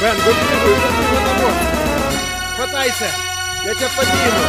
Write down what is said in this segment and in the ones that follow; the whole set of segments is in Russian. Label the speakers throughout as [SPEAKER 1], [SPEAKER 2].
[SPEAKER 1] Бен, випригуй, випригуй на борт. Катайся, я тебе подниму.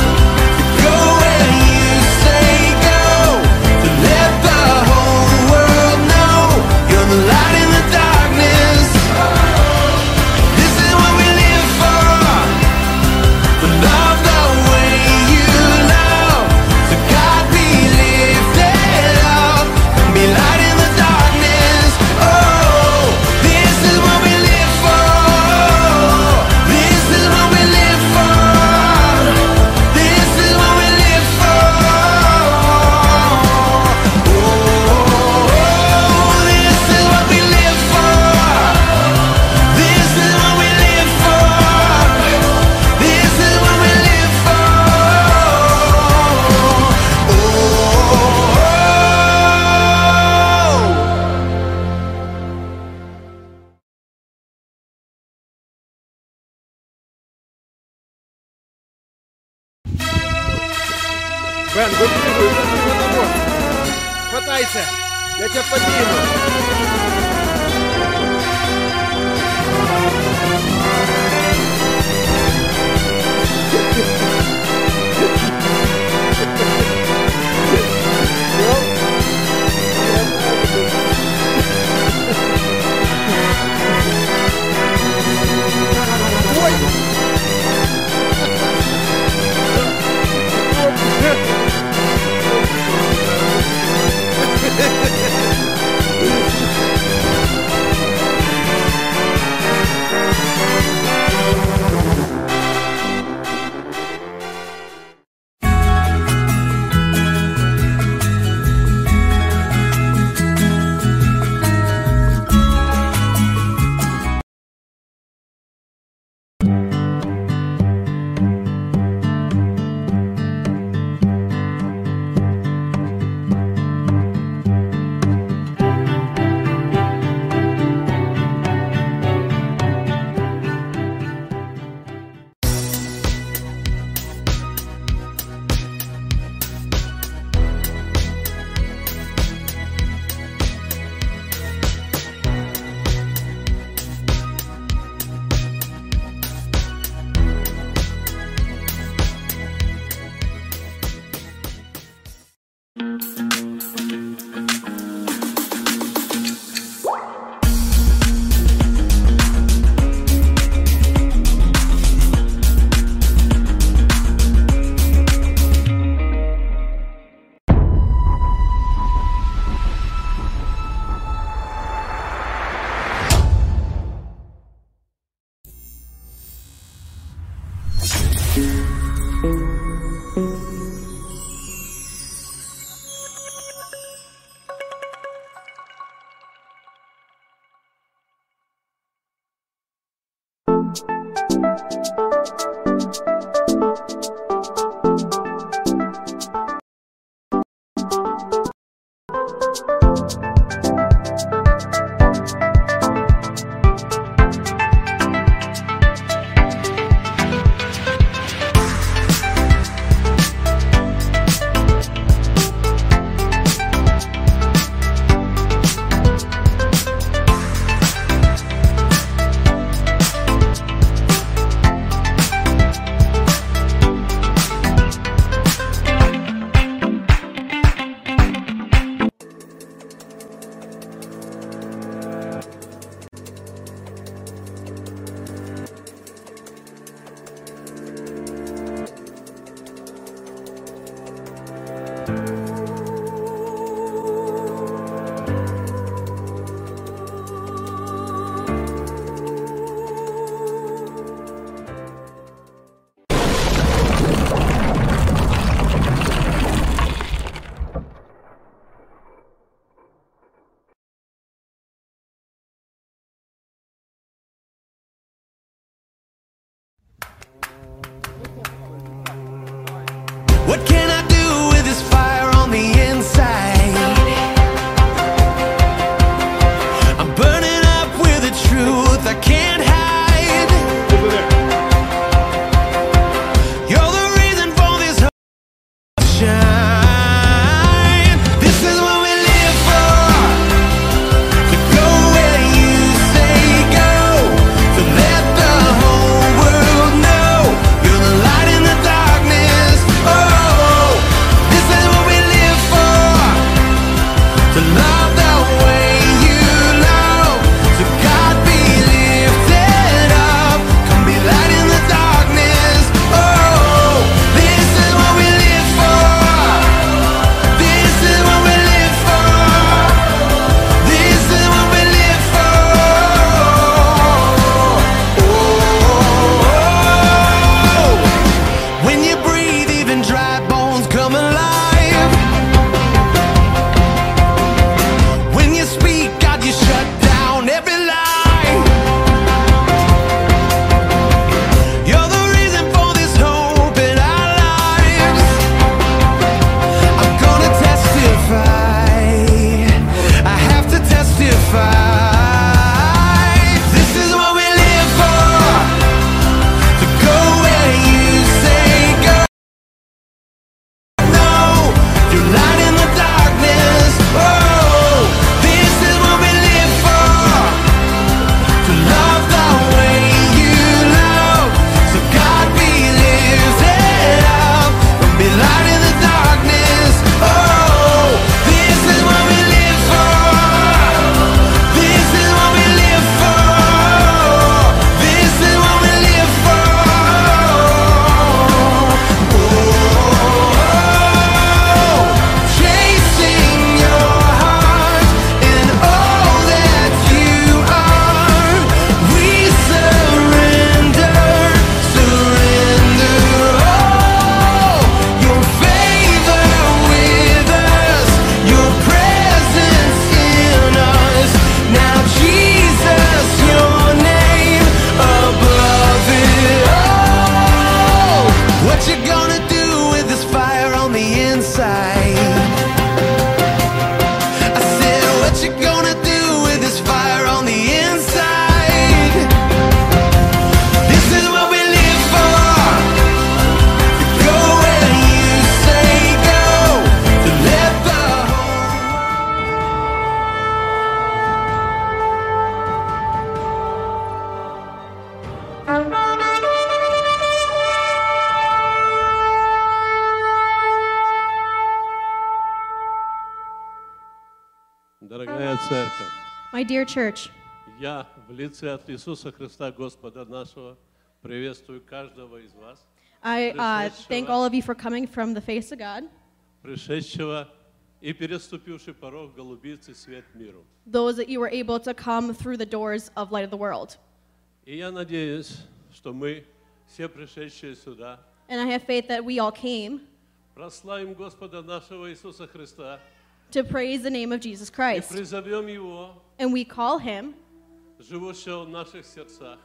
[SPEAKER 1] Oh,
[SPEAKER 2] Oh.
[SPEAKER 1] Oh, Oh,
[SPEAKER 3] Бен, випригуй, випригуй на борт. Хватайся, я тебе подниму.
[SPEAKER 2] What can I do with this fire on the inside? I'm burning up with the truth I can't hide. You're the reason for this shine. This is what we live for. To go where you say go. To let the whole world know you're the light in the darkness. Oh. Oh, Oh,
[SPEAKER 1] Oh, Oh,
[SPEAKER 2] Oh,
[SPEAKER 4] My dear church,
[SPEAKER 5] Я в лице от Иисуса Христа Господа нашего приветствую каждого из вас,
[SPEAKER 4] I uh,
[SPEAKER 5] Bless you,
[SPEAKER 4] thank
[SPEAKER 5] Lord.
[SPEAKER 4] all of you for coming from the face of God,
[SPEAKER 5] пришедшего и переступивший порог голубицы свет миру.
[SPEAKER 4] those that you were able to come through the doors of Light of the World.
[SPEAKER 5] И я надеюсь, что мы, все пришедшие сюда,
[SPEAKER 4] And I have faith that we all came
[SPEAKER 5] прославим Господа нашего Иисуса Христа
[SPEAKER 4] to praise the name of Jesus
[SPEAKER 5] и
[SPEAKER 4] Christ.
[SPEAKER 5] призовем Его,
[SPEAKER 4] And we call him
[SPEAKER 5] живущего в наших сердцах.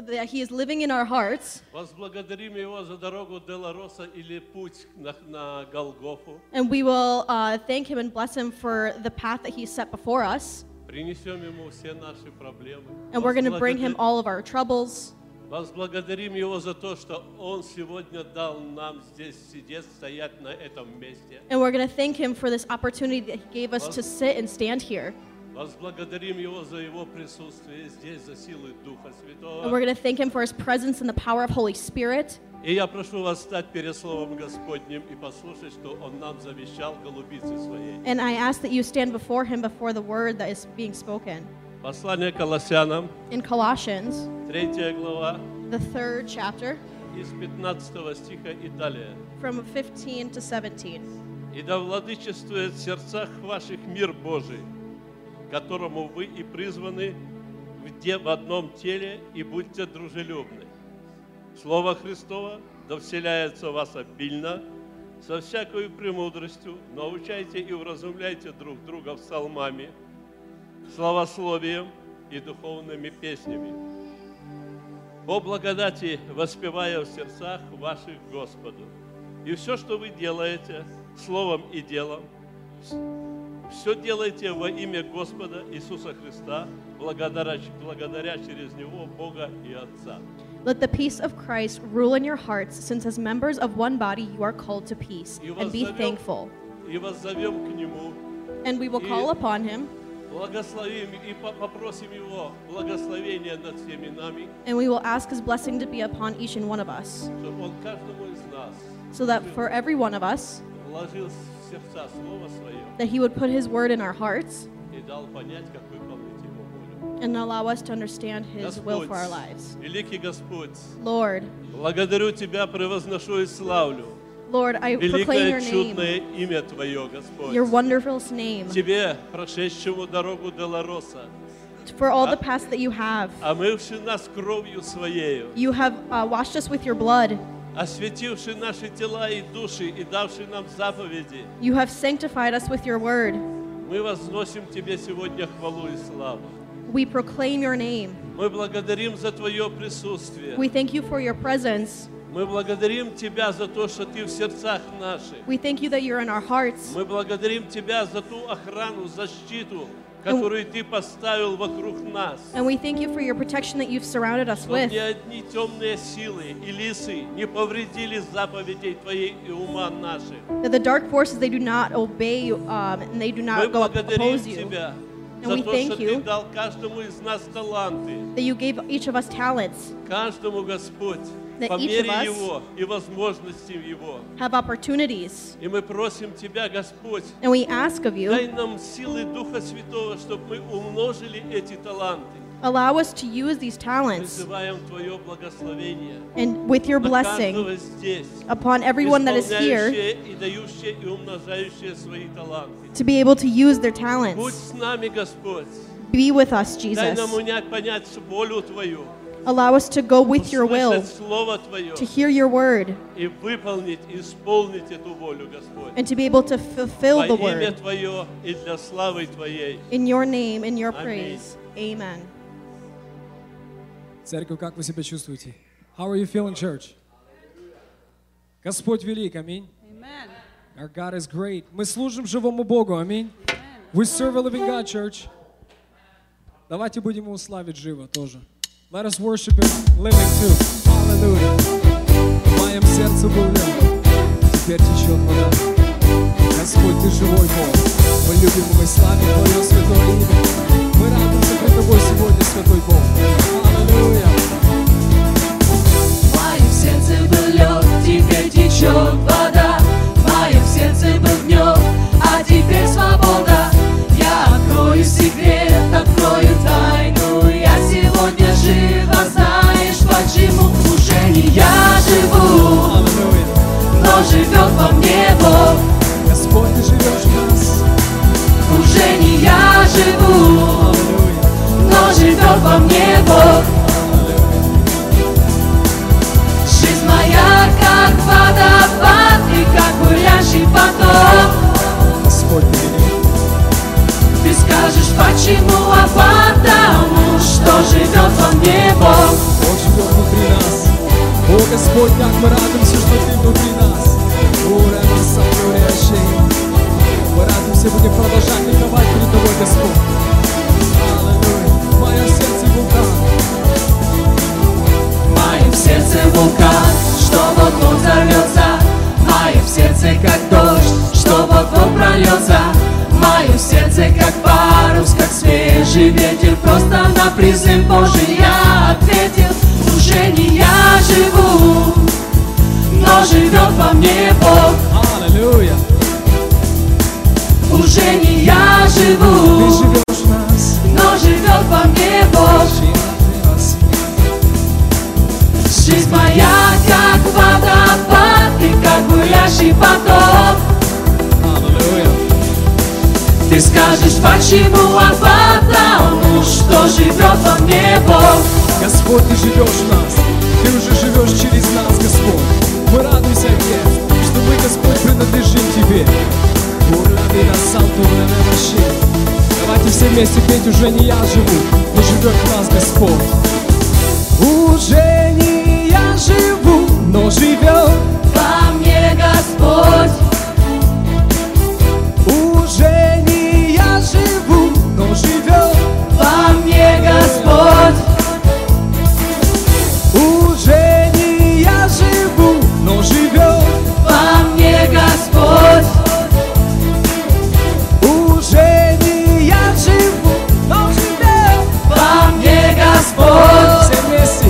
[SPEAKER 4] that he is living in our hearts,
[SPEAKER 5] Возблагодарим Его за дорогу Делароса или путь на, на Голгофу.
[SPEAKER 4] and we will uh, thank him and bless him for the path that he set before us.
[SPEAKER 5] Принесем Ему все наши проблемы.
[SPEAKER 4] And we're going to bring him
[SPEAKER 5] Возблагодарим-
[SPEAKER 4] all of our troubles.
[SPEAKER 5] Возблагодарим Его за то, что Он сегодня дал нам здесь сидеть, стоять на этом месте.
[SPEAKER 4] And we're going to thank him for this opportunity that he gave us to sit and stand here.
[SPEAKER 5] Возблагодарим Его за Его присутствие здесь, за силы Духа
[SPEAKER 4] And we're
[SPEAKER 5] Святого.
[SPEAKER 4] going to thank him for his presence and the power of Holy Spirit.
[SPEAKER 5] И я прошу вас стать перед Словом Господним и послушать, что Он нам завещал голубицы своей.
[SPEAKER 4] And I ask that you stand before him before the word that is being spoken.
[SPEAKER 5] Послание Колоссянам,
[SPEAKER 4] In Colossians,
[SPEAKER 5] 3 глава,
[SPEAKER 4] the third chapter,
[SPEAKER 5] из 15 стиха и далее.
[SPEAKER 4] from 15 to 17.
[SPEAKER 5] И да владычествует в сердцах ваших мир Божий, к которому вы и призваны где в одном теле, и будьте дружелюбны. Слово Христово да вселяется в вас обильно, со всякою премудростью, научайте и вразумляйте друг друга псалмами, словословием и духовными песнями. О благодати, воспевая в сердцах ваших Господу. И все, что вы делаете, словом и делом, все делайте во имя Господа Иисуса Христа, благодаря, благодаря через Него Бога и Отца.
[SPEAKER 4] Let the peace of Christ rule in your hearts, since as members of one body you are called to peace,
[SPEAKER 5] И
[SPEAKER 4] and be
[SPEAKER 5] воззовем-
[SPEAKER 4] thankful.
[SPEAKER 5] И воззовем к Нему,
[SPEAKER 4] And we will call
[SPEAKER 5] И-
[SPEAKER 4] upon him,
[SPEAKER 5] благословим и по- попросим Его благословения над всеми нами,
[SPEAKER 4] and we will ask his blessing to be upon each and one of us,
[SPEAKER 5] чтобы Он каждому из нас
[SPEAKER 4] so that for every one of us,
[SPEAKER 5] вложил в сердца Слово Свое
[SPEAKER 4] that he would put his word in our hearts
[SPEAKER 5] и дал понять, как выполнить Его волю.
[SPEAKER 4] and allow us to understand his will for our lives.
[SPEAKER 5] великий Господь,
[SPEAKER 4] Lord,
[SPEAKER 5] благодарю Тебя, превозношу и славлю.
[SPEAKER 4] Lord, I proclaim
[SPEAKER 5] Великое
[SPEAKER 4] your name,
[SPEAKER 5] чудное имя Твое, Господь.
[SPEAKER 4] your wonderful name,
[SPEAKER 5] Тебе, прошедшему дорогу Долороса,
[SPEAKER 4] for all the past that you have.
[SPEAKER 5] омывший нас кровью Своею,
[SPEAKER 4] You have uh, washed us with your blood.
[SPEAKER 5] осветивший наши тела и души и давший нам заповеди,
[SPEAKER 4] You have sanctified us with your word.
[SPEAKER 5] мы возносим Тебе сегодня хвалу и славу.
[SPEAKER 4] We proclaim your name.
[SPEAKER 5] Мы благодарим за Твое присутствие.
[SPEAKER 4] We thank you for your presence.
[SPEAKER 5] Мы благодарим Тебя за то, что Ты в сердцах наших.
[SPEAKER 4] We thank you that you're in our hearts.
[SPEAKER 5] Мы благодарим Тебя за ту охрану, защиту, которую Ты поставил вокруг нас.
[SPEAKER 4] And we thank you for your protection that you've surrounded us
[SPEAKER 5] Чтобы
[SPEAKER 4] with.
[SPEAKER 5] ни одни темные силы и лисы не повредили заповедей Твоей и ума наших.
[SPEAKER 4] That the dark forces, they do not obey you um, and they do
[SPEAKER 5] Мы
[SPEAKER 4] not go up,
[SPEAKER 5] благодарим
[SPEAKER 4] oppose you.
[SPEAKER 5] Тебя
[SPEAKER 4] And
[SPEAKER 5] за
[SPEAKER 4] we
[SPEAKER 5] то,
[SPEAKER 4] thank
[SPEAKER 5] что Ты
[SPEAKER 4] you.
[SPEAKER 5] дал каждому из нас таланты.
[SPEAKER 4] That you gave each of us talents,
[SPEAKER 5] Каждому, Господь,
[SPEAKER 4] That
[SPEAKER 5] по
[SPEAKER 4] each of
[SPEAKER 5] мере
[SPEAKER 4] us-
[SPEAKER 5] Его и возможностям Его.
[SPEAKER 4] have opportunities.
[SPEAKER 5] И мы просим Тебя, Господь,
[SPEAKER 4] And we ask of
[SPEAKER 5] дай
[SPEAKER 4] you,
[SPEAKER 5] нам силы Духа Святого, чтобы мы умножили эти таланты.
[SPEAKER 4] allow us to use these talents
[SPEAKER 5] Призываем Твое благословение
[SPEAKER 4] and with your
[SPEAKER 5] на
[SPEAKER 4] blessing
[SPEAKER 5] каждого здесь,
[SPEAKER 4] upon everyone that is here
[SPEAKER 5] исполняющее и дающее и умножающее свои таланты.
[SPEAKER 4] to be able to use their
[SPEAKER 5] Будь
[SPEAKER 4] talents.
[SPEAKER 5] с нами, Господь.
[SPEAKER 4] Be with us,
[SPEAKER 5] Дай
[SPEAKER 4] Jesus.
[SPEAKER 5] нам унять, понять волю Твою,
[SPEAKER 4] Allow us to go with your will,
[SPEAKER 5] услышать Слово Твое
[SPEAKER 4] to hear your word,
[SPEAKER 5] и выполнить, исполнить эту волю, Господь.
[SPEAKER 4] and to be able to fulfill
[SPEAKER 5] Во
[SPEAKER 4] the
[SPEAKER 5] имя
[SPEAKER 4] word.
[SPEAKER 5] Твое и для славы Твоей.
[SPEAKER 4] In your name, in your
[SPEAKER 5] Amen.
[SPEAKER 4] praise. Amen.
[SPEAKER 6] Церковь, как вы себя чувствуете? How are you feeling, church? Господь велик, аминь. Our God is great. Мы служим живому Богу, аминь. We serve a living God, church. Давайте будем его славить живо тоже. Let us worship him living too. Hallelujah. В моем сердце был лед, теперь течет вода. Господь, Ты живой Бог. Мы любим и мы славим Твое святое имя. Мы радуемся пред Тобой сегодня, святой Бог. Аллилуйя.
[SPEAKER 1] В моем сердце был лед, теперь течет вода. В моем сердце был гнев, а теперь свобода. Я открою секрет, открою уже не я живу,
[SPEAKER 6] Аллилуйя.
[SPEAKER 1] но живет во мне Бог.
[SPEAKER 6] Господь, ты живешь в нас.
[SPEAKER 1] Уже не я живу,
[SPEAKER 6] Аллилуйя.
[SPEAKER 1] но живет во мне Бог. Жизнь моя как водопад, ты как бурлящий поток.
[SPEAKER 6] Господь, ты велик.
[SPEAKER 1] Ты скажешь, почему, а потому, что живет во мне Бог.
[SPEAKER 6] Бог живет внутри нас. О, Господь, как мы радуемся, что ты внутри нас. Ура, нас Мы радуемся, будем продолжать ликовать перед тобой, Господь. Аллилуйя. В моем сердце вулкан.
[SPEAKER 1] В моем сердце вулкан, что вот-вот взорвется. В моем сердце как дождь, что вот-вот прольется. В моем сердце как парус, как свежий ветер. Просто на призыв Божий я ответил. Уже не я живу, но живет во мне Бог.
[SPEAKER 6] Аллилуйя.
[SPEAKER 1] Уже не я
[SPEAKER 6] Ты
[SPEAKER 1] живу,
[SPEAKER 6] живешь в нас.
[SPEAKER 1] но живет во мне Бог.
[SPEAKER 6] Чем ты нас?
[SPEAKER 1] Жизнь моя как водопад, ты как гулящий поток.
[SPEAKER 6] Аллилуйя.
[SPEAKER 1] Ты скажешь, почему, а потому, что живет во мне Бог.
[SPEAKER 6] Господь, ты живешь в нас, ты уже живешь через нас, Господь. Мы радуемся, Отец, что мы, Господь, принадлежим Тебе. Ура, ты нас сам турне на Давайте все вместе петь, уже не я живу, но живет в нас Господь. Уже не я живу, но живет,
[SPEAKER 1] Во мне Господь,
[SPEAKER 6] уже не я живу, но живет,
[SPEAKER 1] во мне Господь,
[SPEAKER 6] уже не я живу, но живет,
[SPEAKER 1] во мне Господь,
[SPEAKER 6] уже не я живу, но живет.
[SPEAKER 1] во мне Господь.
[SPEAKER 6] Все вместе.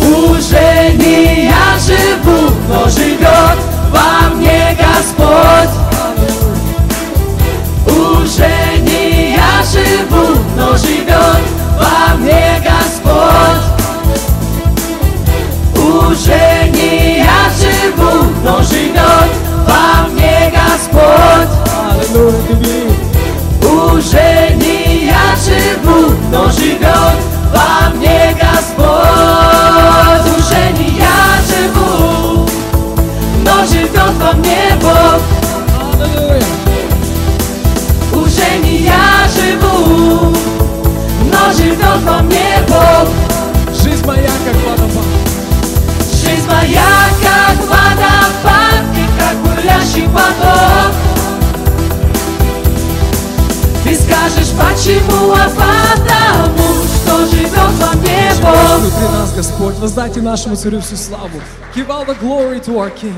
[SPEAKER 1] Уже не я живу, но живет во мне Господь. Уже не я живу, но живет во мне Господь. Уже не я живу, но живет во мне Господь.
[SPEAKER 6] Аллилуйя, ты велик.
[SPEAKER 1] Уже не я живу, но живет во мне Господь. Уже не я живу, но живет во мне Бог.
[SPEAKER 6] Аллилуйя.
[SPEAKER 1] Уже не я живу, но живет во мне Бог.
[SPEAKER 6] Жизнь моя как водопад.
[SPEAKER 1] Жизнь моя как водопад, ты как бурлящий поток. Ты скажешь, почему, а потому, что живет во мне Бог.
[SPEAKER 6] Внутри нас, Господь, воздайте нашему царю всю славу. Give all the glory to our King.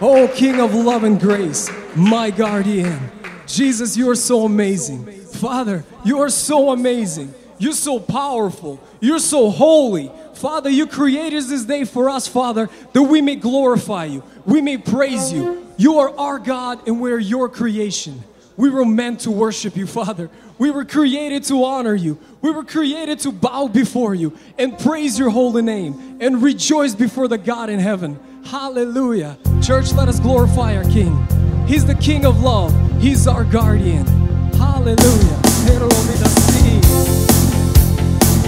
[SPEAKER 6] Oh, King of love and grace, my guardian. Jesus, you are so amazing. Father, you are so amazing. You're so powerful. You're so holy. Father, you created this day for us, Father, that we may glorify you. We may praise you. You are our God and we are your creation. We were meant to worship you, Father. We were created to honor you. We were created to bow before you and praise your holy name and rejoice before the God in heaven. Hallelujah. Church, let us glorify our King. He's the King of love, He's our guardian. Hallelujah. Pero vida sí.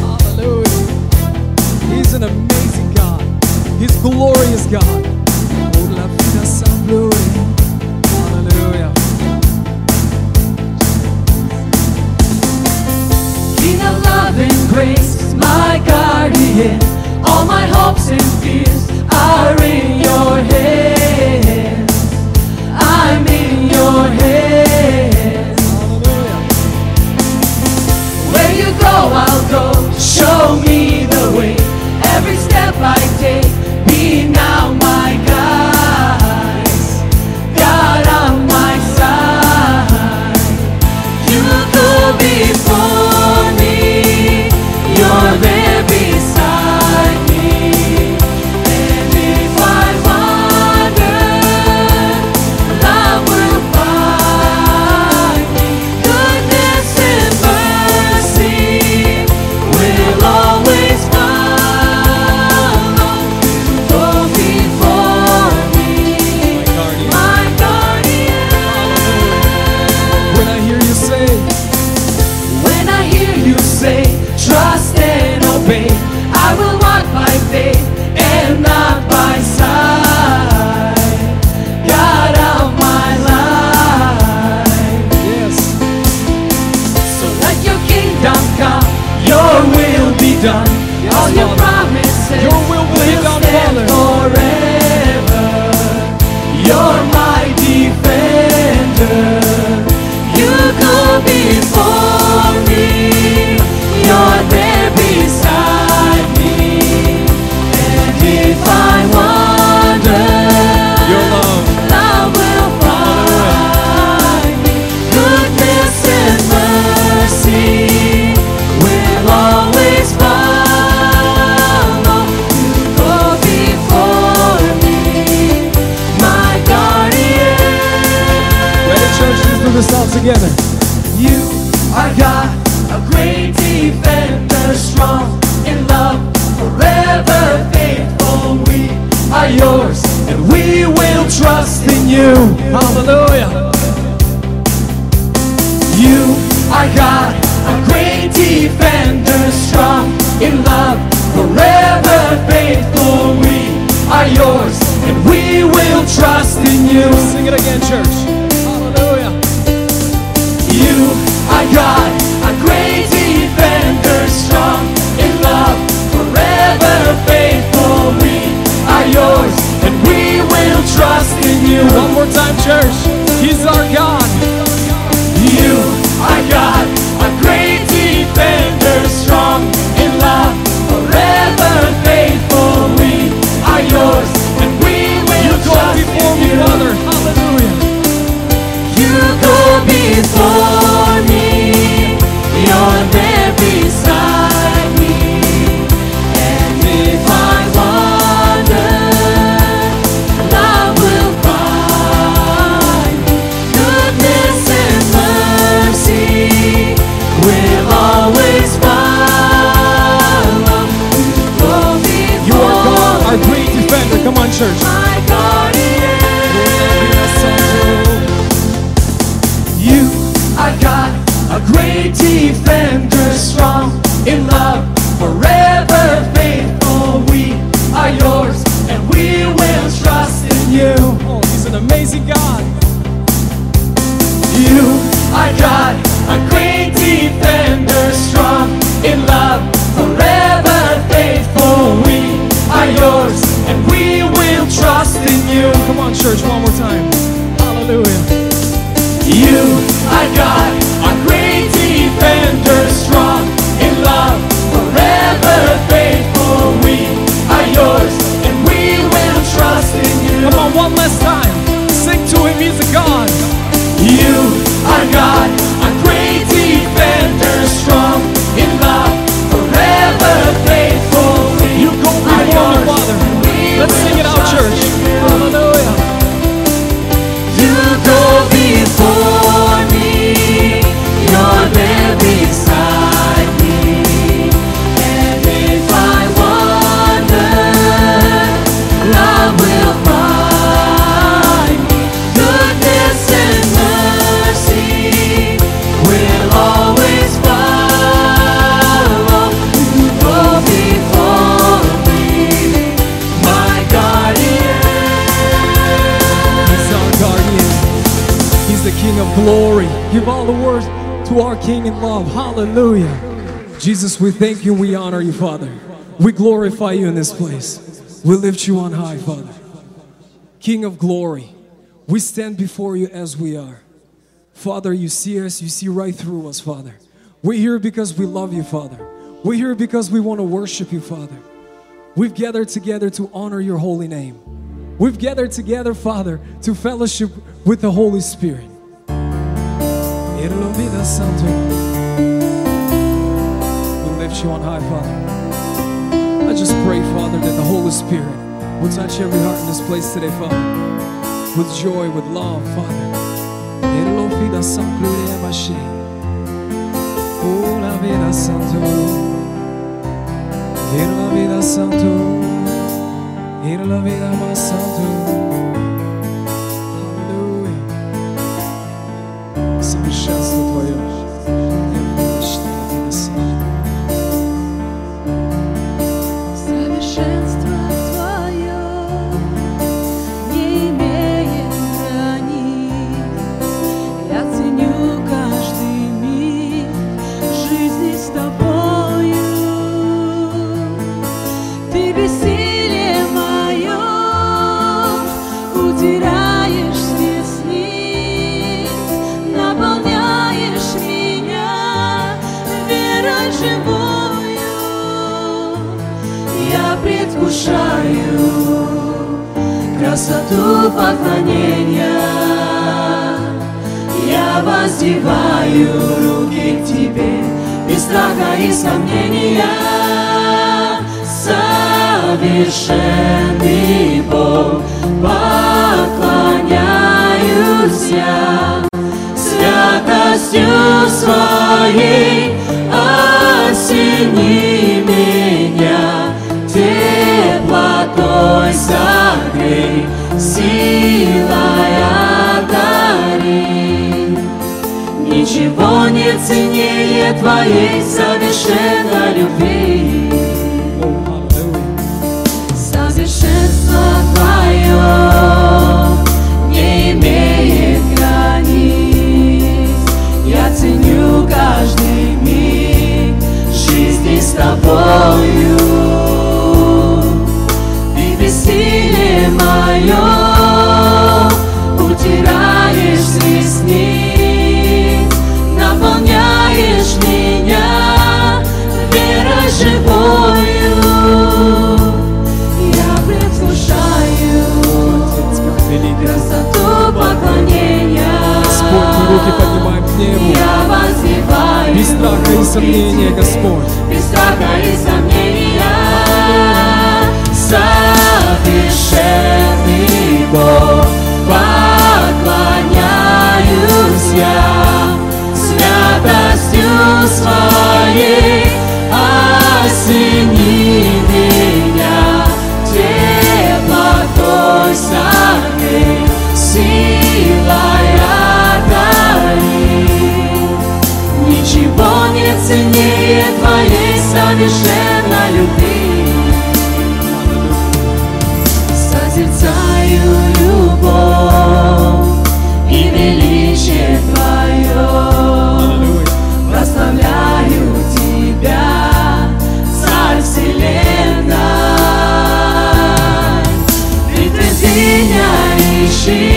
[SPEAKER 6] Hallelujah. He's an amazing God. He's glorious God. Por la vida san gloria. Hallelujah.
[SPEAKER 1] King of love and grace, my guardian. All my hopes and fears are in your hands. I'm in your hands. Where you go, I'll go. Show me the way. Every step I take, be now my
[SPEAKER 6] hands together.
[SPEAKER 1] You are God, a great defender, strong in love, forever faithful. We are yours, and we will trust in you.
[SPEAKER 6] Hallelujah.
[SPEAKER 1] You are God, a great defender, strong in love, forever faithful. We are yours, and we will trust in you.
[SPEAKER 6] Sing it again, church. Hallelujah.
[SPEAKER 1] You are God, a great defender, strong in love, forever faithful. We are yours, and we will trust in you.
[SPEAKER 6] One more time, church. He's our God.
[SPEAKER 1] You are God, a great defender, strong in love, forever faithful. We are yours, and we will
[SPEAKER 6] Go
[SPEAKER 1] trust
[SPEAKER 6] before
[SPEAKER 1] in
[SPEAKER 6] me,
[SPEAKER 1] you.
[SPEAKER 6] Father. Hallelujah.
[SPEAKER 1] You go before me, you're there beside me. And if I wander, love will find me. Goodness and mercy will always follow. You go
[SPEAKER 6] You are God, our
[SPEAKER 1] before me,
[SPEAKER 6] great defender. Come on, church.
[SPEAKER 1] my guardian. You are God, a great defender, strong in love, forever faithful. We are yours, and we will trust in you.
[SPEAKER 6] Oh, he's an amazing God.
[SPEAKER 1] You are God, a great defender, strong in love, forever faithful. We are yours, and we will trust in you.
[SPEAKER 6] Come on, church, one more time. Hallelujah.
[SPEAKER 1] You are God, our great defender, strong in love, forever faithful. We are yours, and we will trust in you.
[SPEAKER 6] Come on, one last time. Sing to him, he's a God.
[SPEAKER 1] You are God, our great defender, strong in love, forever faithful. We
[SPEAKER 6] You go before me,
[SPEAKER 1] are yours,
[SPEAKER 6] Father.
[SPEAKER 1] and we
[SPEAKER 6] Let's
[SPEAKER 1] will
[SPEAKER 6] sing it out,
[SPEAKER 1] trust
[SPEAKER 6] church.
[SPEAKER 1] in you.
[SPEAKER 6] Hallelujah.
[SPEAKER 1] You go before me, you're there beside me. And if I wander, love will find me. Goodness and mercy will always follow. You go before me, my guardian.
[SPEAKER 6] He's our guardian. He's the King of glory. Give all the words to our King in love. Hallelujah. Jesus, we thank you. We honor you, Father. We glorify you in this place. We lift you on high, Father. King of glory, we stand before you as we are. Father, you see us, you see right through us, Father. We're here because we love you, Father. We're here because we want to worship you, Father. We've gathered together to honor your holy name. We've gathered together, Father, to fellowship with the Holy Spirit. It'll be the center. We lift you on high, Father. I just pray, Father, that the Holy Spirit will touch every heart in this place today, Father, with joy, with love, Father. It'll be the center of the machine. Oh, la vida santo. Era la vida santo, era la vida más santo. Hallelujah. Совершенство Твое.
[SPEAKER 7] Совершенство Твое не имеет границ. Я ценю каждый миг жизни с Тобою. Ты бессилие мое удираешь с низ, наполняешь меня верой живою. Я предвкушаю красоту поклонения. Я воздеваю руки к тебе без страха и сомнения. Совершенный Бог, поклоняюсь я. Свят
[SPEAKER 1] радостью своей осени меня теплотой согрей, силой одари. Ничего не ценнее твоей совершенно любви.
[SPEAKER 6] Oh, hallelujah.
[SPEAKER 1] Совершенство твое не имеет границ. Я ценю каждый миг жизни с тобою. Ты бессилие мое утираешь с ресниц, наполняешь меня верой живою. Я
[SPEAKER 6] Отец,
[SPEAKER 1] предвкушаю
[SPEAKER 6] как ты лидер.
[SPEAKER 1] красоту поклонения.
[SPEAKER 6] Господь, мы руки поднимаем к небу.
[SPEAKER 1] Я воздеваю
[SPEAKER 6] Без страха и сомнения,
[SPEAKER 1] руки к тебе,
[SPEAKER 6] Господь.
[SPEAKER 1] Без страха и сомнения Совершенный Бог Поклоняюсь я Святостью своей Осени меня Теплотой согрей Силой одари Ничего не ценнее твоей совершенно любви. Созерцаю любовь и величие твое. Прославляю тебя, царь вселенной. Ведь ты а меня ищи,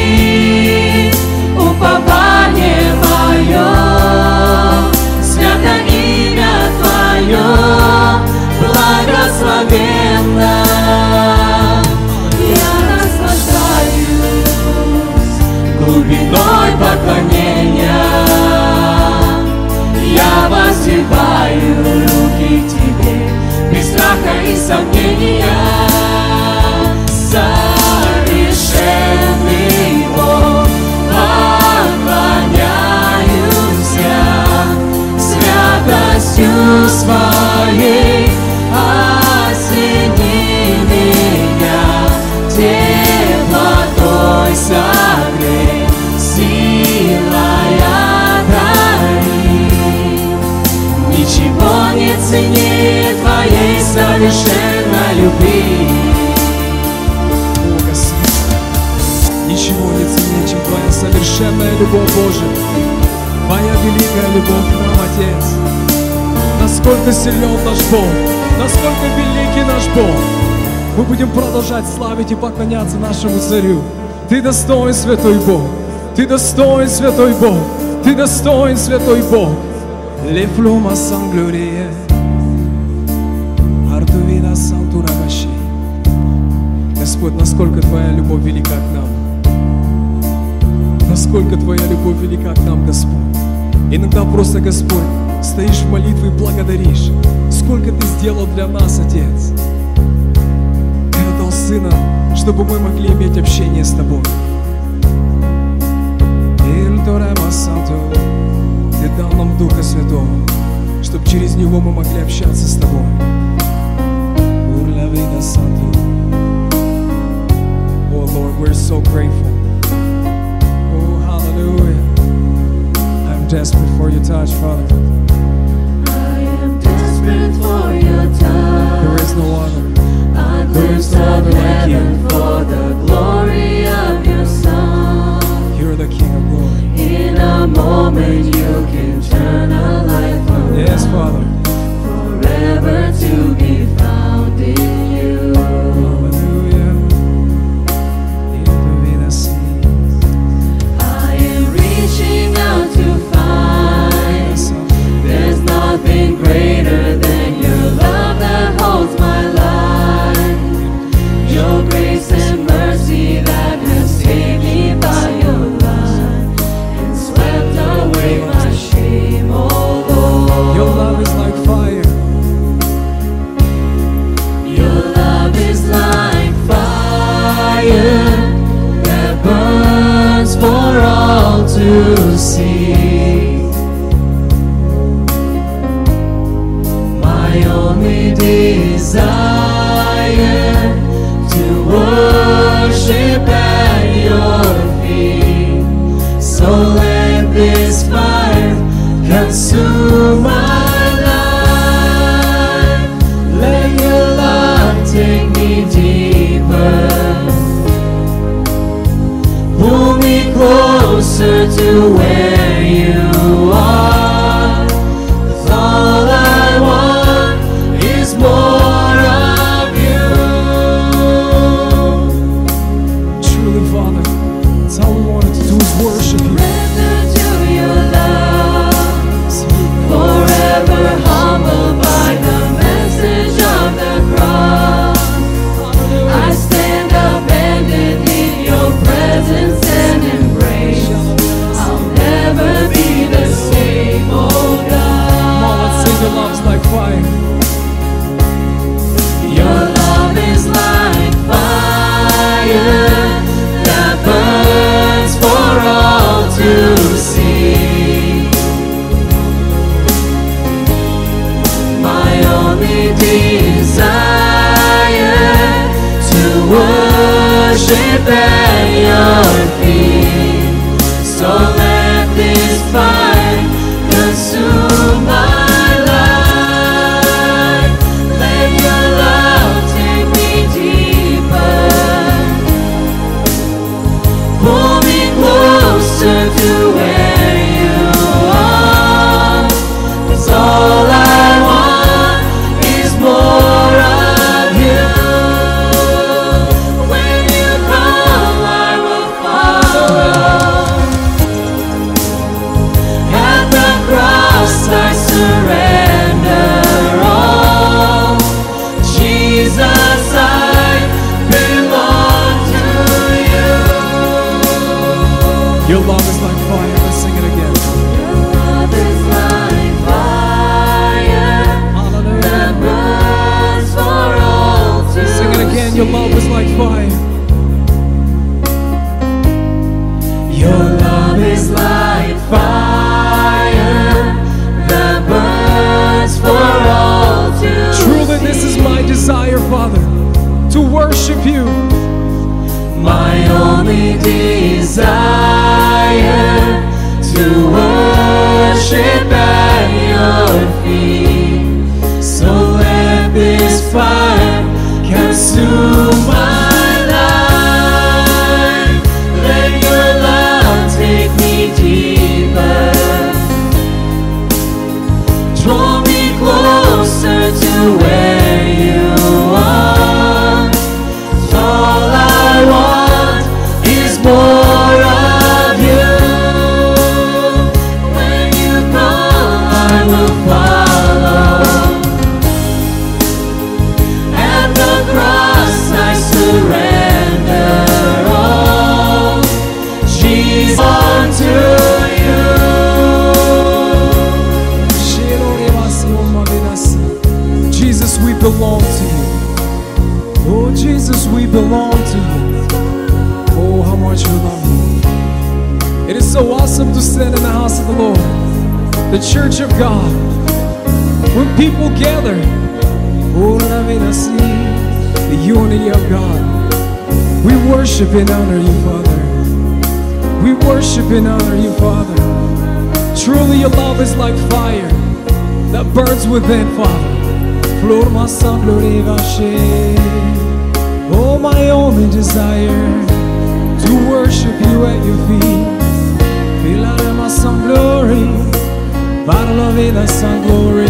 [SPEAKER 1] упование мое, свято имя твое, благословенно. Я наслаждаюсь глубиной поклонения, я воздеваю руки к тебе без страха и сомнения. Совершенный Бог, поклоняюсь я святостью своей. Осени меня теплотой согрей, силой одари. Ничего не ценнее твоей совершенно любви.
[SPEAKER 6] О, Господь. Ничего не ценнее, чем Твоя совершенная любовь, Боже. Твоя великая любовь к нам, Отец. Насколько силен наш Бог, насколько великий наш Бог. Мы будем продолжать славить и поклоняться нашему Царю. Ты достоин, Святой Бог. Ты достоин, Святой Бог. Ты достоин, Святой Бог. Le plumas sans glorie, Arduvina sans turagashi. Господь, насколько Твоя любовь велика к нам. Насколько Твоя любовь велика к нам, Господь. Иногда просто, Господь, стоишь в молитве и благодаришь. Сколько Ты сделал для нас, Отец. Ты отдал Сына, чтобы мы могли иметь общение с Тобой. Il te rema santo. Ты дал нам Духа Святого, чтобы через Него мы могли общаться с Тобой. Pour la vida, Santo. Oh Lord, we're so grateful. Oh, hallelujah. I'm desperate for your touch, Father.
[SPEAKER 1] I am desperate for your touch.
[SPEAKER 6] There is no other.
[SPEAKER 1] I glimpse of heaven for the glory of your Son.
[SPEAKER 6] You're the King of glory.
[SPEAKER 1] In a moment you can turn a life around.
[SPEAKER 6] Yes, Father.
[SPEAKER 1] Forever to be found in you.
[SPEAKER 6] Hallelujah. In tu vida, sí.
[SPEAKER 1] I am reaching out to find. There's nothing greater than your love that holds my life. Your grace and mercy that has saved me by your life and swept away my shame, oh Lord.
[SPEAKER 6] Your love is like fire.
[SPEAKER 1] Your love is like fire that burns for all to see. we desire to worship at your feet. So let this fire consume my life. Let your love take me deeper. Pull me closer to where you are. 'Cause all I want is more of you.
[SPEAKER 6] Truly, Father, that's all we wanted to do is worship you.
[SPEAKER 1] Surrender to your love. Forever humbled by the message of the cross. I stand upended in your presence and embrace. I'll never be the same, oh God.
[SPEAKER 6] Come on, let's sing your love's like fire.
[SPEAKER 1] Your love is like fire that burns for all to see. My only desire to worship at your feet. So let this fire consume my life. Let your love take me deeper. Pull me closer to where you are. 'Cause all I want is more of you. When you call, I will follow. At the cross I surrender all. Jesus, I belong to you.
[SPEAKER 6] Your love is like fire. Let's sing it again.
[SPEAKER 1] Your love is like fire that
[SPEAKER 6] Hallelujah.
[SPEAKER 1] burns for all to
[SPEAKER 6] Sing it again. Your love is like fire.
[SPEAKER 1] Your love is like fire that burns for all to
[SPEAKER 6] Truly, this is my desire, Father, to worship you.
[SPEAKER 1] My only desire to worship at your feet. So let this fire consume my life. Let your love take me deeper. Draw me closer to where you are. All I want is more of you. When you call, I will follow. At the cross, I surrender all. She's unto you.
[SPEAKER 6] Jesus, we belong to you. Oh, Jesus, we belong to you. Oh, how much we love you. It is so awesome to stand in the house of the Lord, the church of God. When people gather, oh, let me not see the unity of God. We worship and honor you, Father. We worship and honor you, Father. Truly, your love is like fire that burns within, Father. Flor m'a semblé vacher. Oh, my only desire to worship you at your feet. Filare m'a semblé par la vida sans glory.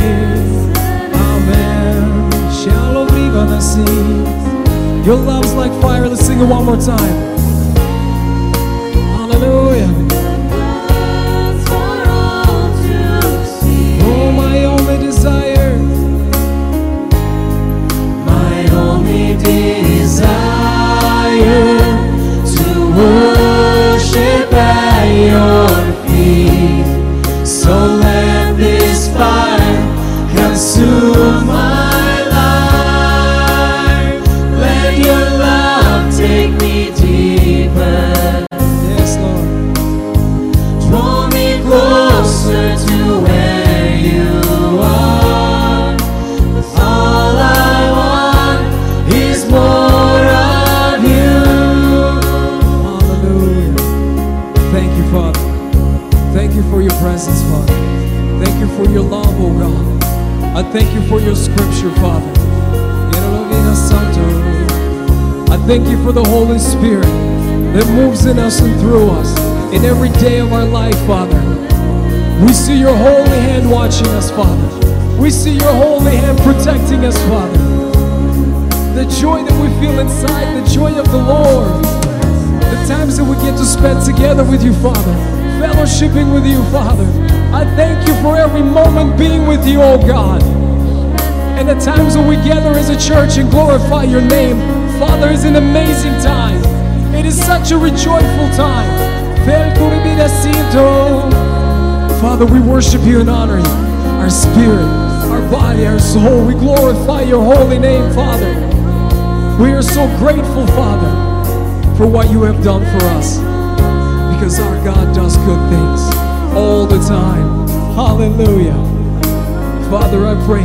[SPEAKER 6] Amen. Shalom riva da si. Your love's like fire. Let's sing it one more time. Hallelujah.
[SPEAKER 1] Burns for all to see.
[SPEAKER 6] Oh, my only desire.
[SPEAKER 1] My only desire to worship at your feet. So let this fire consume my life. Let your love take me deep.
[SPEAKER 6] thank you for your scripture, Father. Ierolovina Santo. I thank you for the Holy Spirit that moves in us and through us in every day of our life, Father. We see your holy hand watching us, Father. We see your holy hand protecting us, Father. The joy that we feel inside, the joy of the Lord. The times that we get to spend together with you, Father. Fellowshipping with you, Father. I thank you for every moment being with you, oh God. And the times when we gather as a church and glorify your name, Father, is an amazing time. It is such a rejoiceful time. Fel curibida sinto. Father, we worship you and honor you. Our spirit, our body, our soul, we glorify your holy name, Father. We are so grateful, Father, for what you have done for us. Because our God does good things all the time. Hallelujah. Father, I pray.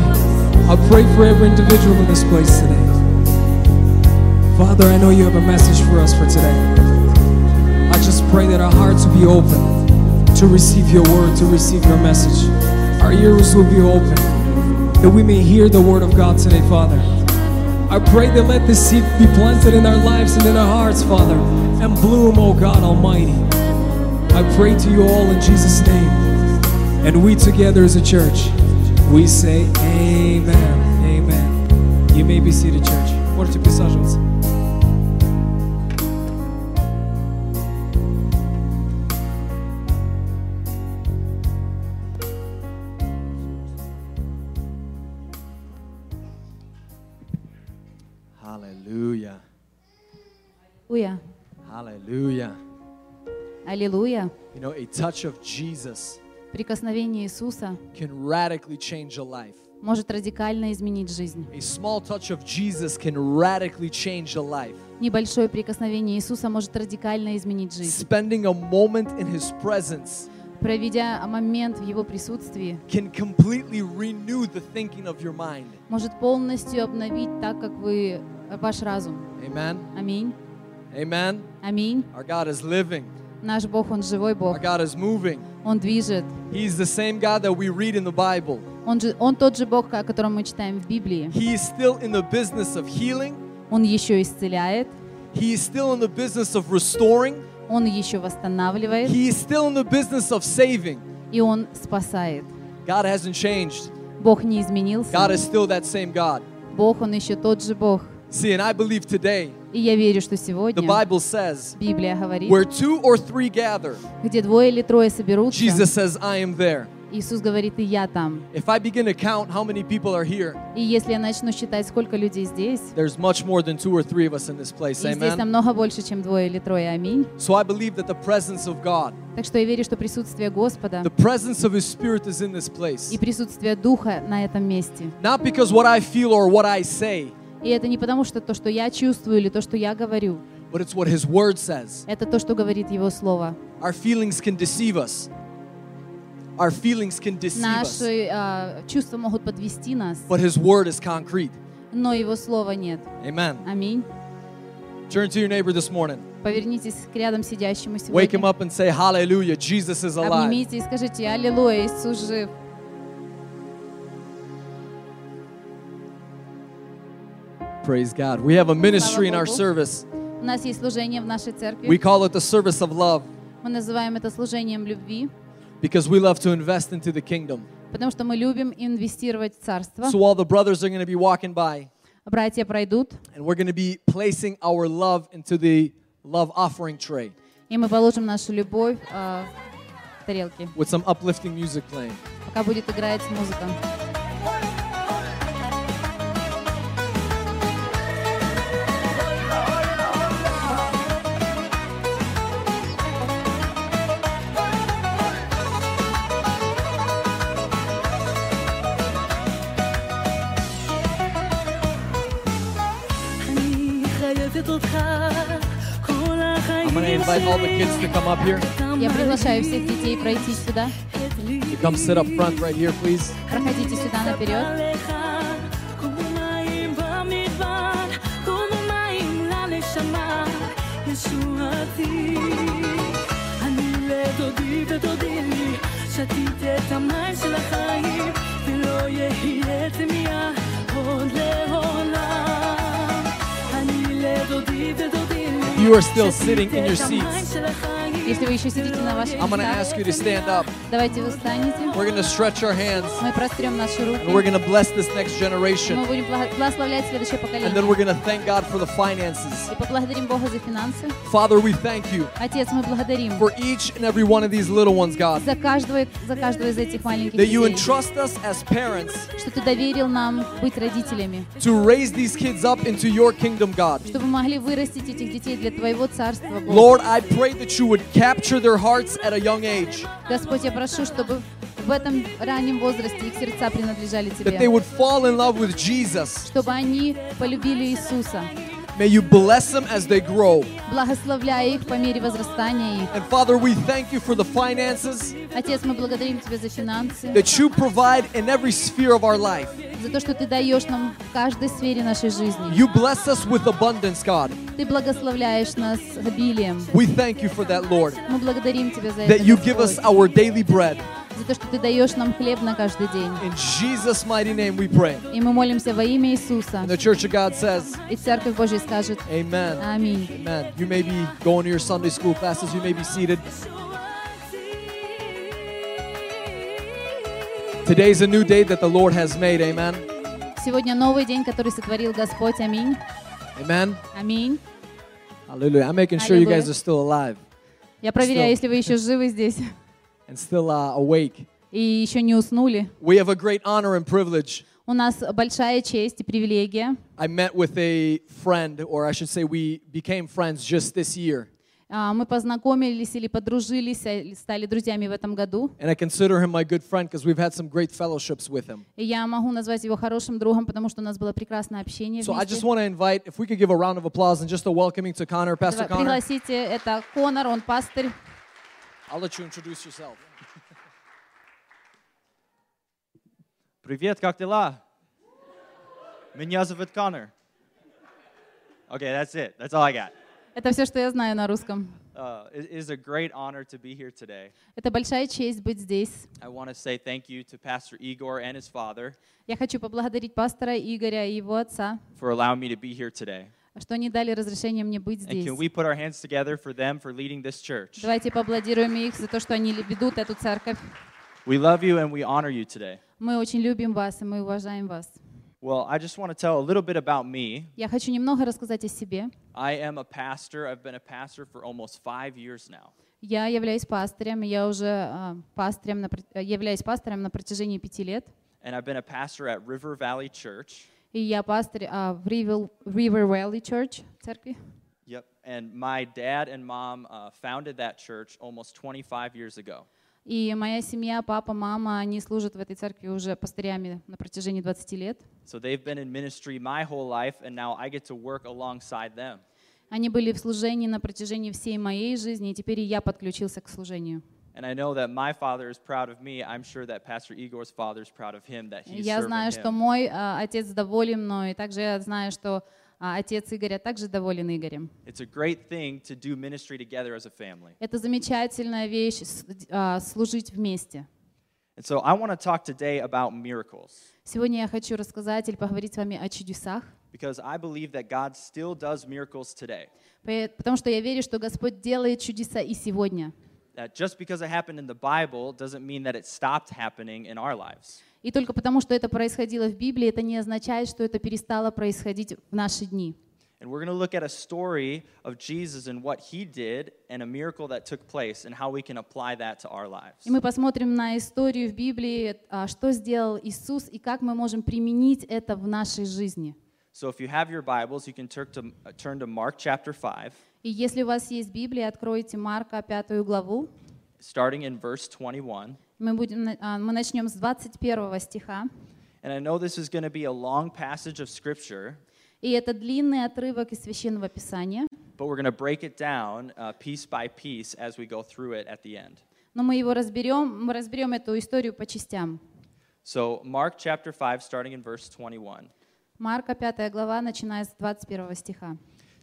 [SPEAKER 6] I pray for every individual in this place today. Father, I know you have a message for us for today. I just pray that our hearts will be open to receive your word, to receive your message. Our ears will be open that we may hear the word of God today, Father. I pray that let this seed be planted in our lives and in our hearts, Father, and bloom, O God Almighty. I pray to you all in Jesus' name. And we together as a church, we say amen, amen. You may be seated, church. Можете присаживаться.
[SPEAKER 8] Hallelujah.
[SPEAKER 9] Аллилуйя.
[SPEAKER 8] Hallelujah.
[SPEAKER 9] Аллилуйя.
[SPEAKER 8] You know, a touch of Jesus
[SPEAKER 9] Прикосновение Иисуса
[SPEAKER 8] can radically change a life.
[SPEAKER 9] может радикально изменить жизнь.
[SPEAKER 8] A small touch of Jesus can radically change a life.
[SPEAKER 9] Небольшое прикосновение Иисуса может радикально изменить жизнь.
[SPEAKER 8] Spending a moment in His presence
[SPEAKER 9] Проведя момент в Его присутствии,
[SPEAKER 8] can completely renew the thinking of your mind.
[SPEAKER 9] может полностью обновить так, как вы ваш разум.
[SPEAKER 8] Amen.
[SPEAKER 9] Аминь.
[SPEAKER 8] Amen.
[SPEAKER 9] Аминь.
[SPEAKER 8] Our God is living.
[SPEAKER 9] Наш Бог, Он живой
[SPEAKER 8] Our
[SPEAKER 9] Бог.
[SPEAKER 8] God is moving.
[SPEAKER 9] Он движет.
[SPEAKER 8] He's the same God that we read in the Bible.
[SPEAKER 9] Он, же, он тот же Бог, о котором мы читаем в Библии.
[SPEAKER 8] He is still in the business of healing.
[SPEAKER 9] Он еще исцеляет,
[SPEAKER 8] He is still in the business of restoring.
[SPEAKER 9] Он еще восстанавливает,
[SPEAKER 8] He is still in the business of saving.
[SPEAKER 9] и Он спасает.
[SPEAKER 8] God hasn't changed.
[SPEAKER 9] Бог не изменился.
[SPEAKER 8] God is still that same God.
[SPEAKER 9] Бог, Он еще тот же Бог.
[SPEAKER 8] See, and I believe today
[SPEAKER 9] И я верю, что
[SPEAKER 8] the
[SPEAKER 9] сегодня
[SPEAKER 8] Bible says,
[SPEAKER 9] Библия говорит,
[SPEAKER 8] where two or three gather,
[SPEAKER 9] где двое или трое соберутся,
[SPEAKER 8] Jesus says, I am there.
[SPEAKER 9] Иисус говорит, и я там.
[SPEAKER 8] If I begin to count how many people are here,
[SPEAKER 9] И если я начну считать, сколько людей здесь,
[SPEAKER 8] there's much more than two or three of us in this
[SPEAKER 9] и
[SPEAKER 8] place.
[SPEAKER 9] здесь
[SPEAKER 8] Amen.
[SPEAKER 9] намного больше, чем двое или трое, аминь.
[SPEAKER 8] So I believe that the presence of God,
[SPEAKER 9] Так что я верю, что присутствие Господа
[SPEAKER 8] the presence of His Spirit is in this place.
[SPEAKER 9] и присутствие Духа на этом месте.
[SPEAKER 8] Not because what I feel or what I say,
[SPEAKER 9] И это не потому, что то, что я чувствую или то, что я говорю,
[SPEAKER 8] but it's what His Word says.
[SPEAKER 9] это то, что говорит Его Слово.
[SPEAKER 8] Our feelings can deceive us. Our feelings can deceive us.
[SPEAKER 9] Наши а, чувства могут подвести нас,
[SPEAKER 8] But His Word is concrete.
[SPEAKER 9] но Его Слова нет.
[SPEAKER 8] Amen.
[SPEAKER 9] Аминь.
[SPEAKER 8] Turn to your neighbor this morning.
[SPEAKER 9] Повернитесь к рядом сидящему
[SPEAKER 8] Wake him
[SPEAKER 9] сегодня.
[SPEAKER 8] up and say, Hallelujah, Jesus is alive.
[SPEAKER 9] Обнимите и скажите «Аллилуйя, Иисус жив».
[SPEAKER 8] Praise God. We have a ministry in our
[SPEAKER 9] Слава Богу.
[SPEAKER 8] service.
[SPEAKER 9] У нас есть служение в нашей
[SPEAKER 8] We
[SPEAKER 9] церкви.
[SPEAKER 8] call it the service of love
[SPEAKER 9] Мы называем это служением любви,
[SPEAKER 8] because we love to invest into the kingdom.
[SPEAKER 9] потому что мы любим инвестировать в царство.
[SPEAKER 8] So all the brothers are going to be walking by
[SPEAKER 9] Братья пройдут,
[SPEAKER 8] and we're going to be placing our love into the love offering tray
[SPEAKER 9] и мы положим нашу любовь э, в тарелки,
[SPEAKER 8] with some uplifting music playing.
[SPEAKER 9] пока будет играть музыка.
[SPEAKER 8] I'm going to invite all the kids to come up here.
[SPEAKER 9] Я приглашаю всех детей пройти сюда.
[SPEAKER 8] You come sit up front right here, please.
[SPEAKER 9] Проходите сюда наперед.
[SPEAKER 1] שתית את המים של החיים, ולא יהיה
[SPEAKER 7] את מיה עוד לעולם. אני לדודי ודודים
[SPEAKER 8] You are still sitting in your seats.
[SPEAKER 7] של החיים.
[SPEAKER 9] Если вы еще сидите на ваших
[SPEAKER 8] I'm going to
[SPEAKER 9] местах,
[SPEAKER 8] ask you to stand up.
[SPEAKER 9] давайте вы встанете.
[SPEAKER 8] We're going to stretch our hands
[SPEAKER 9] Мы прострем наши
[SPEAKER 8] and we're
[SPEAKER 9] руки.
[SPEAKER 8] going to bless this next
[SPEAKER 9] Мы
[SPEAKER 8] generation.
[SPEAKER 9] будем благо- благословлять следующее
[SPEAKER 8] And then we're
[SPEAKER 9] поколение.
[SPEAKER 8] going to thank God for the finances.
[SPEAKER 9] И поблагодарим Бога за финансы.
[SPEAKER 8] Father, we thank you
[SPEAKER 9] Отец, мы благодарим
[SPEAKER 8] for each and every one of these little ones, God,
[SPEAKER 9] за каждого, за каждого из этих маленьких
[SPEAKER 8] that you
[SPEAKER 9] людей,
[SPEAKER 8] entrust us as parents
[SPEAKER 9] что ты доверил нам быть родителями,
[SPEAKER 8] to raise these kids up into your kingdom, God.
[SPEAKER 9] чтобы мы могли вырастить этих детей для Твоего Царства, Бог.
[SPEAKER 8] Lord, I pray that you would capture their hearts at a young age,
[SPEAKER 9] Господь, я прошу, чтобы в этом раннем возрасте их сердца принадлежали
[SPEAKER 8] that they
[SPEAKER 9] Тебе,
[SPEAKER 8] would fall in love with Jesus.
[SPEAKER 9] чтобы они полюбили Иисуса,
[SPEAKER 8] May you bless them as they grow.
[SPEAKER 9] благословляя их по мере возрастания их.
[SPEAKER 8] And Father, we thank you for the finances
[SPEAKER 9] Отец, мы благодарим Тебя за финансы,
[SPEAKER 8] that you provide in every sphere of our life.
[SPEAKER 9] за то, что Ты даешь нам в каждой сфере нашей жизни.
[SPEAKER 8] You bless us with abundance, God.
[SPEAKER 9] Ты благословляешь нас обилием.
[SPEAKER 8] We thank you for that, Lord.
[SPEAKER 9] Мы благодарим Тебя за это,
[SPEAKER 8] That you give us
[SPEAKER 9] Господь,
[SPEAKER 8] our daily bread.
[SPEAKER 9] за то, что Ты даешь нам хлеб на каждый день.
[SPEAKER 8] In Jesus' mighty name we pray.
[SPEAKER 9] И мы молимся во имя Иисуса.
[SPEAKER 8] And the Church of God says,
[SPEAKER 9] И Церковь Божья скажет
[SPEAKER 8] Amen.
[SPEAKER 9] Аминь.
[SPEAKER 8] Amen. You may be going to your Sunday school classes. You may be seated. Today's a new day that the Lord has made. Amen.
[SPEAKER 9] Сегодня новый день, который сотворил Господь. Аминь.
[SPEAKER 8] Amen.
[SPEAKER 9] Аминь.
[SPEAKER 8] Hallelujah. I'm making sure you
[SPEAKER 9] Hallelujah.
[SPEAKER 8] guys are still alive
[SPEAKER 9] Я проверяю,
[SPEAKER 8] Что?
[SPEAKER 9] если вы еще живы здесь
[SPEAKER 8] and still uh, awake.
[SPEAKER 9] и еще не уснули.
[SPEAKER 8] We have a great honor and privilege.
[SPEAKER 9] У нас большая честь и привилегия.
[SPEAKER 8] I met with a friend, or I should say, we became friends just this year.
[SPEAKER 9] А, Мы познакомились или подружились, а, или стали друзьями в этом году.
[SPEAKER 8] And I consider him my good friend because we've had some great fellowships with him.
[SPEAKER 9] И я могу назвать его хорошим другом, потому что у нас было прекрасное общение
[SPEAKER 8] So I just
[SPEAKER 9] вместе.
[SPEAKER 8] want to invite, if we could give a round of applause and just a welcoming to Connor,
[SPEAKER 9] Давай,
[SPEAKER 8] Pastor Connor.
[SPEAKER 9] Пригласите, это Конор, он пастырь.
[SPEAKER 8] I'll let you introduce yourself.
[SPEAKER 10] Привет, как дела? Меня зовут Connor. Okay, that's it. That's all I got.
[SPEAKER 9] Это все, что я знаю на русском.
[SPEAKER 10] Uh, it is a great honor to be here today.
[SPEAKER 9] Это большая честь быть здесь.
[SPEAKER 10] I want to say thank you to Pastor Igor and his father
[SPEAKER 9] Я хочу поблагодарить пастора Игоря и его отца,
[SPEAKER 10] for allowing me to be here today.
[SPEAKER 9] что они дали разрешение мне быть
[SPEAKER 10] And
[SPEAKER 9] здесь.
[SPEAKER 10] can we put our hands together for them for leading this church?
[SPEAKER 9] Давайте поаплодируем их за то, что они ли- ведут эту церковь.
[SPEAKER 10] We love you and we honor you today.
[SPEAKER 9] Мы очень любим вас, и мы уважаем вас.
[SPEAKER 10] Well, I just want to tell a little bit about me.
[SPEAKER 9] Я хочу немного рассказать о себе.
[SPEAKER 10] I am a pastor. I've been a pastor for almost five years now.
[SPEAKER 9] Я являюсь пастырем, и я уже а, пастырем на, пр- э, являюсь пастырем на протяжении пяти лет.
[SPEAKER 10] And I've been a pastor at River Valley Church.
[SPEAKER 9] И я пастырь а, в River, River Valley Church церкви.
[SPEAKER 10] Yep. And my dad and mom uh, founded that church almost 25 years ago.
[SPEAKER 9] И моя семья, папа, мама, они служат в этой церкви уже пастырями на протяжении 20 лет.
[SPEAKER 10] So they've been in ministry my whole life, and now I get to work alongside them.
[SPEAKER 9] Они были в служении на протяжении всей моей жизни, и теперь и я подключился к служению.
[SPEAKER 10] And I know that my father is proud of me. I'm sure that Pastor Igor's father is proud of him that he's
[SPEAKER 9] Я
[SPEAKER 10] serving
[SPEAKER 9] знаю, что
[SPEAKER 10] him.
[SPEAKER 9] мой а, отец доволен мной, и также я знаю, что а, отец Игоря также доволен Игорем.
[SPEAKER 10] It's a great thing to do ministry together as a family.
[SPEAKER 9] Это замечательная вещь с- а, служить вместе.
[SPEAKER 10] And so I want to talk today about miracles
[SPEAKER 9] Сегодня я хочу рассказать или поговорить с вами о чудесах,
[SPEAKER 10] because I believe that God still does miracles today.
[SPEAKER 9] пое- потому что я верю, что Господь делает чудеса и сегодня.
[SPEAKER 10] That just because it happened in the Bible doesn't mean that it stopped happening in our lives.
[SPEAKER 9] И только потому, что это происходило в Библии, это не означает, что это перестало происходить в наши дни.
[SPEAKER 10] And we're going to look at a story of Jesus and what he did and a miracle that took place and how we can apply that to our lives.
[SPEAKER 9] И мы посмотрим на историю в Библии, а, что сделал Иисус и как мы можем применить это в нашей жизни.
[SPEAKER 10] So if you have your Bibles, you can turn to, uh, turn to Mark chapter 5,
[SPEAKER 9] И если у вас есть Библия, откройте Марка пятую главу.
[SPEAKER 10] starting in verse 21.
[SPEAKER 9] Мы, будем, на- а, мы начнем с 21 стиха.
[SPEAKER 10] And I know this is going to be a long passage of scripture,
[SPEAKER 9] И это длинный отрывок из Священного Писания,
[SPEAKER 10] but we're going to break it down uh, piece by piece as we go through it at the end.
[SPEAKER 9] но мы его разберем, мы разберем эту историю по частям.
[SPEAKER 10] So Mark chapter 5, starting in verse 21.
[SPEAKER 9] Марка 5 глава, начиная с 21 стиха.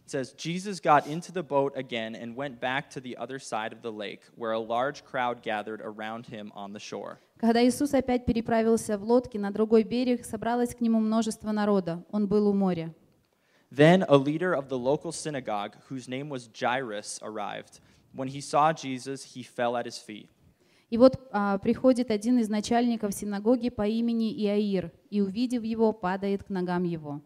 [SPEAKER 10] It says, Jesus got into the boat again and went back to the other side of the lake, where a large crowd gathered around him on the shore.
[SPEAKER 9] Когда Иисус опять переправился в лодке на другой берег, собралось к нему множество народа. Он был у моря.
[SPEAKER 10] Then a leader of the local synagogue, whose name was Jairus, arrived. When he saw Jesus, he fell at his feet.
[SPEAKER 9] И вот а, приходит один из начальников синагоги по имени Иаир, и, увидев его, падает к ногам его.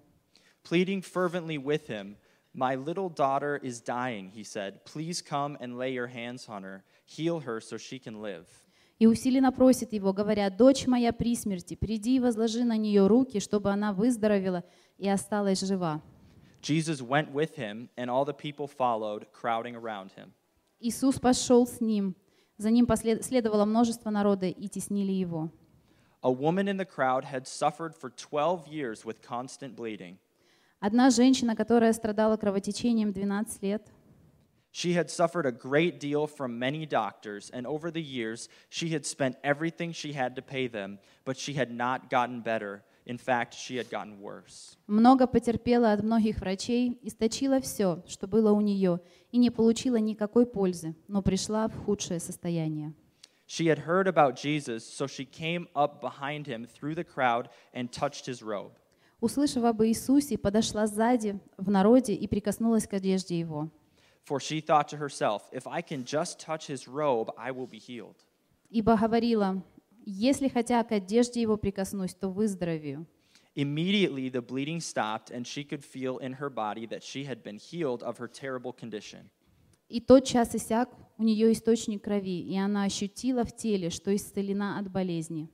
[SPEAKER 10] Pleading fervently with him, My little daughter is dying, he said. Please come and lay your hands on her, heal her so she can live.
[SPEAKER 9] И усиленно просит его, говоря, «Дочь моя при смерти, приди и возложи на нее руки, чтобы она выздоровела и осталась жива».
[SPEAKER 10] Jesus went with him, and all the people followed, crowding around him.
[SPEAKER 9] Иисус пошел с ним. За ним послед- следовало множество народа и теснили его.
[SPEAKER 10] A woman in the crowd had suffered for 12 years with constant bleeding.
[SPEAKER 9] Одна женщина, которая страдала кровотечением 12 лет,
[SPEAKER 10] She had suffered a great deal from many doctors, and over the years, she had spent everything she had to pay them, but she had not gotten better. In fact, she had gotten worse.
[SPEAKER 9] много потерпела от многих врачей, источила все, что было у нее, и не получила никакой пользы, но пришла в худшее состояние.
[SPEAKER 10] She had heard about Jesus, so she came up behind him through the crowd and touched his robe.
[SPEAKER 9] Услышав об Иисусе, подошла сзади в народе и прикоснулась к одежде его.
[SPEAKER 10] For she thought to herself, If I can just touch his robe, I will be healed.
[SPEAKER 9] Ибо говорила, если хотя к одежде его прикоснусь, то выздоровею.
[SPEAKER 10] Immediately, the bleeding stopped, and she could feel in her body that she had been healed of her terrible condition.
[SPEAKER 9] И тот час иссяк у нее источник крови, и она ощутила в теле, что исцелена от болезни.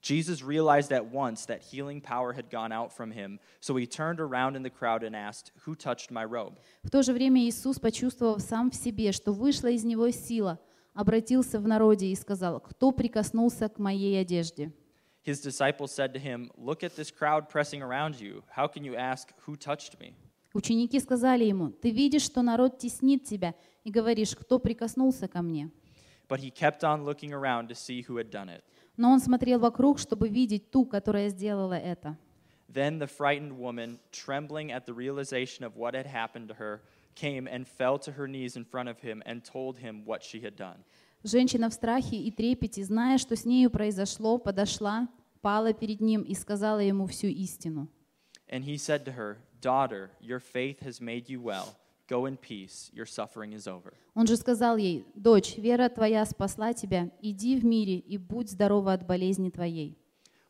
[SPEAKER 10] Jesus realized at once that healing power had gone out from him, so he turned around in the crowd and asked, Who touched my robe?
[SPEAKER 9] В то же время Иисус, почувствовав сам в себе, что вышла из него сила, обратился в народе и сказал, «Кто прикоснулся к моей одежде?»
[SPEAKER 10] His disciples said to him, Look at this crowd pressing around you. How can you ask, Who touched me?
[SPEAKER 9] Ученики сказали ему, «Ты видишь, что народ теснит тебя, и говоришь, кто прикоснулся ко мне?»
[SPEAKER 10] But he kept on looking around to see who had done it.
[SPEAKER 9] Но он смотрел вокруг, чтобы видеть ту, которая сделала это.
[SPEAKER 10] Then the frightened woman, trembling at the realization of what had happened to her, came and fell to her knees in front of him and told him what she had done.
[SPEAKER 9] Женщина в страхе и трепете, зная, что с нею произошло, подошла, пала перед ним и сказала ему всю истину.
[SPEAKER 10] And he said to her, Daughter, your faith has made you well. Go in peace, your suffering is over.
[SPEAKER 9] Он же сказал ей, «Дочь, вера твоя спасла тебя, иди в мире и будь здорова от болезни твоей».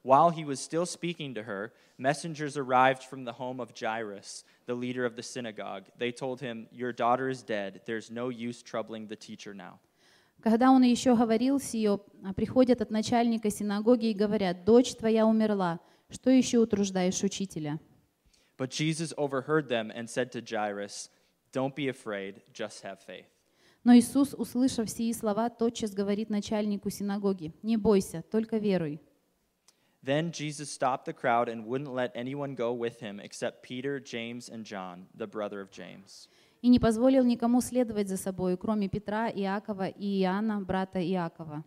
[SPEAKER 10] While he was still speaking to her, messengers arrived from the home of Jairus, the leader of the synagogue. They told him, Your daughter is dead. There's no use troubling the teacher now.
[SPEAKER 9] Когда он еще говорил с ее, а, приходят от начальника синагоги и говорят, «Дочь твоя умерла, что еще утруждаешь учителя?»
[SPEAKER 10] But Jesus overheard them and said to Jairus, Don't be afraid, just have faith.
[SPEAKER 9] Но Иисус, услышав сии слова, тотчас говорит начальнику синагоги, «Не бойся, только веруй».
[SPEAKER 10] Then Jesus stopped the crowd and wouldn't let anyone go with him except Peter, James, and John, the brother of James.
[SPEAKER 9] и не позволил никому следовать за собою, кроме Петра, Иакова и Иоанна, брата Иакова.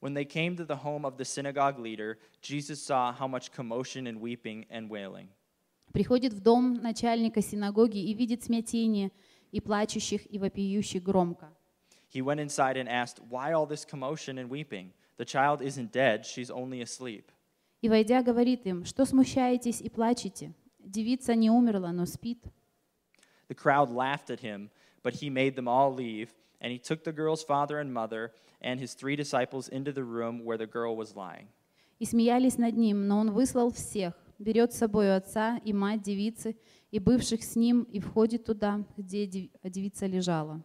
[SPEAKER 10] When they came to the home of the synagogue leader, Jesus saw how much commotion and weeping and wailing.
[SPEAKER 9] Приходит в дом начальника синагоги и видит смятение, и плачущих, и вопиющих громко.
[SPEAKER 10] He went inside and asked, Why all this commotion and weeping? The child isn't dead, she's only asleep.
[SPEAKER 9] И, войдя, говорит им, что смущаетесь и плачете? Девица не умерла, но спит.
[SPEAKER 10] The crowd laughed at him, but he made them all leave, and he took the girl's father and mother and his three disciples into the room where the girl was lying.
[SPEAKER 9] И смеялись над ним, но он выслал всех, берет с собой отца и мать девицы, и бывших с ним, и входит туда, где дев- девица лежала.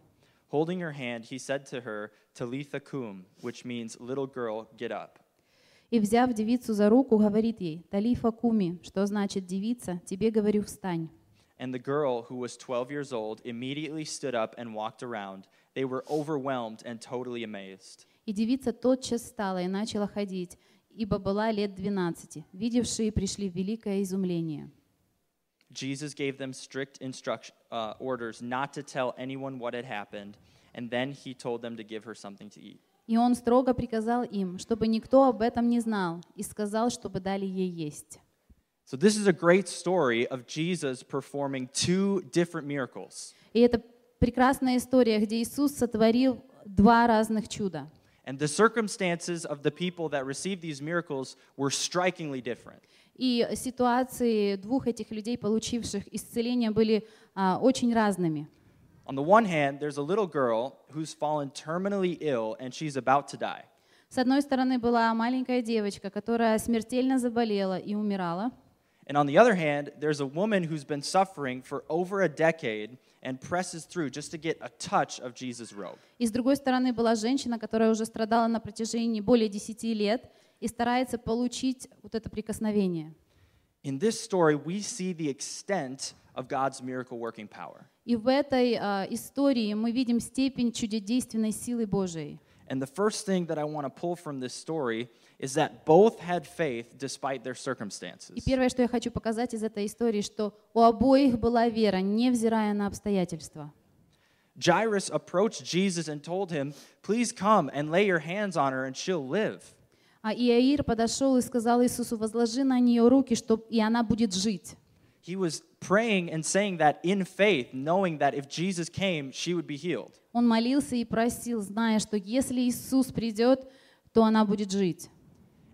[SPEAKER 10] Holding her hand, he said to her, Talitha cum, which means, Little girl, get up.
[SPEAKER 9] И, взяв девицу за руку, говорит ей, «Талифа куми», что значит «девица», «тебе говорю, встань».
[SPEAKER 10] And the girl, who was 12 years old, immediately stood up and walked around. They were overwhelmed and totally amazed.
[SPEAKER 9] И девица тотчас встала и начала ходить, ибо была лет двенадцати. Видевшие пришли в великое изумление.
[SPEAKER 10] Jesus gave them strict instruction, uh, orders not to tell anyone what had happened, and then he told them to give her something to eat.
[SPEAKER 9] И он строго приказал им, чтобы никто об этом не знал, и сказал, чтобы дали ей есть.
[SPEAKER 10] So, this is a great story of Jesus performing two different miracles.
[SPEAKER 9] И это прекрасная история, где Иисус сотворил два разных чуда.
[SPEAKER 10] And the circumstances of the people that received these miracles were strikingly different.
[SPEAKER 9] И ситуации двух этих людей, получивших исцеление, были а, очень разными.
[SPEAKER 10] On the one hand, there's a little girl who's fallen terminally ill and she's about to die.
[SPEAKER 9] С одной стороны была маленькая девочка, которая смертельно заболела и умирала.
[SPEAKER 10] And on the other hand, there's a woman who's been suffering for over a decade and presses through just to get a touch of Jesus' robe.
[SPEAKER 9] И с другой стороны была женщина, которая уже страдала на протяжении более 10 лет и старается получить вот это прикосновение.
[SPEAKER 10] In this story, we see the extent of God's miracle working power.
[SPEAKER 9] И в этой а, истории мы видим степень чудодейственной силы Божией.
[SPEAKER 10] And the first thing that I want to pull from this story is that both had faith despite their circumstances.
[SPEAKER 9] И первое, что я хочу показать из этой истории, что у обоих была вера, невзирая на обстоятельства.
[SPEAKER 10] Jairus approached Jesus and told him, Please come and lay your hands on her and she'll live.
[SPEAKER 9] А Иаир подошел и сказал Иисусу, возложи на нее руки, чтоб, и она будет жить.
[SPEAKER 10] He was praying and saying that in faith, knowing that if Jesus came, she would be healed.
[SPEAKER 9] Он молился и просил, зная, что если Иисус придет, то она будет жить.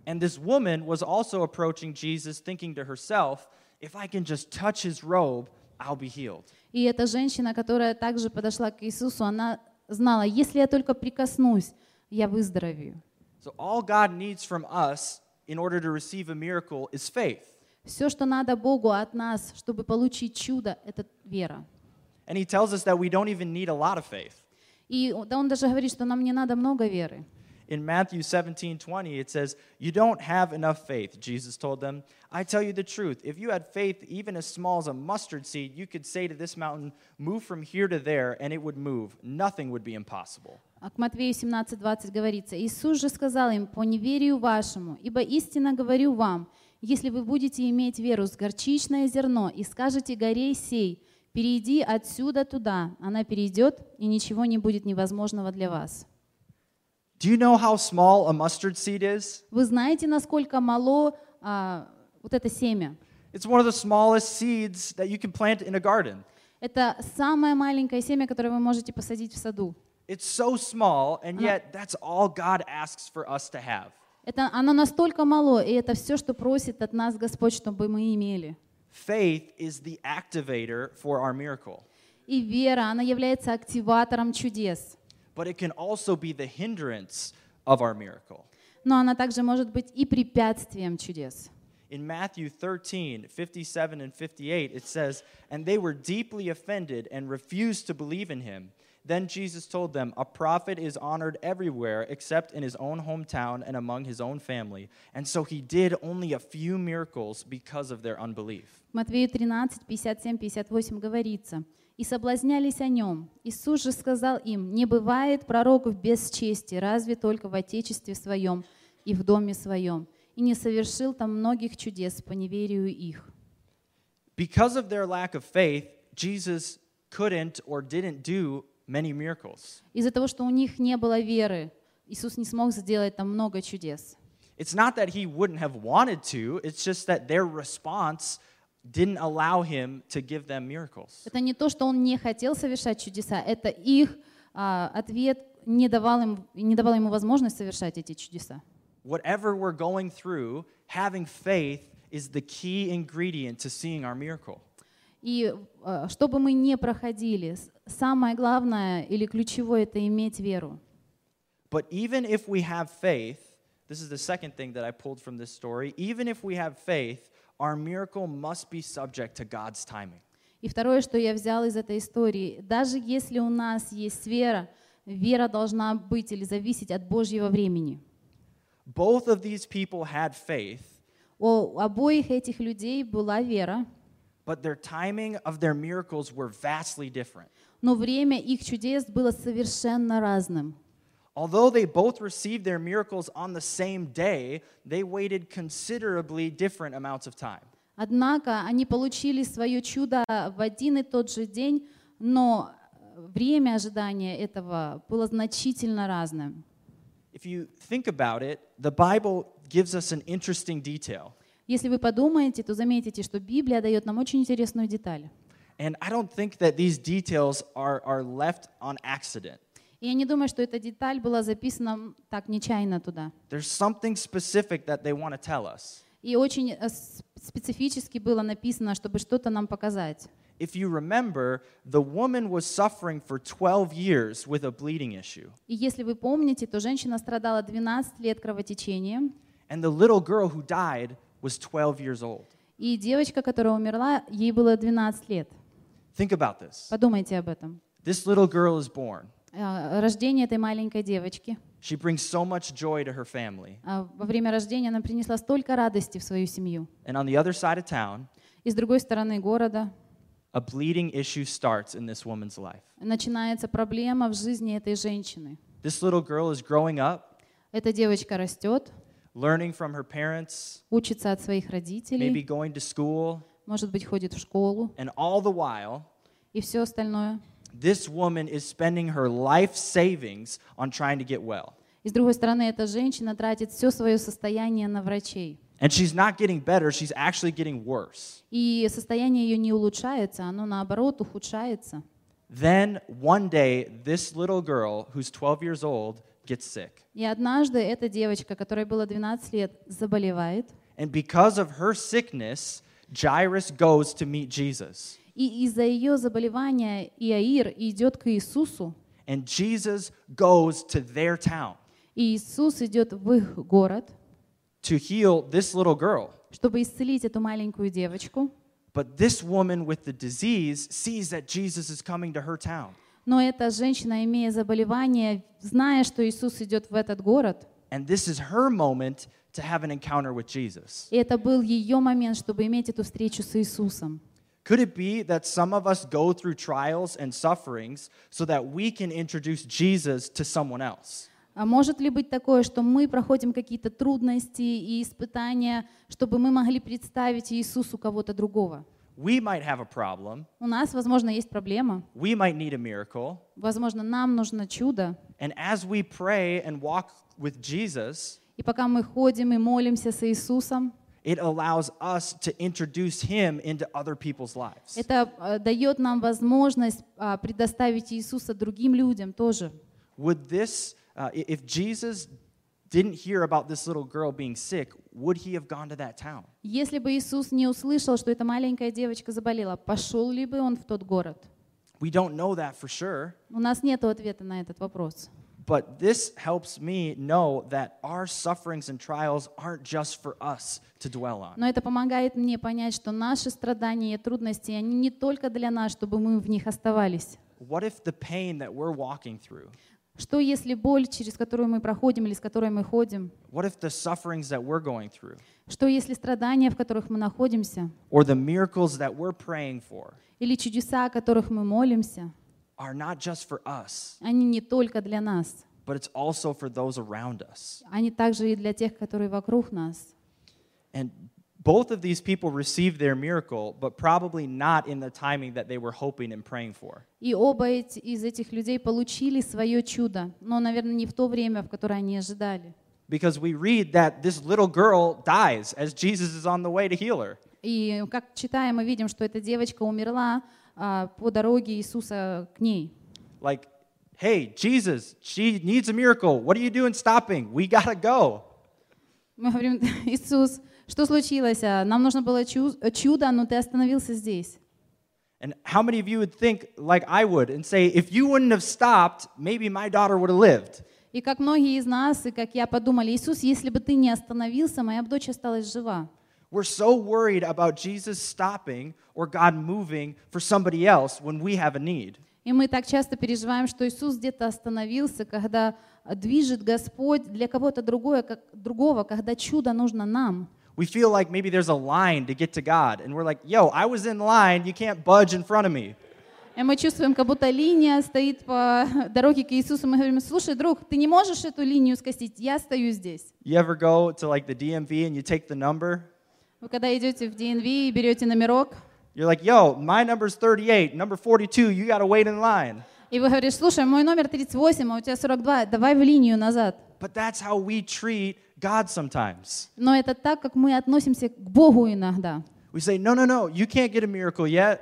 [SPEAKER 10] And this woman was also approaching Jesus, thinking to herself, If I can just touch his robe, I'll be healed.
[SPEAKER 9] И эта женщина, которая также подошла к Иисусу, она знала, если я только прикоснусь, я выздоровею.
[SPEAKER 10] So, all God needs from us in order to receive a miracle is faith.
[SPEAKER 9] Все, что надо Богу от нас, чтобы получить чудо, это вера.
[SPEAKER 10] And he tells us that we don't even need a lot of faith.
[SPEAKER 9] И да, он даже говорит, что нам не надо много веры.
[SPEAKER 10] In Matthew 17 20, it says, You don't have enough faith, Jesus told them. I tell you the truth. If you had faith even as small as a mustard seed, you could say to this mountain, Move from here to there, and it would move. Nothing would be impossible.
[SPEAKER 9] А к Матвею 17, 20 говорится, «Иисус же сказал им, по неверию вашему, ибо истинно говорю вам, если вы будете иметь веру с горчичное зерно и скажете горей сей, перейди отсюда туда, она перейдет, и ничего не будет невозможного для вас».
[SPEAKER 10] Do you know how small a mustard seed is?
[SPEAKER 9] Вы знаете, насколько мало а, вот это семя?
[SPEAKER 10] It's one of the smallest seeds that you can plant in a garden.
[SPEAKER 9] Это самое маленькое семя, которое вы можете посадить в саду.
[SPEAKER 10] It's so small, and yet that's all God asks for us to have
[SPEAKER 9] Это, оно настолько мало, и это все, что просит от нас Господь, чтобы мы имели.
[SPEAKER 10] faith is the activator for our miracle,
[SPEAKER 9] И вера, она является активатором чудес.
[SPEAKER 10] but it can also be the hindrance of our miracle.
[SPEAKER 9] Но она также может быть и препятствием чудес.
[SPEAKER 10] In Matthew 13, 57 and 58, it says, And they were deeply offended and refused to believe in him. Then Jesus told them, A prophet is honored everywhere except in his own hometown and among his own family. And so he did only a few miracles because of their unbelief.
[SPEAKER 9] В Матвею 13, 57, 58 говорится, «И соблазнялись о нем. Иисус же сказал им, не бывает пророков без чести, разве только в отечестве своем и в доме своем. И не совершил там многих чудес по неверию их».
[SPEAKER 10] Because of their lack of faith, Jesus couldn't or didn't do many miracles.
[SPEAKER 9] Из-за того, что у них не было веры, Иисус не смог сделать там много чудес.
[SPEAKER 10] It's not that he wouldn't have wanted to, it's just that their response didn't allow him to give them miracles.
[SPEAKER 9] Это не то, что он не хотел совершать чудеса, это их а, ответ не давал, им, не давал ему возможность совершать эти чудеса.
[SPEAKER 10] Whatever we're going through, having faith is the key ingredient to seeing our miracle.
[SPEAKER 9] И э, что бы мы ни проходили, с- самое главное или ключевое — это иметь веру.
[SPEAKER 10] But even if we have faith, this is the second thing that I pulled from this story, even if we have faith, our miracle must be subject to God's timing.
[SPEAKER 9] И второе, что я взял из этой истории, даже если у нас есть вера, вера должна быть или зависеть от Божьего времени.
[SPEAKER 10] Both of these people had faith,
[SPEAKER 9] У обоих этих людей была вера,
[SPEAKER 10] but their timing of their miracles were vastly different.
[SPEAKER 9] но время их чудес было совершенно разным.
[SPEAKER 10] Although they both received their miracles on the same day, they waited considerably different amounts of time.
[SPEAKER 9] Однако они получили свое чудо в один и тот же день, но время ожидания этого было значительно разным.
[SPEAKER 10] If you think about it, the Bible gives us an interesting detail.
[SPEAKER 9] Если вы подумаете, то заметите, что Библия дает нам очень интересную деталь.
[SPEAKER 10] And I don't think that these details are, are left on accident.
[SPEAKER 9] И я не думаю, что эта деталь была записана м, так нечаянно туда.
[SPEAKER 10] There's something specific that they want to tell us.
[SPEAKER 9] И очень э, с- специфически было написано, чтобы что-то нам показать.
[SPEAKER 10] If you remember, the woman was suffering for 12 years with a bleeding issue,
[SPEAKER 9] И если вы помните, то женщина страдала 12 лет кровотечением,
[SPEAKER 10] and the little girl who died was 12 years old.
[SPEAKER 9] и девочка, которая умерла, ей было 12 лет.
[SPEAKER 10] Think about this.
[SPEAKER 9] Подумайте об этом.
[SPEAKER 10] This little girl is born.
[SPEAKER 9] Э, Рождение этой маленькой девочки.
[SPEAKER 10] She brings so much joy to her family.
[SPEAKER 9] А Во время рождения она принесла столько радости в свою семью.
[SPEAKER 10] And on the other side of town,
[SPEAKER 9] И с другой стороны города
[SPEAKER 10] a bleeding issue starts in this woman's life.
[SPEAKER 9] начинается проблема в жизни этой женщины.
[SPEAKER 10] This little girl is growing up,
[SPEAKER 9] Эта девочка растет,
[SPEAKER 10] learning from her parents,
[SPEAKER 9] учится от своих
[SPEAKER 10] maybe
[SPEAKER 9] родителей,
[SPEAKER 10] going to school,
[SPEAKER 9] может быть, ходит в школу
[SPEAKER 10] and all the while,
[SPEAKER 9] и все остальное.
[SPEAKER 10] this woman is spending her life savings on trying to get well.
[SPEAKER 9] И с другой стороны, эта женщина тратит все свое состояние на врачей.
[SPEAKER 10] And she's not getting better, she's actually getting worse.
[SPEAKER 9] И состояние ее не улучшается, оно наоборот ухудшается.
[SPEAKER 10] Then one day, this little girl who's 12 years old gets sick.
[SPEAKER 9] И однажды эта девочка, которой было 12 лет, заболевает.
[SPEAKER 10] And because of her sickness, Jairus goes to meet Jesus.
[SPEAKER 9] И из-за ее заболевания Иаир идет к Иисусу,
[SPEAKER 10] And Jesus goes to their town
[SPEAKER 9] и Иисус идет в их город,
[SPEAKER 10] to heal this little girl.
[SPEAKER 9] чтобы исцелить эту маленькую девочку.
[SPEAKER 10] But this woman with the disease sees that Jesus is coming to her town.
[SPEAKER 9] Но эта женщина, имея заболевание, зная, что Иисус идет в этот город,
[SPEAKER 10] And this is her moment to have an encounter with Jesus.
[SPEAKER 9] и это был ее момент, чтобы иметь эту встречу с Иисусом.
[SPEAKER 10] Could it be that some of us go through trials and sufferings so that we can introduce Jesus to someone else?
[SPEAKER 9] А может ли быть такое, что мы проходим какие-то трудности и испытания, чтобы мы могли представить Иисусу кого-то другого?
[SPEAKER 10] We might have a problem,
[SPEAKER 9] У нас, возможно, есть проблема,
[SPEAKER 10] we might need a miracle,
[SPEAKER 9] возможно, нам нужно чудо,
[SPEAKER 10] and as we pray and walk with Jesus,
[SPEAKER 9] и пока мы ходим и молимся с Иисусом,
[SPEAKER 10] it allows us to introduce him into other people's lives.
[SPEAKER 9] это э, дает нам возможность а, предоставить Иисуса другим людям тоже.
[SPEAKER 10] Would this, uh, i- if Jesus didn't hear about this little girl being sick, would he have gone to that town?
[SPEAKER 9] Если бы Иисус не услышал, что эта маленькая девочка заболела, пошел ли бы он в тот город?
[SPEAKER 10] We don't know that for sure,
[SPEAKER 9] У нас нет ответа на этот вопрос.
[SPEAKER 10] but this helps me know that our sufferings and trials aren't just for us to dwell on.
[SPEAKER 9] Но это помогает мне понять, что наши страдания и трудности, они не только для нас, чтобы мы в них оставались.
[SPEAKER 10] What if the pain that we're walking through,
[SPEAKER 9] Что если боль, через которую мы проходим или с которой мы ходим,
[SPEAKER 10] what if the sufferings that we're going through,
[SPEAKER 9] что если страдания, в которых мы находимся,
[SPEAKER 10] or the miracles that we're praying for,
[SPEAKER 9] или чудеса, о которых мы молимся,
[SPEAKER 10] are not just for us,
[SPEAKER 9] они не только для нас,
[SPEAKER 10] but it's also for those around us?
[SPEAKER 9] они также и для тех, которые вокруг нас.
[SPEAKER 10] And both of these people received their miracle, but probably not in the timing that they were hoping and praying for.
[SPEAKER 9] И оба эти- из этих людей получили свое чудо, но, наверное, не в то время, в которое они ожидали.
[SPEAKER 10] Because we read that this little girl dies as Jesus is on the way to heal her.
[SPEAKER 9] И как читаем, мы видим, что эта девочка умерла а, по дороге Иисуса к ней.
[SPEAKER 10] Like, hey, Jesus, she needs a miracle. What are you doing stopping? We gotta go.
[SPEAKER 9] Мы говорим, Иисус, что случилось? А, Нам нужно было чу- э, чудо, но ты остановился здесь.
[SPEAKER 10] And how many of you would think like I would and say, if you wouldn't have stopped, maybe my daughter would have lived?
[SPEAKER 9] И как многие из нас, и как я подумали, Иисус, если бы ты не остановился, моя бы дочь осталась жива.
[SPEAKER 10] We're so worried about Jesus stopping or God moving for somebody else when we have a need.
[SPEAKER 9] И мы так часто переживаем, что Иисус где-то остановился, когда э, движет Господь для кого-то другое, как, другого, когда чудо нужно нам.
[SPEAKER 10] We feel like maybe there's a line to get to God, and we're like, yo, I was in line, you can't budge in front of me.
[SPEAKER 9] И мы чувствуем, как будто линия стоит по дороге к Иисусу. Мы говорим, слушай, друг, ты не можешь эту линию скостить, я стою здесь.
[SPEAKER 10] You ever go to like the DMV and you take the number?
[SPEAKER 9] Вы когда идете в ДНВ и берете номерок,
[SPEAKER 10] You're like, yo, my number's 38, number 42, you gotta wait in line.
[SPEAKER 9] и вы говоришь, слушай, мой номер 38, а у тебя 42, давай в линию назад.
[SPEAKER 10] But that's how we treat God sometimes.
[SPEAKER 9] Но это так, как мы относимся к Богу иногда.
[SPEAKER 10] We say, no, no, no, you can't get a miracle yet.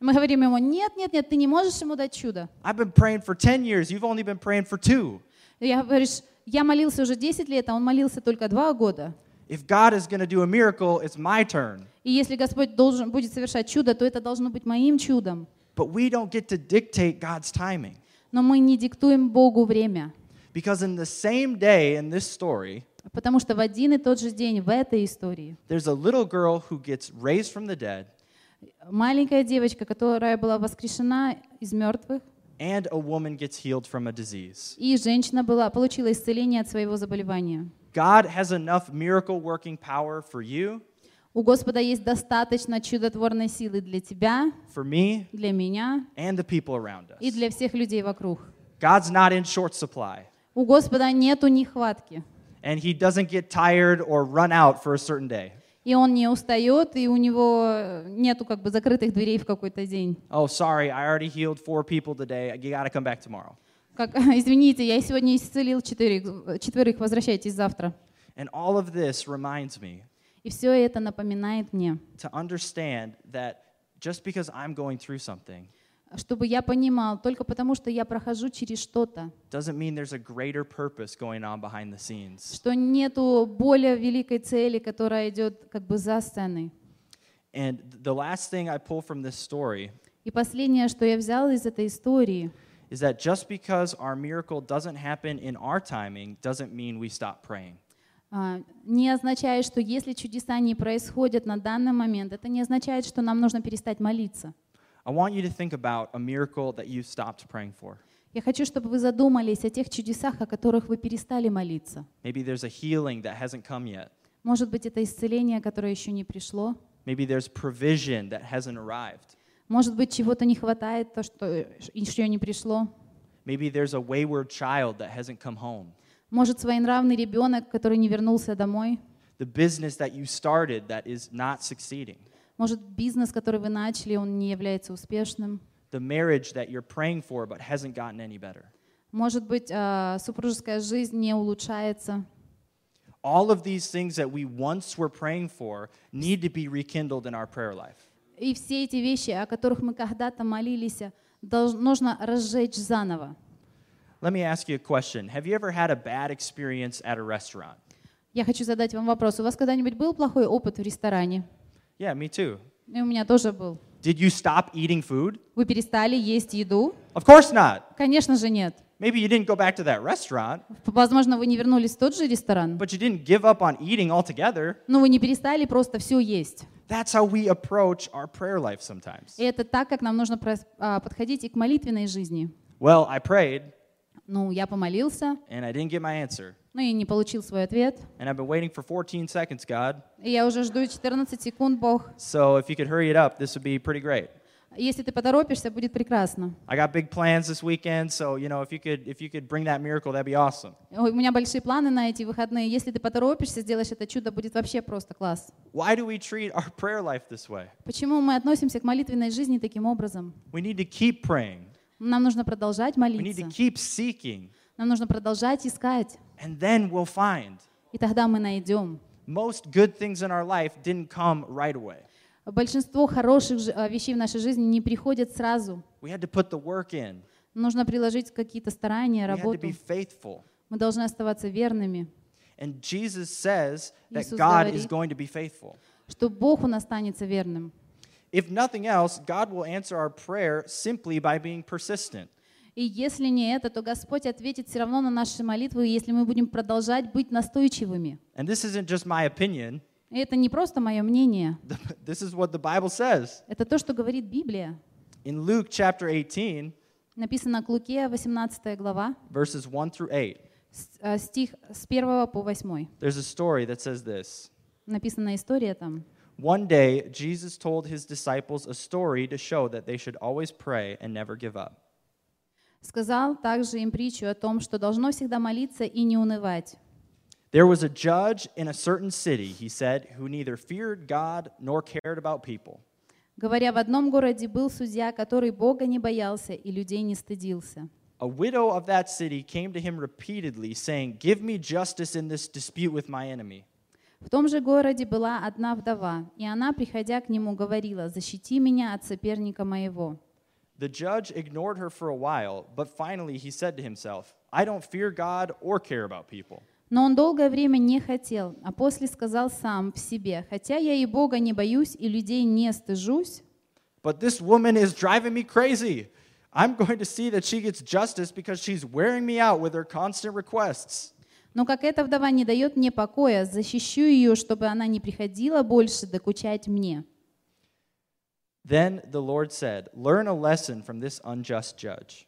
[SPEAKER 9] Мы говорим ему, нет, нет, нет, ты не можешь ему дать чудо.
[SPEAKER 10] I've been praying for 10 years. You've only been praying for two.
[SPEAKER 9] И я говоришь, я молился уже 10 лет, а он молился только 2 года.
[SPEAKER 10] If God is going to do a miracle, it's my turn.
[SPEAKER 9] И если Господь должен, будет совершать чудо, то это должно быть моим чудом.
[SPEAKER 10] But we don't get to dictate God's timing.
[SPEAKER 9] Но мы не диктуем Богу время.
[SPEAKER 10] Because in the same day in this story,
[SPEAKER 9] Потому что в один и тот же день в этой истории
[SPEAKER 10] there's a little girl who gets raised from the dead
[SPEAKER 9] маленькая девочка, которая была воскрешена из мертвых,
[SPEAKER 10] and a woman gets healed from a disease.
[SPEAKER 9] и женщина была, получила исцеление от своего заболевания.
[SPEAKER 10] God has enough miracle working power for you,
[SPEAKER 9] У Господа есть достаточно чудотворной силы для тебя,
[SPEAKER 10] for me,
[SPEAKER 9] для меня
[SPEAKER 10] and the people around us.
[SPEAKER 9] и для всех людей вокруг.
[SPEAKER 10] God's not in short supply,
[SPEAKER 9] У Господа нету нехватки,
[SPEAKER 10] and He doesn't get tired or run out for a certain day.
[SPEAKER 9] и Он не устает, и у Него э, нету как бы закрытых дверей в какой-то день.
[SPEAKER 10] Oh, sorry, I already healed four people today. You got to come back tomorrow.
[SPEAKER 9] Как, извините, я сегодня исцелил четырех, четверых, возвращайтесь завтра.
[SPEAKER 10] And all of this reminds me
[SPEAKER 9] И все это напоминает мне,
[SPEAKER 10] to understand that just because I'm going through something
[SPEAKER 9] чтобы я понимал, только потому что я прохожу через что-то,
[SPEAKER 10] doesn't mean there's a greater purpose going on behind the scenes.
[SPEAKER 9] что нету более великой цели, которая идет как бы за сценой.
[SPEAKER 10] And the last thing I pull from this story
[SPEAKER 9] И последнее, что я взял из этой истории,
[SPEAKER 10] is that just because our miracle doesn't happen in our timing doesn't mean we stop praying.
[SPEAKER 9] а, не означает, что если чудеса не происходят на данный момент, это не означает, что нам нужно перестать молиться.
[SPEAKER 10] I want you to think about a miracle that you stopped praying for.
[SPEAKER 9] Я хочу, чтобы вы задумались о тех чудесах, о которых вы перестали молиться.
[SPEAKER 10] Maybe there's a healing that hasn't come yet.
[SPEAKER 9] Может быть, это исцеление, которое еще не пришло.
[SPEAKER 10] Maybe there's provision that hasn't arrived.
[SPEAKER 9] Может быть, чего-то не хватает, то, что э, еще не пришло.
[SPEAKER 10] Maybe there's a wayward child that hasn't come home.
[SPEAKER 9] Может, своенравный ребенок, который не вернулся домой.
[SPEAKER 10] The business that you started that is not succeeding.
[SPEAKER 9] Может, бизнес, который вы начали, он не является успешным.
[SPEAKER 10] The marriage that you're praying for but hasn't gotten any better.
[SPEAKER 9] Может быть, а, супружеская жизнь не улучшается.
[SPEAKER 10] All of these things that we once were praying for need to be rekindled in our prayer life.
[SPEAKER 9] И все эти вещи, о которых мы когда-то молились, долж- нужно разжечь заново.
[SPEAKER 10] Let me ask you a question. Have you ever had a bad experience at a restaurant?
[SPEAKER 9] Я хочу задать вам вопрос. У вас когда-нибудь был плохой опыт в ресторане?
[SPEAKER 10] Yeah, me too.
[SPEAKER 9] И у меня тоже был.
[SPEAKER 10] Did you stop eating food?
[SPEAKER 9] Вы перестали есть еду?
[SPEAKER 10] Of course not.
[SPEAKER 9] Конечно же нет.
[SPEAKER 10] Maybe you didn't go back to that restaurant,
[SPEAKER 9] Возможно, вы не вернулись в тот же ресторан,
[SPEAKER 10] but you didn't give up on eating altogether.
[SPEAKER 9] но вы не перестали просто все есть.
[SPEAKER 10] That's how we approach our prayer life sometimes.
[SPEAKER 9] И это так, как нам нужно прос- а, подходить и к молитвенной жизни.
[SPEAKER 10] Well, I prayed
[SPEAKER 9] Ну, я помолился,
[SPEAKER 10] and I didn't get my answer.
[SPEAKER 9] но я не получил свой ответ.
[SPEAKER 10] And I've been waiting for 14 seconds, God.
[SPEAKER 9] И я уже жду 14 секуnd, Бог.
[SPEAKER 10] So if you could hurry it up, this would be pretty great.
[SPEAKER 9] Если ты поторопишься, будет прекрасно.
[SPEAKER 10] I got big plans this weekend, so you know, if you could if you could bring that miracle, that'd be awesome.
[SPEAKER 9] Ой, У меня большие планы на эти выходные. Если ты поторопишься, сделаешь это чудо, будет вообще просто класс.
[SPEAKER 10] Why do we treat our prayer life this way?
[SPEAKER 9] Почему мы относимся к молитвенной жизни таким образом?
[SPEAKER 10] We need to keep praying.
[SPEAKER 9] Нам нужно продолжать
[SPEAKER 10] We need to
[SPEAKER 9] молиться.
[SPEAKER 10] keep seeking,
[SPEAKER 9] Нам нужно продолжать искать.
[SPEAKER 10] and then we'll find.
[SPEAKER 9] И тогда мы найдем.
[SPEAKER 10] Most good things in our life didn't come right away.
[SPEAKER 9] Большинство хороших жи- а, вещей в нашей жизни не приходят сразу.
[SPEAKER 10] We had to put the work in.
[SPEAKER 9] Нужно приложить какие-то старания,
[SPEAKER 10] We had to
[SPEAKER 9] работу.
[SPEAKER 10] be faithful.
[SPEAKER 9] Мы должны оставаться верными,
[SPEAKER 10] And Jesus says that
[SPEAKER 9] Иисус
[SPEAKER 10] God is
[SPEAKER 9] говорит.
[SPEAKER 10] going to be faithful.
[SPEAKER 9] что Бог он останется верным.
[SPEAKER 10] If nothing else, God will answer our prayer simply by being persistent.
[SPEAKER 9] И если не это, то Господь ответит все равно на наши молитвы, если мы будем продолжать быть настойчивыми.
[SPEAKER 10] And this isn't just my opinion.
[SPEAKER 9] И это не просто мое мнение,
[SPEAKER 10] This is what the Bible says.
[SPEAKER 9] это то, что говорит Библия.
[SPEAKER 10] In Luke chapter 18,
[SPEAKER 9] Написано к Луке, 18 глава,
[SPEAKER 10] verses 1 through 8,
[SPEAKER 9] с- э, стих с 1 по 8.
[SPEAKER 10] there's a story that says this.
[SPEAKER 9] Написана история там.
[SPEAKER 10] One day, Jesus told his disciples a story to show that they should always pray and never give up.
[SPEAKER 9] Сказал также им притчу о том, что должно всегда молиться и не унывать.
[SPEAKER 10] There was a judge in a certain city, he said, who neither feared God nor cared about people.
[SPEAKER 9] Говоря, в одном городе был судья, который Бога не боялся и людей не стыдился.
[SPEAKER 10] A widow of that city came to him repeatedly, saying, Give me justice in this dispute with my enemy.
[SPEAKER 9] В том же городе была одна вдова, и она, приходя к нему, говорила, «Защити меня от соперника моего».
[SPEAKER 10] The judge ignored her for a while, but finally he said to himself, I don't fear God or care about people.
[SPEAKER 9] Но он долгое время не хотел, а после сказал сам в себе, «Хотя я и Бога не боюсь, и людей не стыжусь,
[SPEAKER 10] But this woman is driving me crazy. I'm going to see that she gets justice because she's wearing me out with her constant requests.
[SPEAKER 9] но как эта вдова не дает мне покоя, защищу ее, чтобы она не приходила больше докучать мне».
[SPEAKER 10] Then the Lord said, Learn a lesson from this unjust judge.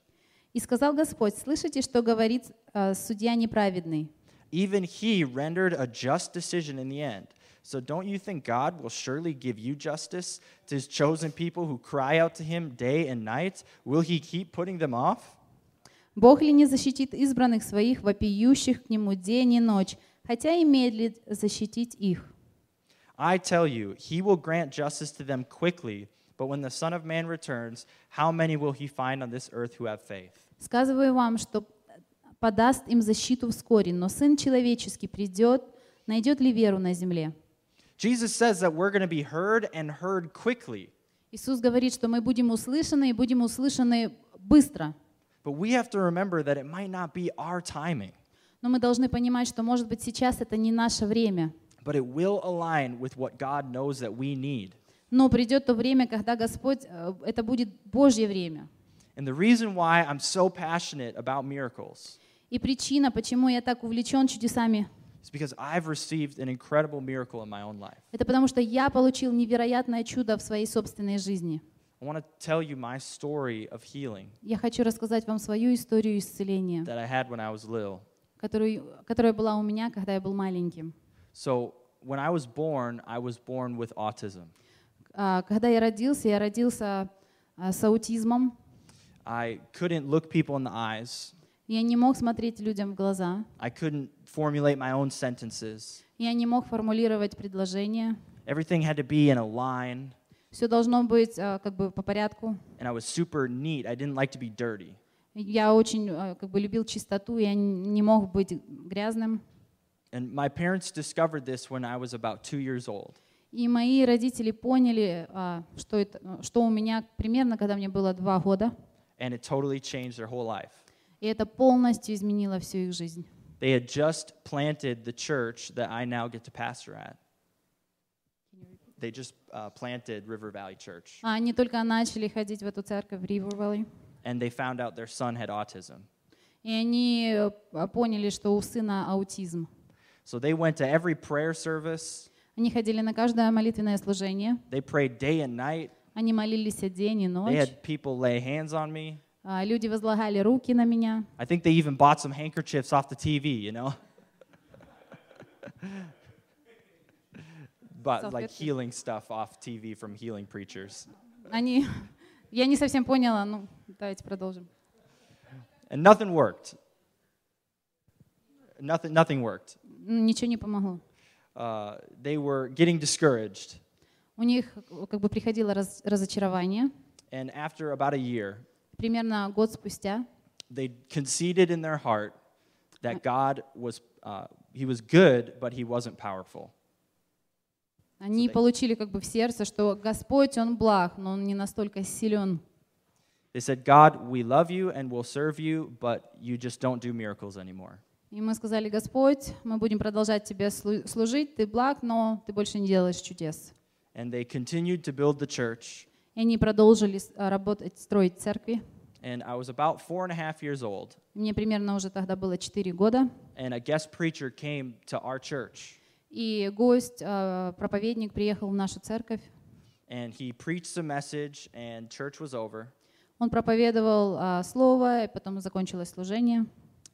[SPEAKER 9] И сказал Господь, «Слышите, что говорит э, судья неправедный?
[SPEAKER 10] Even he rendered a just decision in the end. So don't you think God will surely give you justice to his chosen people who cry out to him day and night? Will he keep putting them off?
[SPEAKER 9] Бог ли не защитит избранных своих, вопиющих к нему день и ночь, хотя и медлит защитить их?
[SPEAKER 10] I tell you, he will grant justice to them quickly, but when the Son of Man returns, how many will he find on this earth who have faith?
[SPEAKER 9] Сказываю вам, что подаст им защиту вскоре, но Сын Человеческий придет, найдет ли веру на земле?
[SPEAKER 10] Jesus says that we're going to be heard and heard quickly,
[SPEAKER 9] Иисус говорит, что мы будем услышаны и будем услышаны быстро.
[SPEAKER 10] but we have to remember that it might not be our timing,
[SPEAKER 9] Но мы должны понимать, что, может быть, сейчас это не наше время,
[SPEAKER 10] but it will align with what God knows that we need.
[SPEAKER 9] но придет то время, когда Господь, э, это будет Божье время.
[SPEAKER 10] And the reason why I'm so passionate about miracles
[SPEAKER 9] И причина, почему я так увлечен чудесами,
[SPEAKER 10] is because I've received an incredible miracle in my own life.
[SPEAKER 9] это потому что я получил невероятное чудо в своей собственной жизни.
[SPEAKER 10] I want to tell you my story of healing
[SPEAKER 9] Я хочу рассказать вам свою историю исцеления,
[SPEAKER 10] that I had when I was little.
[SPEAKER 9] которую, которая была у меня, когда я был маленьким.
[SPEAKER 10] So, when I was born, I was born with autism.
[SPEAKER 9] А, Когда я родился, я родился а, с аутизмом.
[SPEAKER 10] I couldn't look people in the eyes.
[SPEAKER 9] Я не мог смотреть людям в глаза.
[SPEAKER 10] I couldn't formulate my own sentences.
[SPEAKER 9] Я не мог формулировать предложения.
[SPEAKER 10] Everything had to be in a line,
[SPEAKER 9] Все должно быть а, как бы по порядку.
[SPEAKER 10] and I was super neat. I didn't like to be dirty.
[SPEAKER 9] Я очень а, как бы любил чистоту, я н- не мог быть грязным.
[SPEAKER 10] And my parents discovered this when I was about two years old.
[SPEAKER 9] И мои родители поняли, а, что, это, что у меня примерно, когда мне было два года.
[SPEAKER 10] and it totally changed their whole life.
[SPEAKER 9] И это полностью изменило всю их жизнь.
[SPEAKER 10] They had just planted the church that I now get to pastor at. They just uh, planted River Valley Church,
[SPEAKER 9] А Они только начали ходить в эту церковь в River Valley.
[SPEAKER 10] and they found out their son had autism.
[SPEAKER 9] И они э, п- поняли, что у сына аутизм.
[SPEAKER 10] So they went to every prayer service.
[SPEAKER 9] Они ходили на каждое молитвенное служение.
[SPEAKER 10] They prayed day and night.
[SPEAKER 9] Они молились день и
[SPEAKER 10] They
[SPEAKER 9] ночь.
[SPEAKER 10] had people lay hands on me.
[SPEAKER 9] А, Люди возлагали руки на меня.
[SPEAKER 10] I think they even bought some handkerchiefs off the TV, you know? but like
[SPEAKER 9] Салфетки.
[SPEAKER 10] healing stuff off TV from healing preachers.
[SPEAKER 9] Они... Я не совсем поняла, ну, давайте продолжим.
[SPEAKER 10] And nothing worked. Nothing, nothing worked.
[SPEAKER 9] М, Ну, Ничего не помогло.
[SPEAKER 10] Uh, they were getting discouraged.
[SPEAKER 9] У них э, как бы приходило раз- разочарование.
[SPEAKER 10] And after about a year,
[SPEAKER 9] Примерно год спустя
[SPEAKER 10] they conceded in their heart that God was, uh, he was good, but he wasn't powerful.
[SPEAKER 9] они получили как бы в сердце, что Господь, Он благ, но Он не настолько силен.
[SPEAKER 10] They said, God, we love you and we'll serve you, but you just don't do miracles anymore.
[SPEAKER 9] И мы сказали, Господь, мы будем продолжать Тебе слу- служить, Ты благ, но Ты больше не делаешь чудес.
[SPEAKER 10] And they continued to build the church.
[SPEAKER 9] И они продолжили с- а, работать, строить церкви.
[SPEAKER 10] And I was about four and a half years old,
[SPEAKER 9] Мне примерно уже тогда было 4 года.
[SPEAKER 10] and a guest preacher came to our church,
[SPEAKER 9] И гость, а, проповедник, приехал в нашу церковь.
[SPEAKER 10] and he preached a message, and church was over.
[SPEAKER 9] Он проповедовал а, слово, и потом закончилось служение.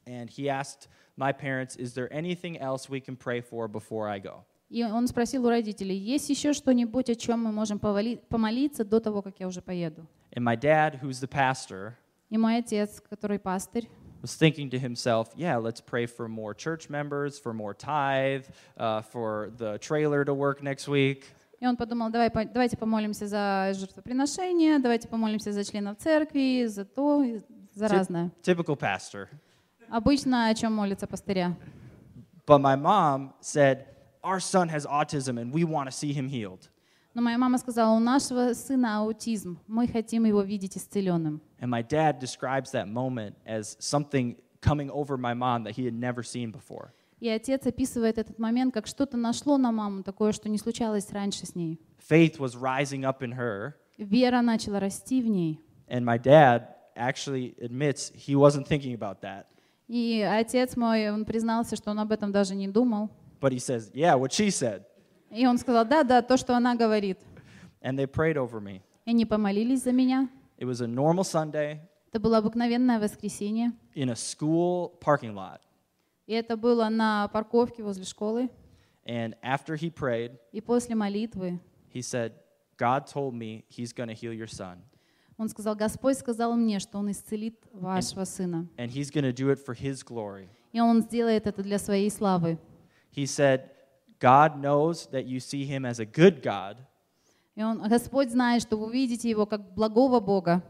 [SPEAKER 10] And he asked my parents, Is there anything else we can pray for before I go?
[SPEAKER 9] И он спросил у родителей, есть еще что-нибудь, о чем мы можем повали- помолиться до того, как я уже поеду?
[SPEAKER 10] And my dad, who's the pastor,
[SPEAKER 9] И мой отец, который пастырь,
[SPEAKER 10] was thinking to himself, Yeah, let's pray for more church members, for more tithe, uh, for the trailer to work next week.
[SPEAKER 9] И он подумал, давай, по- давайте помолимся за жертвоприношение, давайте помолимся за членов церкви, за то, и за
[SPEAKER 10] Typ-
[SPEAKER 9] разное.
[SPEAKER 10] typical pastor.
[SPEAKER 9] Обычно о чем молятся пастыря.
[SPEAKER 10] But my mom said, Our son has autism and we want to see him healed.
[SPEAKER 9] Но моя мама сказала, у нашего сына аутизм, мы хотим его видеть исцеленным.
[SPEAKER 10] And my dad describes that moment as something coming over my mom that he had never seen before.
[SPEAKER 9] И отец описывает этот момент, как что-то нашло на маму, такое, что не случалось раньше с ней.
[SPEAKER 10] Faith was rising up in her,
[SPEAKER 9] Вера начала расти в ней.
[SPEAKER 10] and my dad actually admits he wasn't thinking about that.
[SPEAKER 9] И отец мой, он признался, что он об этом даже не думал.
[SPEAKER 10] But he says, Yeah, what she said.
[SPEAKER 9] И он сказал, да, да, то, что она говорит.
[SPEAKER 10] And they prayed over me.
[SPEAKER 9] И они помолились за меня.
[SPEAKER 10] It was a normal Sunday
[SPEAKER 9] Это было обыкновенное воскресенье.
[SPEAKER 10] in a school parking lot.
[SPEAKER 9] И это было на парковке возле школы.
[SPEAKER 10] And after he prayed,
[SPEAKER 9] И после молитвы
[SPEAKER 10] he said, God told me he's going to heal your son,
[SPEAKER 9] он сказал, Господь сказал мне, что он исцелит вашего сына.
[SPEAKER 10] and he's going to do it for his glory.
[SPEAKER 9] И он сделает это для своей славы.
[SPEAKER 10] He said, God knows that you see him as a good God,
[SPEAKER 9] И он, Господь знает, что вы видите его как благого Бога,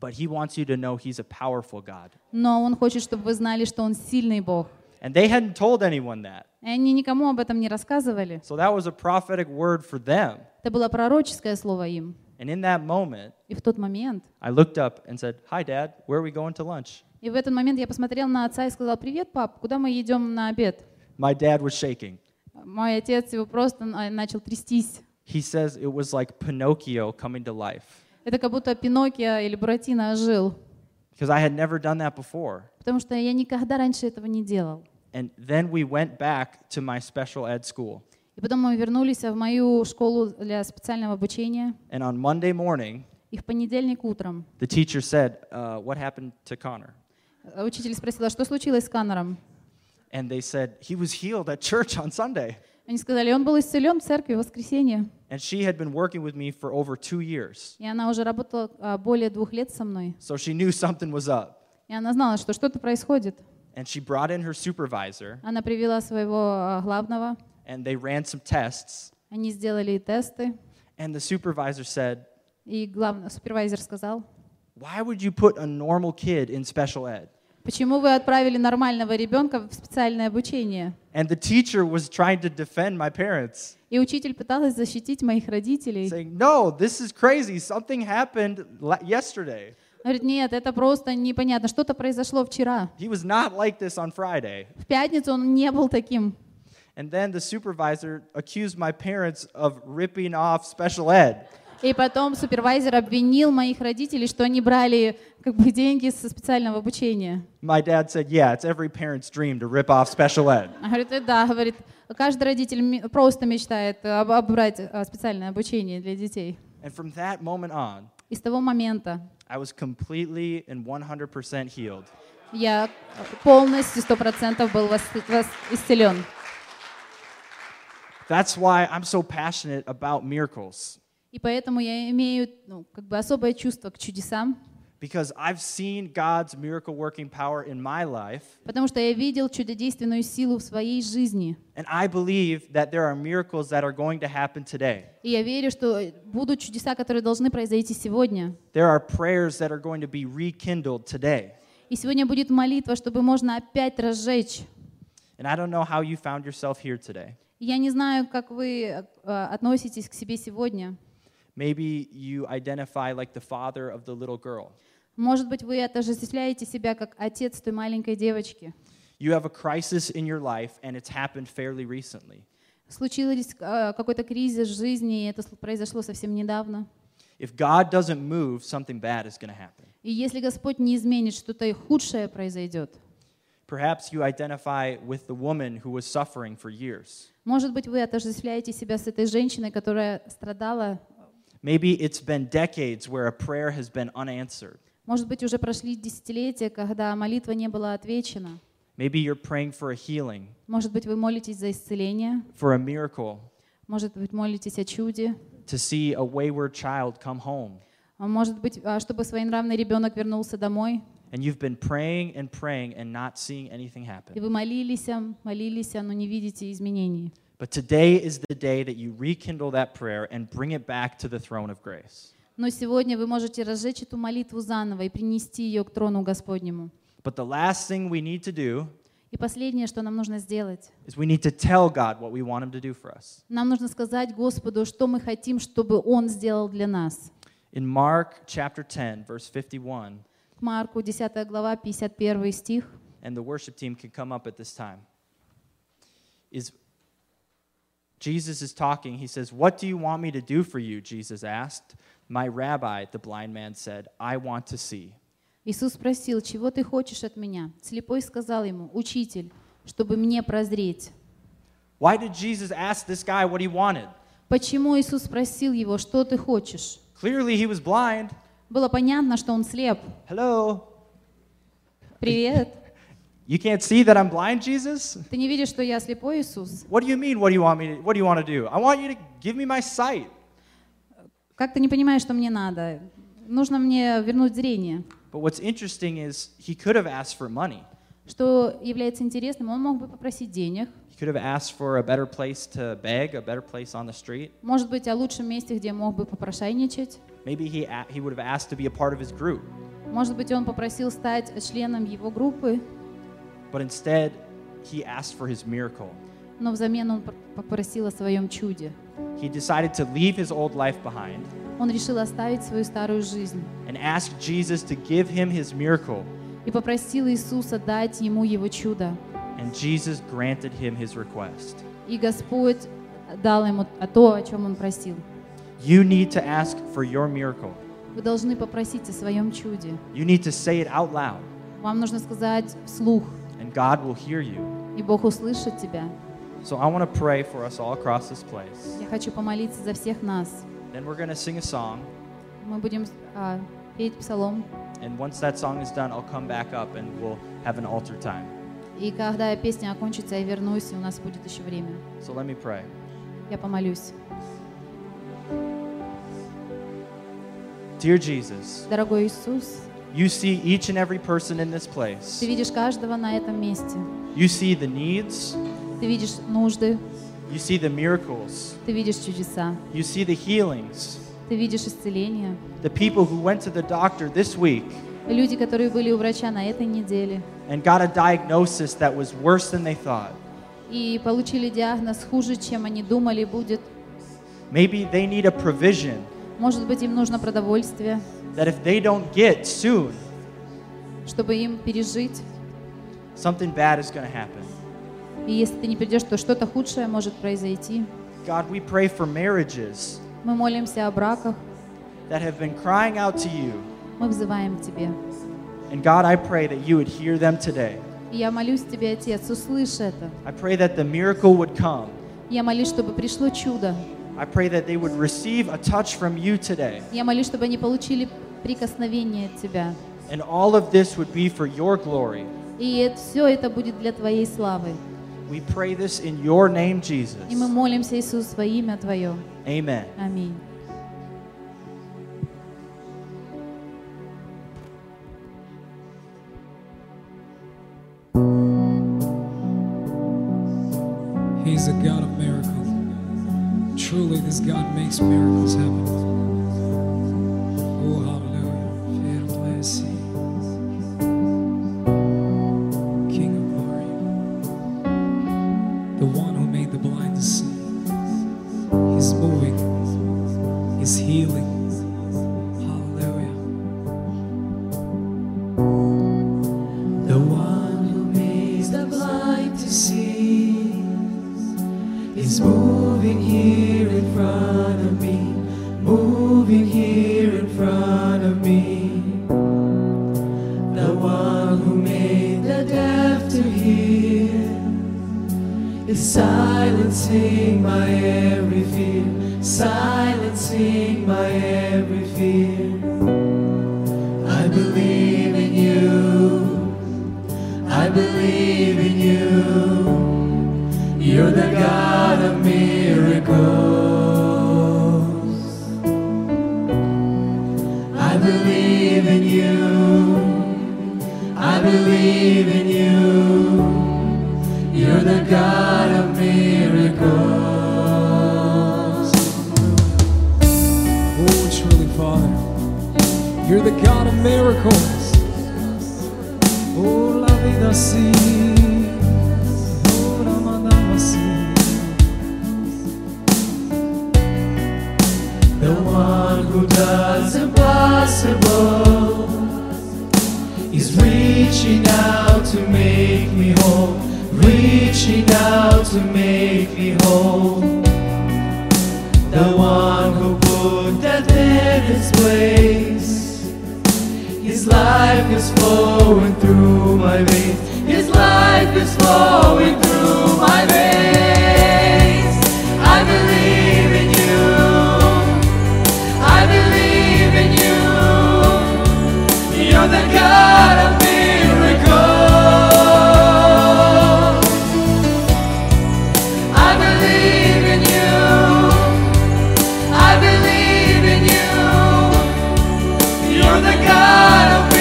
[SPEAKER 10] but he wants you to know he's a powerful God.
[SPEAKER 9] но он хочет, чтобы вы знали, что он сильный Бог.
[SPEAKER 10] And they hadn't told anyone that.
[SPEAKER 9] И они никому об этом не рассказывали.
[SPEAKER 10] So that was a prophetic word for them.
[SPEAKER 9] Это было пророческое слово им.
[SPEAKER 10] And in that moment,
[SPEAKER 9] И в тот момент,
[SPEAKER 10] I looked up and said, Hi, Dad, where are we going to lunch?
[SPEAKER 9] и в этот момент я посмотрел на отца и сказал, привет, пап, куда мы идем на обед?
[SPEAKER 10] My dad was shaking.
[SPEAKER 9] Мой отец его просто на- начал трястись.
[SPEAKER 10] He says it was like Pinocchio coming to life
[SPEAKER 9] Это как будто Пиноккио или Буратино ожил,
[SPEAKER 10] because I had never done that before.
[SPEAKER 9] потому что я никогда раньше этого не делал.
[SPEAKER 10] And then we went back to my special ed school.
[SPEAKER 9] И потом мы вернулись в мою школу для специального обучения.
[SPEAKER 10] And on Monday morning,
[SPEAKER 9] И в понедельник утром
[SPEAKER 10] the teacher said, uh, What happened to Connor?
[SPEAKER 9] э, учитель спросила, что случилось с Каннером?
[SPEAKER 10] And they said, He was healed at church on Sunday.
[SPEAKER 9] Они сказали, он был исцелен в церкви в воскресенье.
[SPEAKER 10] And she had been working with me for over two years.
[SPEAKER 9] И она уже работала а, более двух лет со мной.
[SPEAKER 10] So she knew something was up.
[SPEAKER 9] И она знала, что что-то происходит.
[SPEAKER 10] And she brought in her supervisor,
[SPEAKER 9] Она привела своего а, главного.
[SPEAKER 10] and they ran some tests.
[SPEAKER 9] Они сделали тесты.
[SPEAKER 10] And the supervisor said,
[SPEAKER 9] И главный супервайзер сказал,
[SPEAKER 10] Why would you put a normal kid in special ed?
[SPEAKER 9] почему вы отправили нормального ребенка в специальное обучение?
[SPEAKER 10] And the teacher was trying to defend my parents,
[SPEAKER 9] И учитель пыталась защитить моих родителей.
[SPEAKER 10] saying, No, this is crazy. Something happened la- yesterday.
[SPEAKER 9] Она говорит, нет, это просто непонятно, что-то произошло вчера.
[SPEAKER 10] He was not like this on Friday.
[SPEAKER 9] В пятницу он не был таким.
[SPEAKER 10] And then the supervisor accused my parents of ripping off special ed.
[SPEAKER 9] И потом супервайзер обвинил моих родителей, что они брали как бы деньги со специального обучения.
[SPEAKER 10] My dad said, Yeah, it's every parent's dream to rip off special ed.
[SPEAKER 9] Она говорит, «Э, да, говорит, каждый родитель ми- просто мечтает об- обрать э, специальное обучение для детей.
[SPEAKER 10] And from that moment on,
[SPEAKER 9] И с того момента
[SPEAKER 10] I was completely and 100% healed.
[SPEAKER 9] я полностью, сто процентов был вос- вос- исцелен.
[SPEAKER 10] That's why I'm so passionate about miracles,
[SPEAKER 9] И поэтому я имею ну, как бы особое чувство к чудесам,
[SPEAKER 10] because I've seen God's miracle working power in my life,
[SPEAKER 9] потому что я видел чудодейственную силу в своей жизни.
[SPEAKER 10] and I believe that there are miracles that are going to happen today.
[SPEAKER 9] И я верю, что э, будут чудеса, которые должны произойти сегодня.
[SPEAKER 10] There are prayers that are going to be rekindled today.
[SPEAKER 9] И сегодня будет молитва, чтобы можно опять разжечь.
[SPEAKER 10] And I don't know how you found yourself here today.
[SPEAKER 9] И Я не знаю, как вы э, относитесь к себе сегодня.
[SPEAKER 10] Maybe you identify like the father of the little girl.
[SPEAKER 9] Может быть, вы отождествляете себя как отец той маленькой девочки.
[SPEAKER 10] You have a crisis in your life, and it's happened fairly recently.
[SPEAKER 9] Случилось э, какой-то кризис в жизни, и это сл- произошло совсем недавно.
[SPEAKER 10] If God doesn't move, something bad is going to happen.
[SPEAKER 9] И если Господь не изменит, что-то и худшее произойдет.
[SPEAKER 10] Perhaps you identify with the woman who was suffering for years.
[SPEAKER 9] Может быть, вы отождествляете себя с этой женщиной, которая страдала.
[SPEAKER 10] Maybe it's been decades where a prayer has been unanswered.
[SPEAKER 9] Может быть, уже прошли десятилетия, когда молитва не была отвечена.
[SPEAKER 10] Maybe you're praying for a healing,
[SPEAKER 9] Может быть, вы молитесь за исцеление.
[SPEAKER 10] for a miracle,
[SPEAKER 9] Может быть, молитесь о чуде.
[SPEAKER 10] to see a wayward child come home.
[SPEAKER 9] А Может быть, а, чтобы своенравный ребенок вернулся домой.
[SPEAKER 10] And you've been praying and praying and not seeing anything
[SPEAKER 9] И
[SPEAKER 10] happen.
[SPEAKER 9] вы молились, а, молились, а, но не видите изменений.
[SPEAKER 10] But today is the day that you rekindle that prayer and bring it back to the throne of grace.
[SPEAKER 9] Но сегодня вы можете разжечь эту молитву заново и принести ее к трону Господнему.
[SPEAKER 10] But the last thing we need to do
[SPEAKER 9] И И последнее, что нам нужно сделать,
[SPEAKER 10] is we need to tell God what we want Him to do for us.
[SPEAKER 9] нам нужно сказать Господу, что мы хотим, чтобы Он сделал для нас.
[SPEAKER 10] In Mark chapter 10, verse 51,
[SPEAKER 9] К Марку 10 глава 51 стих.
[SPEAKER 10] and the worship team can come up at this time, is Jesus is talking. He says, What do you want me to do for you? Jesus asked. My rabbi, the blind man said, I want to see.
[SPEAKER 9] Иисус спросил, чего ты хочешь от меня? Слепой сказал ему, учитель, чтобы мне прозреть.
[SPEAKER 10] Why did Jesus ask this guy what he wanted?
[SPEAKER 9] Почему Иисус спросил его, что ты хочешь?
[SPEAKER 10] Clearly, he was blind.
[SPEAKER 9] Было понятно, что он слеп.
[SPEAKER 10] Hello,
[SPEAKER 9] Привет.
[SPEAKER 10] you can't see that I'm blind, Jesus?
[SPEAKER 9] Ты не видишь, что я слепой, Иисус?
[SPEAKER 10] What do you mean? What do you want me to, what do you want to do? I want you to give me my sight.
[SPEAKER 9] Как ты не понимаешь, что мне надо? Нужно мне вернуть зрение.
[SPEAKER 10] But what's interesting is he could have asked for money.
[SPEAKER 9] Что является интересным, он мог бы попросить денег,
[SPEAKER 10] He could have asked for a better place to beg, a better place on the street.
[SPEAKER 9] может быть, о лучшем месте, где mог бы попрошайничать,
[SPEAKER 10] Maybe he, a- he would have asked to be a part of his group.
[SPEAKER 9] может быть, он попросил стать членом его группы,
[SPEAKER 10] But instead, he asked for his miracle.
[SPEAKER 9] но взамен он пр- попросил о своем чуде.
[SPEAKER 10] He decided to leave his old life behind
[SPEAKER 9] Он решил оставить свою старую жизнь
[SPEAKER 10] and ask Jesus to give him his miracle.
[SPEAKER 9] и попросил Иисуса дать ему его чудо.
[SPEAKER 10] And Jesus granted him his request.
[SPEAKER 9] И Господь дал ему то, о чем он просил.
[SPEAKER 10] You need to ask for your miracle.
[SPEAKER 9] Вы должны попросить о своем чуде.
[SPEAKER 10] You need to say it out loud,
[SPEAKER 9] Вам нужно сказать вслух,
[SPEAKER 10] and God will hear you.
[SPEAKER 9] и Бог услышит тебя.
[SPEAKER 10] So I want to pray for us all across this place.
[SPEAKER 9] Я хочу помолиться за всех нас.
[SPEAKER 10] Then we're going to sing a song.
[SPEAKER 9] Мы будем а, петь псалом.
[SPEAKER 10] And once that song is done, I'll come back up and we'll have an altar time.
[SPEAKER 9] И когда песня окончится, я вернусь, и у нас будет еще время.
[SPEAKER 10] So let me pray.
[SPEAKER 9] Я помолюсь.
[SPEAKER 10] Dear Jesus,
[SPEAKER 9] Дорогой Иисус,
[SPEAKER 10] you see each and every person in this place.
[SPEAKER 9] ты видишь каждого на этом месте.
[SPEAKER 10] You see the needs,
[SPEAKER 9] Ты видишь нужды,
[SPEAKER 10] you see the miracles,
[SPEAKER 9] ты видишь чудеса,
[SPEAKER 10] you see the healings.
[SPEAKER 9] ты видишь исцеление.
[SPEAKER 10] The people who went to the doctor this week
[SPEAKER 9] Люди, которые были у врача на этой неделе
[SPEAKER 10] and got a diagnosis that was worse than they thought.
[SPEAKER 9] и получили диагноз хуже, чем они думали будет.
[SPEAKER 10] Maybe they need a provision
[SPEAKER 9] Может быть, им нужно продовольствие,
[SPEAKER 10] that if they don't get soon,
[SPEAKER 9] чтобы им пережить.
[SPEAKER 10] something bad is going to happen.
[SPEAKER 9] И если ты не придешь, то что-то худшее может произойти.
[SPEAKER 10] God, we pray for marriages
[SPEAKER 9] Мы молимся о браках,
[SPEAKER 10] that have been crying out to you.
[SPEAKER 9] мы взываем к Тебе.
[SPEAKER 10] And God, I pray that you would hear them today.
[SPEAKER 9] И я молюсь Тебе, Отец, услышь это.
[SPEAKER 10] I pray that the miracle would come.
[SPEAKER 9] Я молюсь, чтобы пришло чудо.
[SPEAKER 10] I pray that they would receive a touch from you today.
[SPEAKER 9] Я молюсь, чтобы они получили прикосновение от Тебя.
[SPEAKER 10] And all of this would be for your glory.
[SPEAKER 9] И все это будет для Твоей славы.
[SPEAKER 10] We pray this in your name,
[SPEAKER 9] И мы
[SPEAKER 10] Jesus.
[SPEAKER 9] молимся, Иисус, во имя Твое.
[SPEAKER 10] Amen.
[SPEAKER 9] Аминь.
[SPEAKER 6] He's a God of miracles. Truly, this God makes miracles happen. Oh, hallelujah. Fiat Messi. King of glory. The one who made the blind to see. He's moving. He's healing. Hallelujah.
[SPEAKER 1] The one who makes the blind to see is moving here in front of me, moving here in front of me. The one who made the deaf to hear is silencing my every fear, silencing my every fear. I believe in you. I believe in you. You're the God of miracles. I believe in you. I believe in you. You're the God of miracles.
[SPEAKER 6] Oh, truly, Father, you're the God of miracles. Oh, la vida sí.
[SPEAKER 1] is flowing through my veins. His life is flowing through my veins. I believe in you. I believe in you. You're the God of miracles. I believe in you. I believe in you. You're the God of miracles.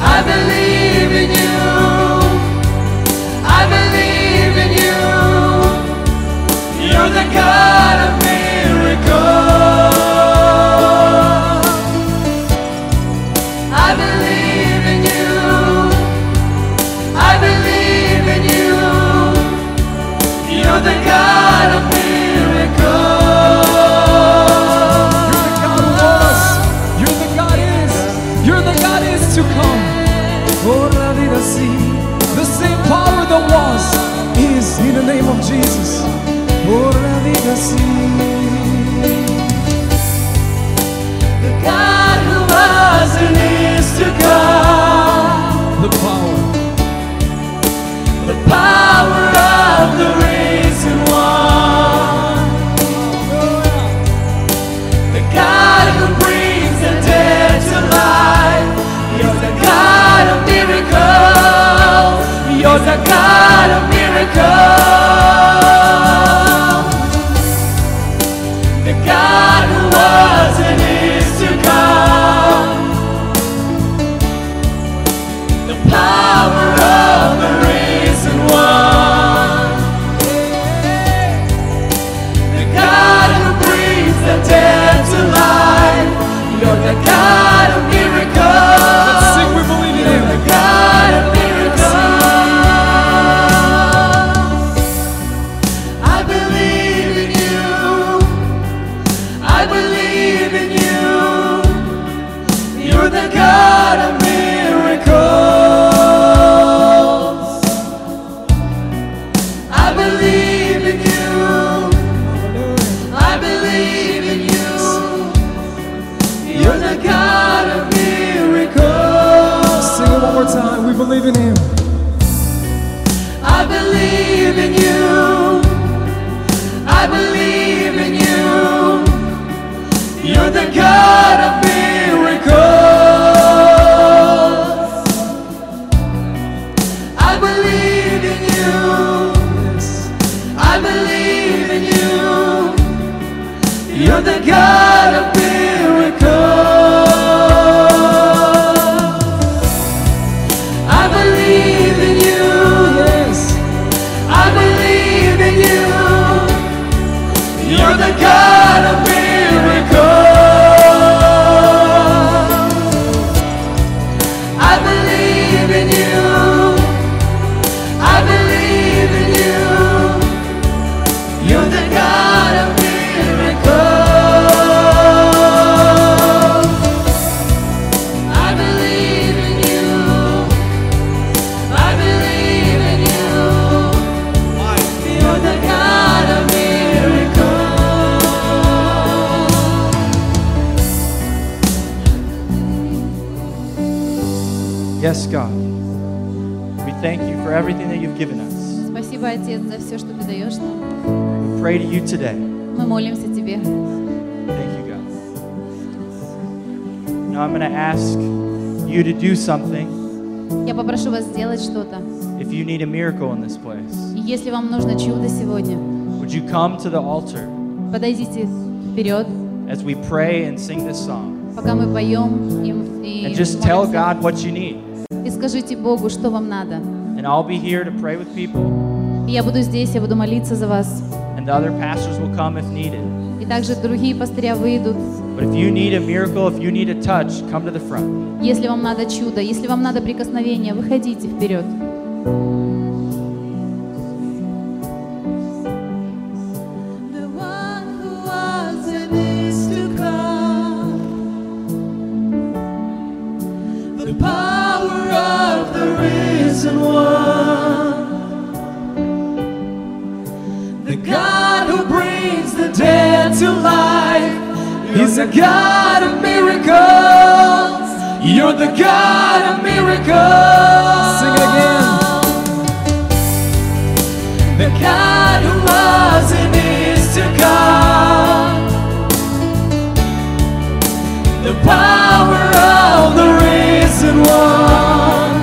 [SPEAKER 1] We believe in you, Jesus. I believe in you. I believe in you. You're the God of miracles. I believe in you. I believe in you. You're the God of miracles. You're the God of us. You're the God is. You're the God is to come.
[SPEAKER 6] Oh, la vida, see. The same power that was is in the name of Jesus. Oh, la vida, see.
[SPEAKER 1] The God who was and is to come.
[SPEAKER 6] The power,
[SPEAKER 1] The power of the risen one. The God who brings the dead to life. You're the God of miracles. You're the God of miracles. The God who was and is to come. The power of the risen one. The God who brings the dead to life. You're the God of miracles.
[SPEAKER 6] sing, we believe in
[SPEAKER 1] You're
[SPEAKER 6] Him.
[SPEAKER 1] the God of miracles. I believe in you. I believe in you. You're the God of miracles. I believe in you. I believe in you. You're the God of miracles.
[SPEAKER 6] Sing it one more time. We believe in Him.
[SPEAKER 1] I believe in you. I believe in you. You're the God of miracles. I believe in you. I believe in you. You're the God of miracles. I believe in you. Yes. I believe in you. You're the God of miracles. I believe in you. I believe in you. You're the God of miracles. I believe in you. I believe in you. You're the God of miracles.
[SPEAKER 10] Yes, God. We thank you for everything that you've given us.
[SPEAKER 9] Спасибо, Отец, за все, что ты даешь нам.
[SPEAKER 10] We pray to you today.
[SPEAKER 9] Мы молимся Тебе.
[SPEAKER 10] Thank you, God. Now I'm going to ask you to do something
[SPEAKER 9] Я попрошу вас сделать что-то.
[SPEAKER 10] if you need a miracle in this place.
[SPEAKER 9] И Если вам нужно чудо сегодня,
[SPEAKER 10] Would you come to the altar
[SPEAKER 9] подойдите вперед,
[SPEAKER 10] as we pray and sing this song?
[SPEAKER 9] пока мы поем им и
[SPEAKER 10] And just tell
[SPEAKER 9] молимся.
[SPEAKER 10] God what you need.
[SPEAKER 9] И скажите Богу, что вам надо.
[SPEAKER 10] And I'll be here to pray with people,
[SPEAKER 9] И я буду здесь, я буду молиться за вас.
[SPEAKER 10] and the other pastors will come if needed.
[SPEAKER 9] И также другие пастыря выйдут.
[SPEAKER 10] But if you need a miracle, if you need a touch, come to the front.
[SPEAKER 9] Если вам надо чудо, если вам надо прикосновение, выходите вперед.
[SPEAKER 7] The one who was and is to come. The power of the risen one. The God who brings the dead to life.
[SPEAKER 1] He's a God of miracles. You're the God of miracles. Sing it again. The God who was and is to come. The power of the risen one.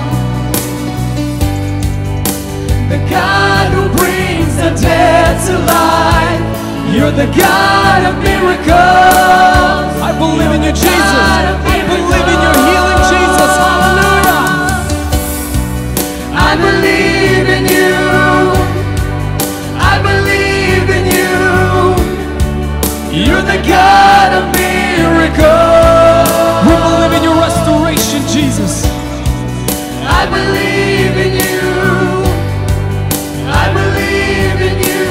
[SPEAKER 1] The God who brings the dead to life. You're the God of miracles. I believe in you, Jesus. I believe in your healing, Jesus. Hallelujah. I believe in you. I believe in you. You're the God of miracles. We believe in your restoration, Jesus. I believe in you. I believe in you.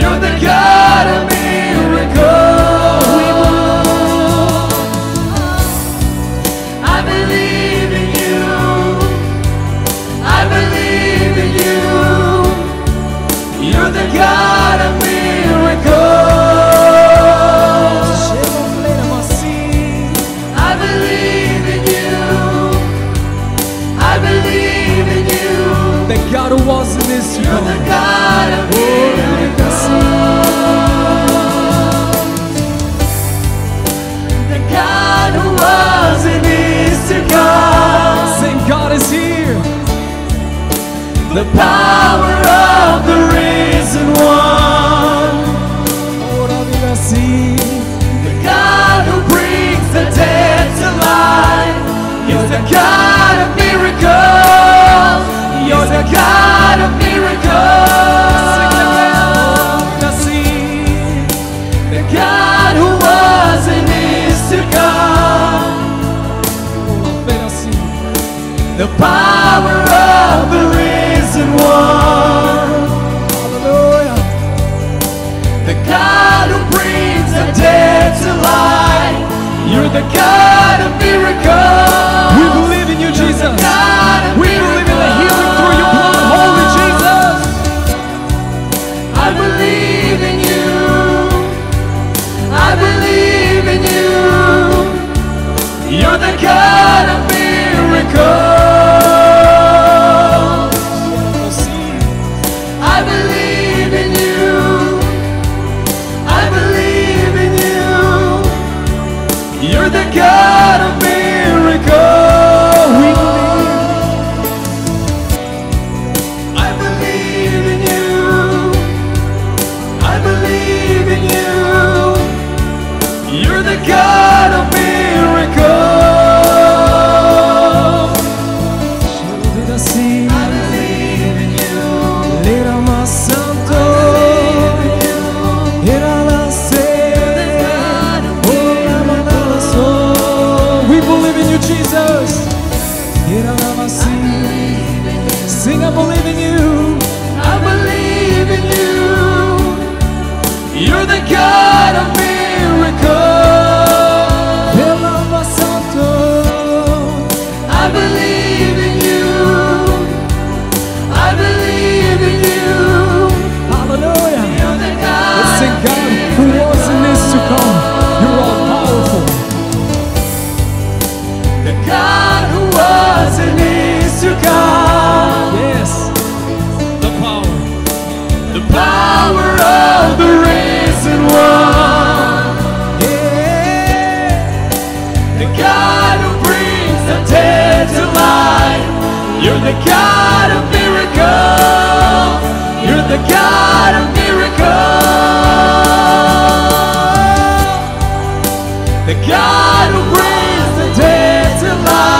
[SPEAKER 1] You're the God of miracles. I believe in you. I believe in you. You're the God of miracles. I believe in you. I believe in you.
[SPEAKER 6] The God who was in this
[SPEAKER 1] You're the God of
[SPEAKER 6] Oh,
[SPEAKER 1] miracles. The God who was and is to come.
[SPEAKER 6] Same God is here.
[SPEAKER 1] The power of the risen one.
[SPEAKER 6] Oh,
[SPEAKER 1] The God who brings the dead to life. You're the God of miracles. You're the God of miracles. The God who was and is to come. The power of the risen one. The God who brings the dead to life. You're the God of miracles.
[SPEAKER 6] We believe in you, Jesus.
[SPEAKER 1] God of
[SPEAKER 6] We believe in the healing through your blood, holy Jesus.
[SPEAKER 1] I believe in you. I believe in you. You're the God of miracles. I believe in you. I believe in you. You're the God of miracles. I believe in you. I believe in you. You're the God of miracles. I believe in you.
[SPEAKER 6] We believe in you, Jesus. Sing, I believe in you.
[SPEAKER 1] I believe in you. You're the God of miracles. I believe in you. I believe in you.
[SPEAKER 6] Hallelujah.
[SPEAKER 1] You're the God.
[SPEAKER 6] Say, God, who was and is to come, you're all powerful.
[SPEAKER 1] The God who was and is to come.
[SPEAKER 6] Yes, the power.
[SPEAKER 1] The power of the risen one. The God who brings the dead to life. You're the God of miracles. You're the God of miracles. The God who brings the dead to life.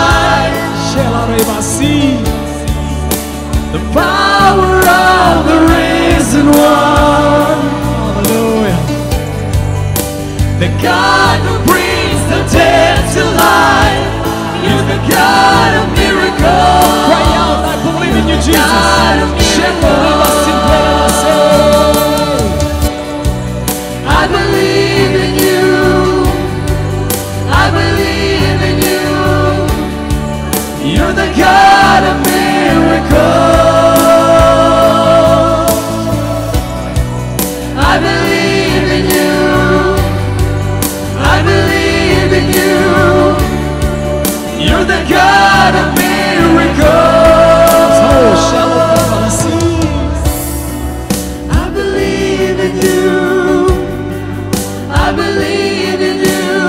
[SPEAKER 1] The power of the risen one. Hallelujah. The God who brings the dead to life. You're the God of miracles. Cry out, I believe in you, Jesus. God of miracles. I believe in you. I believe in you. You're the God of miracles. I believe in you.
[SPEAKER 11] of the God of miracles.
[SPEAKER 1] I believe in you. I believe in you.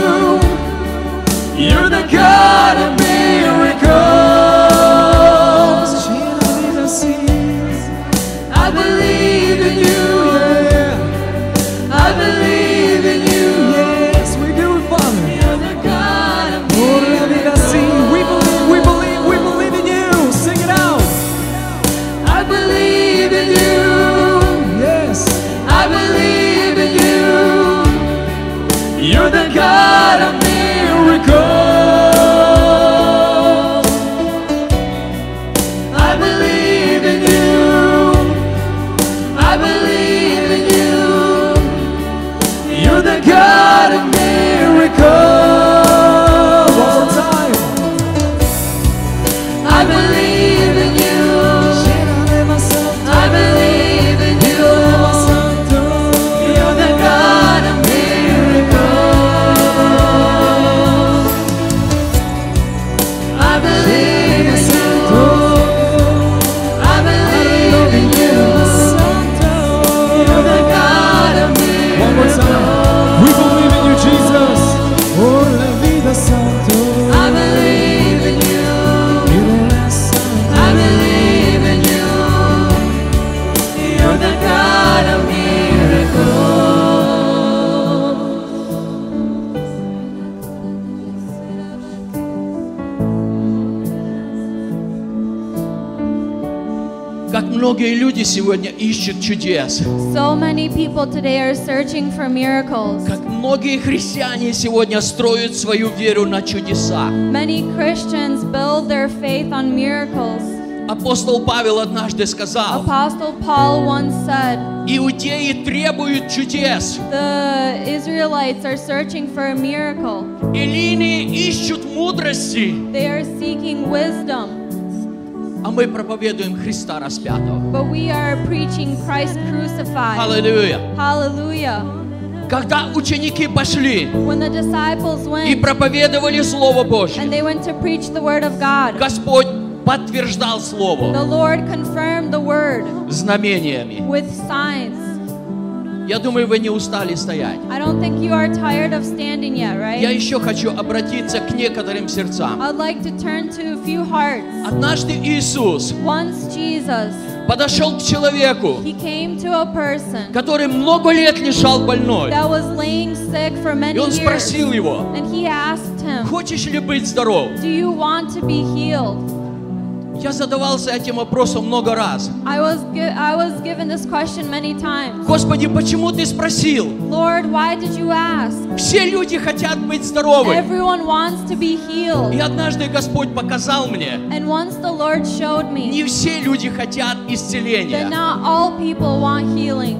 [SPEAKER 1] You're the God of miracles. I believe in you. I believe in you. Yes, we do, Father. You're the God of
[SPEAKER 6] Oh, We believe, we believe, we believe in you. Sing it out.
[SPEAKER 1] I believe in you. Yes. I believe in you. You're the God of miracles. I believe in you. I believe in you. You're the God of miracles. One more time. I believe in you. I believe in you. You're the God of miracles. I believe in you. I believe in you. You're the God of
[SPEAKER 6] One more
[SPEAKER 1] miracles.
[SPEAKER 6] time. We believe in you, Jesus. Oh, Por la vida santo.
[SPEAKER 1] I believe in you. I believe in you. You're the God of miracles.
[SPEAKER 12] Как многие люди сегодня ищут чудес.
[SPEAKER 13] So many people today are searching for miracles.
[SPEAKER 12] Как многие христиане сегодня строят свою веру на чудеса.
[SPEAKER 13] Many Christians build their faith on miracles.
[SPEAKER 12] Апостол Павел однажды сказал,
[SPEAKER 13] Apostle Paul once said,
[SPEAKER 12] иудеи требуют чудес,
[SPEAKER 13] The Israelites are searching for a miracle,
[SPEAKER 12] эллины ищут мудрости,
[SPEAKER 13] they are seeking wisdom,
[SPEAKER 12] а мы проповедуем Христа распятого.
[SPEAKER 13] but we are preaching Christ crucified.
[SPEAKER 12] Аллилуйя.
[SPEAKER 13] Hallelujah.
[SPEAKER 12] Когда ученики пошли
[SPEAKER 13] When the disciples
[SPEAKER 12] и
[SPEAKER 13] went
[SPEAKER 12] проповедовали Слово Божье,
[SPEAKER 13] and they went to preach the word of God,
[SPEAKER 12] Господь подтверждал Слово
[SPEAKER 13] the Lord confirmed the word
[SPEAKER 12] знамениями.
[SPEAKER 13] with signs.
[SPEAKER 12] Я думаю, вы не устали стоять.
[SPEAKER 13] I don't think you are tired of standing yet, right?
[SPEAKER 12] Я еще хочу обратиться к некоторым сердцам.
[SPEAKER 13] I'd like to turn to a few hearts.
[SPEAKER 12] Однажды Иисус
[SPEAKER 13] Once Jesus,
[SPEAKER 12] подошел к человеку,
[SPEAKER 13] he came to a person
[SPEAKER 12] который много лет лежал больной.
[SPEAKER 13] that was laying sick for
[SPEAKER 12] И
[SPEAKER 13] many
[SPEAKER 12] он
[SPEAKER 13] years.
[SPEAKER 12] спросил его,
[SPEAKER 13] And he asked him,
[SPEAKER 12] хочешь ли быть здоров?
[SPEAKER 13] Do you want to be healed?
[SPEAKER 12] Я задавался этим вопросом много раз.
[SPEAKER 13] I was, gi- I was given this question many times.
[SPEAKER 12] Господи, почему ты спросил?
[SPEAKER 13] Lord, why did you ask?
[SPEAKER 12] Все люди хотят быть здоровы.
[SPEAKER 13] Everyone wants to be
[SPEAKER 12] И
[SPEAKER 13] healed.
[SPEAKER 12] однажды Господь показал мне,
[SPEAKER 13] And once the Lord showed me
[SPEAKER 12] не все люди хотят
[SPEAKER 13] that
[SPEAKER 12] исцеления.
[SPEAKER 13] not all people want healing,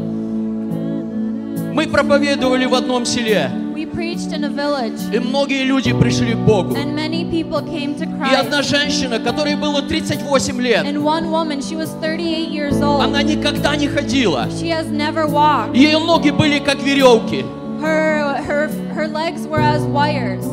[SPEAKER 12] Мы проповедовали в одном селе,
[SPEAKER 13] we preached in a village,
[SPEAKER 12] и многие люди пришли к Богу.
[SPEAKER 13] and many people came to
[SPEAKER 12] И одна
[SPEAKER 13] Christ.
[SPEAKER 12] женщина, которой было 38 лет,
[SPEAKER 13] And one woman, she was 38 years old.
[SPEAKER 12] она никогда не ходила.
[SPEAKER 13] She has never walked.
[SPEAKER 12] Ее ноги были как веревки.
[SPEAKER 13] Her, her, her legs were as wires.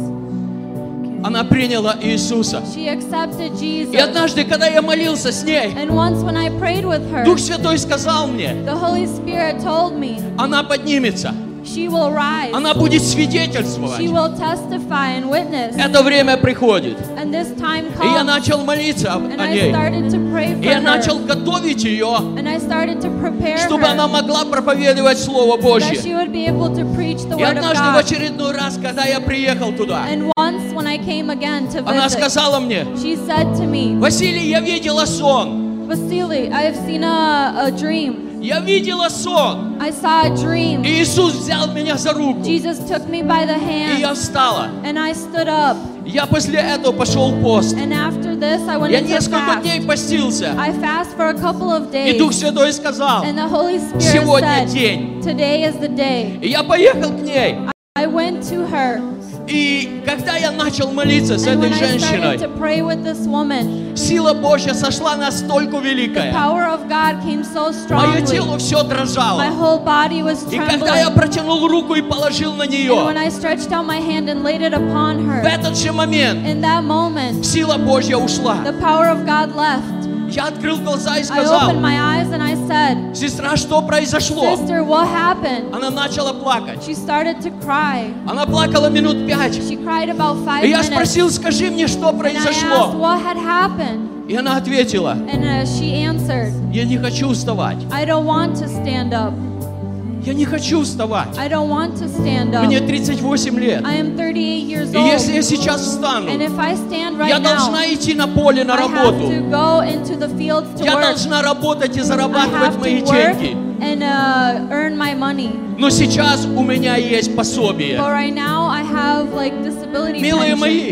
[SPEAKER 12] Она приняла Иисуса.
[SPEAKER 13] She accepted
[SPEAKER 12] И
[SPEAKER 13] Jesus.
[SPEAKER 12] однажды, когда я молился с ней,
[SPEAKER 13] And once when I prayed with her,
[SPEAKER 12] Дух Святой сказал мне,
[SPEAKER 13] the Holy Spirit told me
[SPEAKER 12] она поднимется,
[SPEAKER 13] she will rise.
[SPEAKER 12] она будет
[SPEAKER 13] She
[SPEAKER 12] свидетельствовать.
[SPEAKER 13] will testify and witness.
[SPEAKER 12] Это время приходит.
[SPEAKER 13] And this time
[SPEAKER 12] И я
[SPEAKER 13] comes.
[SPEAKER 12] начал молиться об-
[SPEAKER 13] And
[SPEAKER 12] о
[SPEAKER 13] I
[SPEAKER 12] ней.
[SPEAKER 13] started to pray for
[SPEAKER 12] И я начал
[SPEAKER 13] her.
[SPEAKER 12] готовить ее,
[SPEAKER 13] And I started to prepare
[SPEAKER 12] чтобы она
[SPEAKER 13] her
[SPEAKER 12] могла проповедовать Слово
[SPEAKER 13] that she
[SPEAKER 12] Божье.
[SPEAKER 13] would be able to preach the
[SPEAKER 12] И
[SPEAKER 13] word of
[SPEAKER 12] однажды в
[SPEAKER 13] God.
[SPEAKER 12] очередной раз, когда я приехал туда,
[SPEAKER 13] And once when I came again to
[SPEAKER 12] она
[SPEAKER 13] visit,
[SPEAKER 12] сказала мне,
[SPEAKER 13] she said to me,
[SPEAKER 12] Василий, я видела сон.
[SPEAKER 13] Vasily, I have seen a, a dream.
[SPEAKER 12] Я видела сон.
[SPEAKER 13] I saw a dream.
[SPEAKER 12] И Иисус взял меня за руку. И
[SPEAKER 13] Jesus took me by the
[SPEAKER 12] я
[SPEAKER 13] hand.
[SPEAKER 12] встала.
[SPEAKER 13] And I stood up.
[SPEAKER 12] Я после этого пошел в пост.
[SPEAKER 13] And after this, I went
[SPEAKER 12] Я
[SPEAKER 13] into
[SPEAKER 12] несколько
[SPEAKER 13] fast.
[SPEAKER 12] дней постился.
[SPEAKER 13] I fast for a couple of
[SPEAKER 12] И
[SPEAKER 13] days.
[SPEAKER 12] Дух Святой сказал,
[SPEAKER 13] And the Holy Spirit
[SPEAKER 12] сегодня
[SPEAKER 13] said,
[SPEAKER 12] день.
[SPEAKER 13] Today is the day.
[SPEAKER 12] И я поехал к ней.
[SPEAKER 13] I went to her,
[SPEAKER 12] И когда я начал молиться с
[SPEAKER 13] And
[SPEAKER 12] этой
[SPEAKER 13] when I started to
[SPEAKER 12] женщиной,
[SPEAKER 13] pray with this woman,
[SPEAKER 12] сила Божья сошла настолько великая.
[SPEAKER 13] power of God came so
[SPEAKER 12] Мое
[SPEAKER 13] strongly.
[SPEAKER 12] тело все
[SPEAKER 13] My
[SPEAKER 12] дрожало.
[SPEAKER 13] whole body was
[SPEAKER 12] И когда я
[SPEAKER 13] trembling.
[SPEAKER 12] протянул руку и положил на
[SPEAKER 13] And when
[SPEAKER 12] нее,
[SPEAKER 13] I stretched out my hand and laid it upon her,
[SPEAKER 12] в этот же момент
[SPEAKER 13] in that moment,
[SPEAKER 12] сила Божья ушла.
[SPEAKER 13] the power of God left.
[SPEAKER 12] Я открыл глаза
[SPEAKER 13] I
[SPEAKER 12] и сказал,
[SPEAKER 13] opened my eyes and I said,
[SPEAKER 12] сестра, что произошло?
[SPEAKER 13] Sister, what happened?
[SPEAKER 12] Она начала плакать.
[SPEAKER 13] She started to cry.
[SPEAKER 12] Она плакала минут пять.
[SPEAKER 13] She cried about five
[SPEAKER 12] И я
[SPEAKER 13] minutes.
[SPEAKER 12] спросил, скажи мне, что
[SPEAKER 13] and I asked
[SPEAKER 12] произошло?
[SPEAKER 13] what had happened.
[SPEAKER 12] И она ответила,
[SPEAKER 13] And uh, she answered,
[SPEAKER 12] я не хочу вставать.
[SPEAKER 13] I don't want to stand up.
[SPEAKER 12] Я не хочу вставать.
[SPEAKER 13] I don't want to stand up.
[SPEAKER 12] Мне 38 лет.
[SPEAKER 13] I am 38 years
[SPEAKER 12] И
[SPEAKER 13] old.
[SPEAKER 12] если я сейчас встану,
[SPEAKER 13] and if I stand right
[SPEAKER 12] Я
[SPEAKER 13] now,
[SPEAKER 12] должна идти на поле, на
[SPEAKER 13] I have to
[SPEAKER 12] работу.
[SPEAKER 13] go into the fields to
[SPEAKER 12] Я
[SPEAKER 13] work.
[SPEAKER 12] должна работать и
[SPEAKER 13] I have
[SPEAKER 12] зарабатывать
[SPEAKER 13] to
[SPEAKER 12] мои
[SPEAKER 13] work
[SPEAKER 12] деньги.
[SPEAKER 13] and uh, earn my money.
[SPEAKER 12] Но сейчас у меня есть пособие.
[SPEAKER 13] But right now I have like disability
[SPEAKER 12] Милые
[SPEAKER 13] pension.
[SPEAKER 12] мои,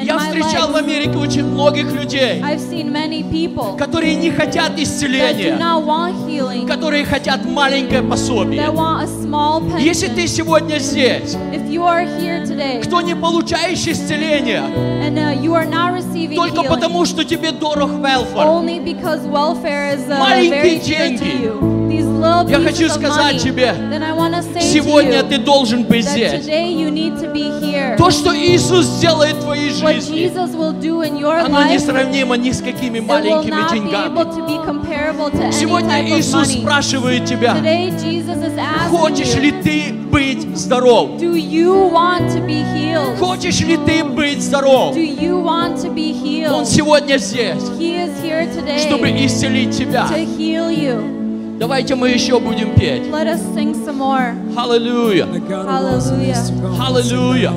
[SPEAKER 13] and
[SPEAKER 12] я
[SPEAKER 13] my
[SPEAKER 12] встречал в
[SPEAKER 13] legs.
[SPEAKER 12] Америке очень многих людей,
[SPEAKER 13] I've seen many people
[SPEAKER 12] которые не хотят
[SPEAKER 13] that do
[SPEAKER 12] исцеления,
[SPEAKER 13] not want healing,
[SPEAKER 12] которые хотят маленькое пособие.
[SPEAKER 13] that want a small pension.
[SPEAKER 12] Если ты сегодня здесь,
[SPEAKER 13] If you are here today
[SPEAKER 12] кто не получаешь исцеления,
[SPEAKER 13] and uh, you are not receiving
[SPEAKER 12] только
[SPEAKER 13] healing
[SPEAKER 12] потому, что тебе дорог велфор,
[SPEAKER 13] only because welfare is uh, very
[SPEAKER 12] маленькие
[SPEAKER 13] dear to you,
[SPEAKER 12] деньги,
[SPEAKER 13] these little
[SPEAKER 12] я хочу
[SPEAKER 13] pieces of money,
[SPEAKER 12] сказать тебе,
[SPEAKER 13] then I want to say
[SPEAKER 12] сегодня
[SPEAKER 13] to
[SPEAKER 12] ты
[SPEAKER 13] you
[SPEAKER 12] должен быть
[SPEAKER 13] that
[SPEAKER 12] здесь.
[SPEAKER 13] today you need to be here.
[SPEAKER 12] То, что Иисус делает в твоей
[SPEAKER 13] What
[SPEAKER 12] жизни,
[SPEAKER 13] Jesus will do in your
[SPEAKER 12] оно
[SPEAKER 13] life
[SPEAKER 12] несравнимо ни с какими
[SPEAKER 13] will
[SPEAKER 12] маленькими
[SPEAKER 13] not be
[SPEAKER 12] деньгами.
[SPEAKER 13] able to be comparable to
[SPEAKER 12] Сегодня
[SPEAKER 13] any type of
[SPEAKER 12] Иисус
[SPEAKER 13] money.
[SPEAKER 12] спрашивает тебя,
[SPEAKER 13] Today Jesus is asking
[SPEAKER 12] хочешь
[SPEAKER 13] you,
[SPEAKER 12] ли ты быть здоров?
[SPEAKER 13] do you want to be healed?
[SPEAKER 12] Хочешь ли ты быть здоров?
[SPEAKER 13] Do you want to be healed?
[SPEAKER 12] Он сегодня здесь,
[SPEAKER 13] He is here today
[SPEAKER 12] чтобы исцелить тебя.
[SPEAKER 13] to heal you.
[SPEAKER 12] Давайте мы еще будем петь.
[SPEAKER 13] Let us sing some more.
[SPEAKER 12] Аллилуйя!
[SPEAKER 13] Hallelujah.
[SPEAKER 12] Аллилуйя!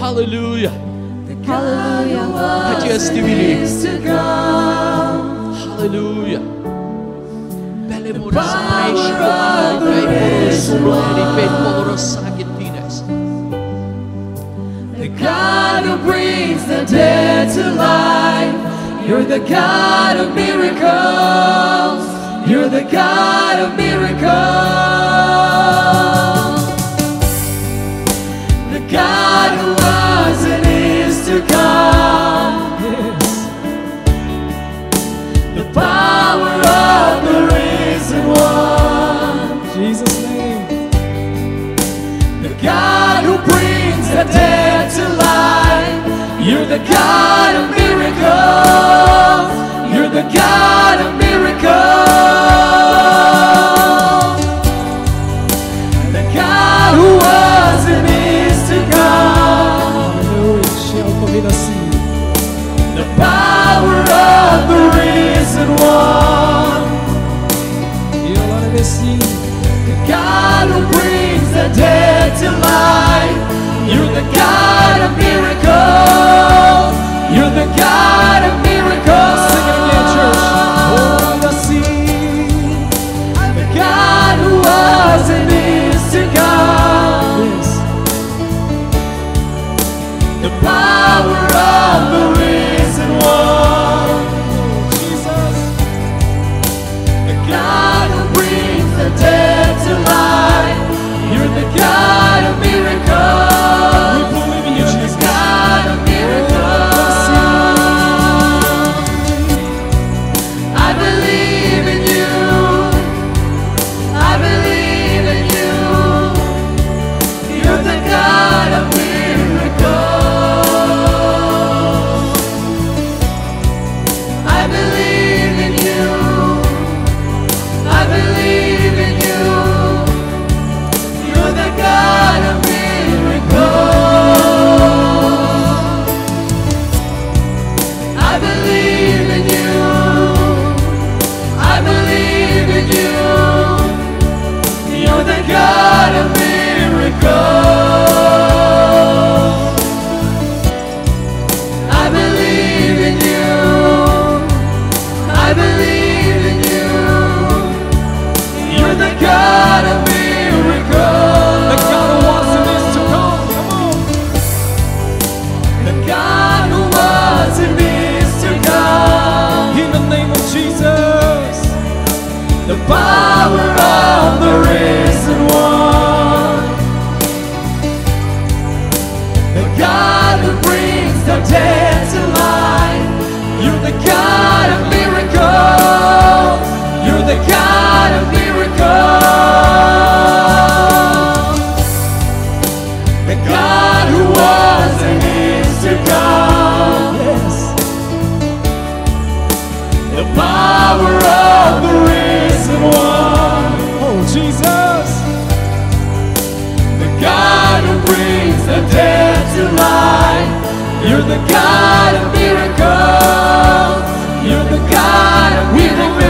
[SPEAKER 12] Аллилуйя!
[SPEAKER 13] Hallelujah.
[SPEAKER 12] Отец, ты велик! Аллилуйя!
[SPEAKER 1] The God who brings the dead to life. You're the God of miracles. You're the God of miracles. The God who was and is to come. The power of the risen one.
[SPEAKER 14] Jesus' name.
[SPEAKER 1] The God who brings the dead to life. You're the God of miracles. You're the God of miracles. The God who was and is to come.
[SPEAKER 14] Aleluia, encheu a vida assim.
[SPEAKER 1] The power of the risen one.
[SPEAKER 14] E eu lá desci.
[SPEAKER 1] The God who brings the dead to life. You're the God of miracles. You're the God of miracles. Sing it again, church.
[SPEAKER 6] are dead to life. You're the God of miracles. You're the God of miracles. The God who was and is to come. The power of the risen one. Oh, Jesus. The God who brings the dead to life. You're the God of miracles. You're the God of miracles.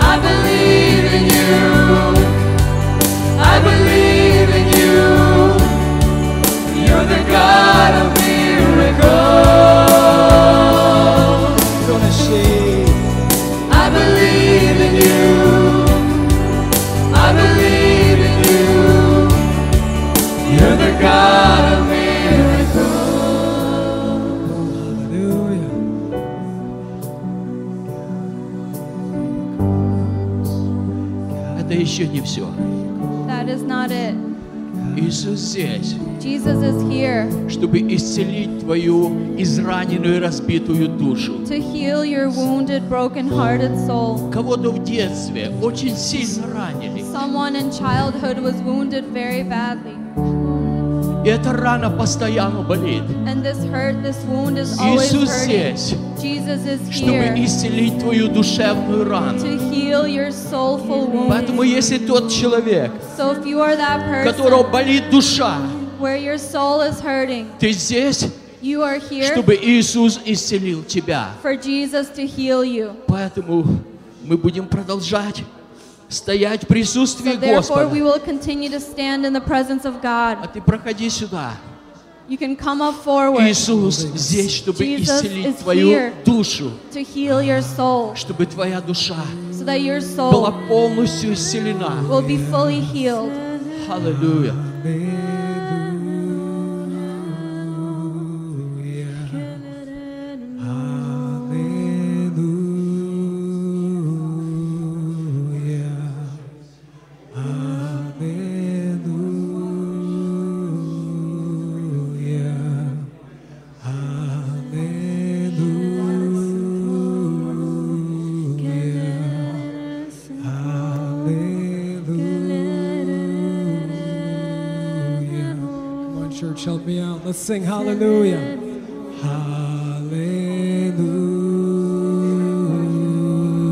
[SPEAKER 6] I believe in you. I believe in you. You're the God of miracles. Gonna see. I believe in you. I believe in you. You're the God of miracles.
[SPEAKER 12] Это еще не все.
[SPEAKER 13] That is not it.
[SPEAKER 12] Иисус здесь,
[SPEAKER 13] Jesus is here
[SPEAKER 12] чтобы исцелить твою израненную и разбитую душу.
[SPEAKER 13] to heal your wounded, broken-hearted soul.
[SPEAKER 12] Кого-то в детстве очень сильно ранили.
[SPEAKER 13] Someone in childhood was wounded very badly,
[SPEAKER 12] И эта рана постоянно болит.
[SPEAKER 13] and this hurt, this wound is always
[SPEAKER 12] Иисус
[SPEAKER 13] hurting.
[SPEAKER 12] здесь,
[SPEAKER 13] Jesus is
[SPEAKER 12] чтобы
[SPEAKER 13] here
[SPEAKER 12] исцелить твою душевную рану.
[SPEAKER 13] to heal your soulful wound.
[SPEAKER 12] Поэтому если тот человек,
[SPEAKER 13] So if you are that
[SPEAKER 12] у которого
[SPEAKER 13] person
[SPEAKER 12] болит душа,
[SPEAKER 13] where your soul is hurting,
[SPEAKER 12] ты здесь,
[SPEAKER 13] you are here
[SPEAKER 12] чтобы Иисус исцелил тебя.
[SPEAKER 13] for Jesus to heal you.
[SPEAKER 12] Поэтому мы будем продолжать стоять в присутствии
[SPEAKER 13] Therefore, we
[SPEAKER 12] Господа.
[SPEAKER 13] will continue to stand in the presence of God.
[SPEAKER 12] Проходи сюда.
[SPEAKER 13] You can come up forward
[SPEAKER 12] Иисус здесь, чтобы
[SPEAKER 13] Jesus
[SPEAKER 12] исцелить
[SPEAKER 13] is
[SPEAKER 12] твою
[SPEAKER 13] here.
[SPEAKER 12] душу,
[SPEAKER 13] to heal your soul
[SPEAKER 12] чтобы твоя душа
[SPEAKER 13] so that your
[SPEAKER 12] была
[SPEAKER 13] soul
[SPEAKER 12] полностью исцелена.
[SPEAKER 13] will be fully healed.
[SPEAKER 12] Аллилуйя.
[SPEAKER 1] Come on, church, help me out. Let's sing hallelujah.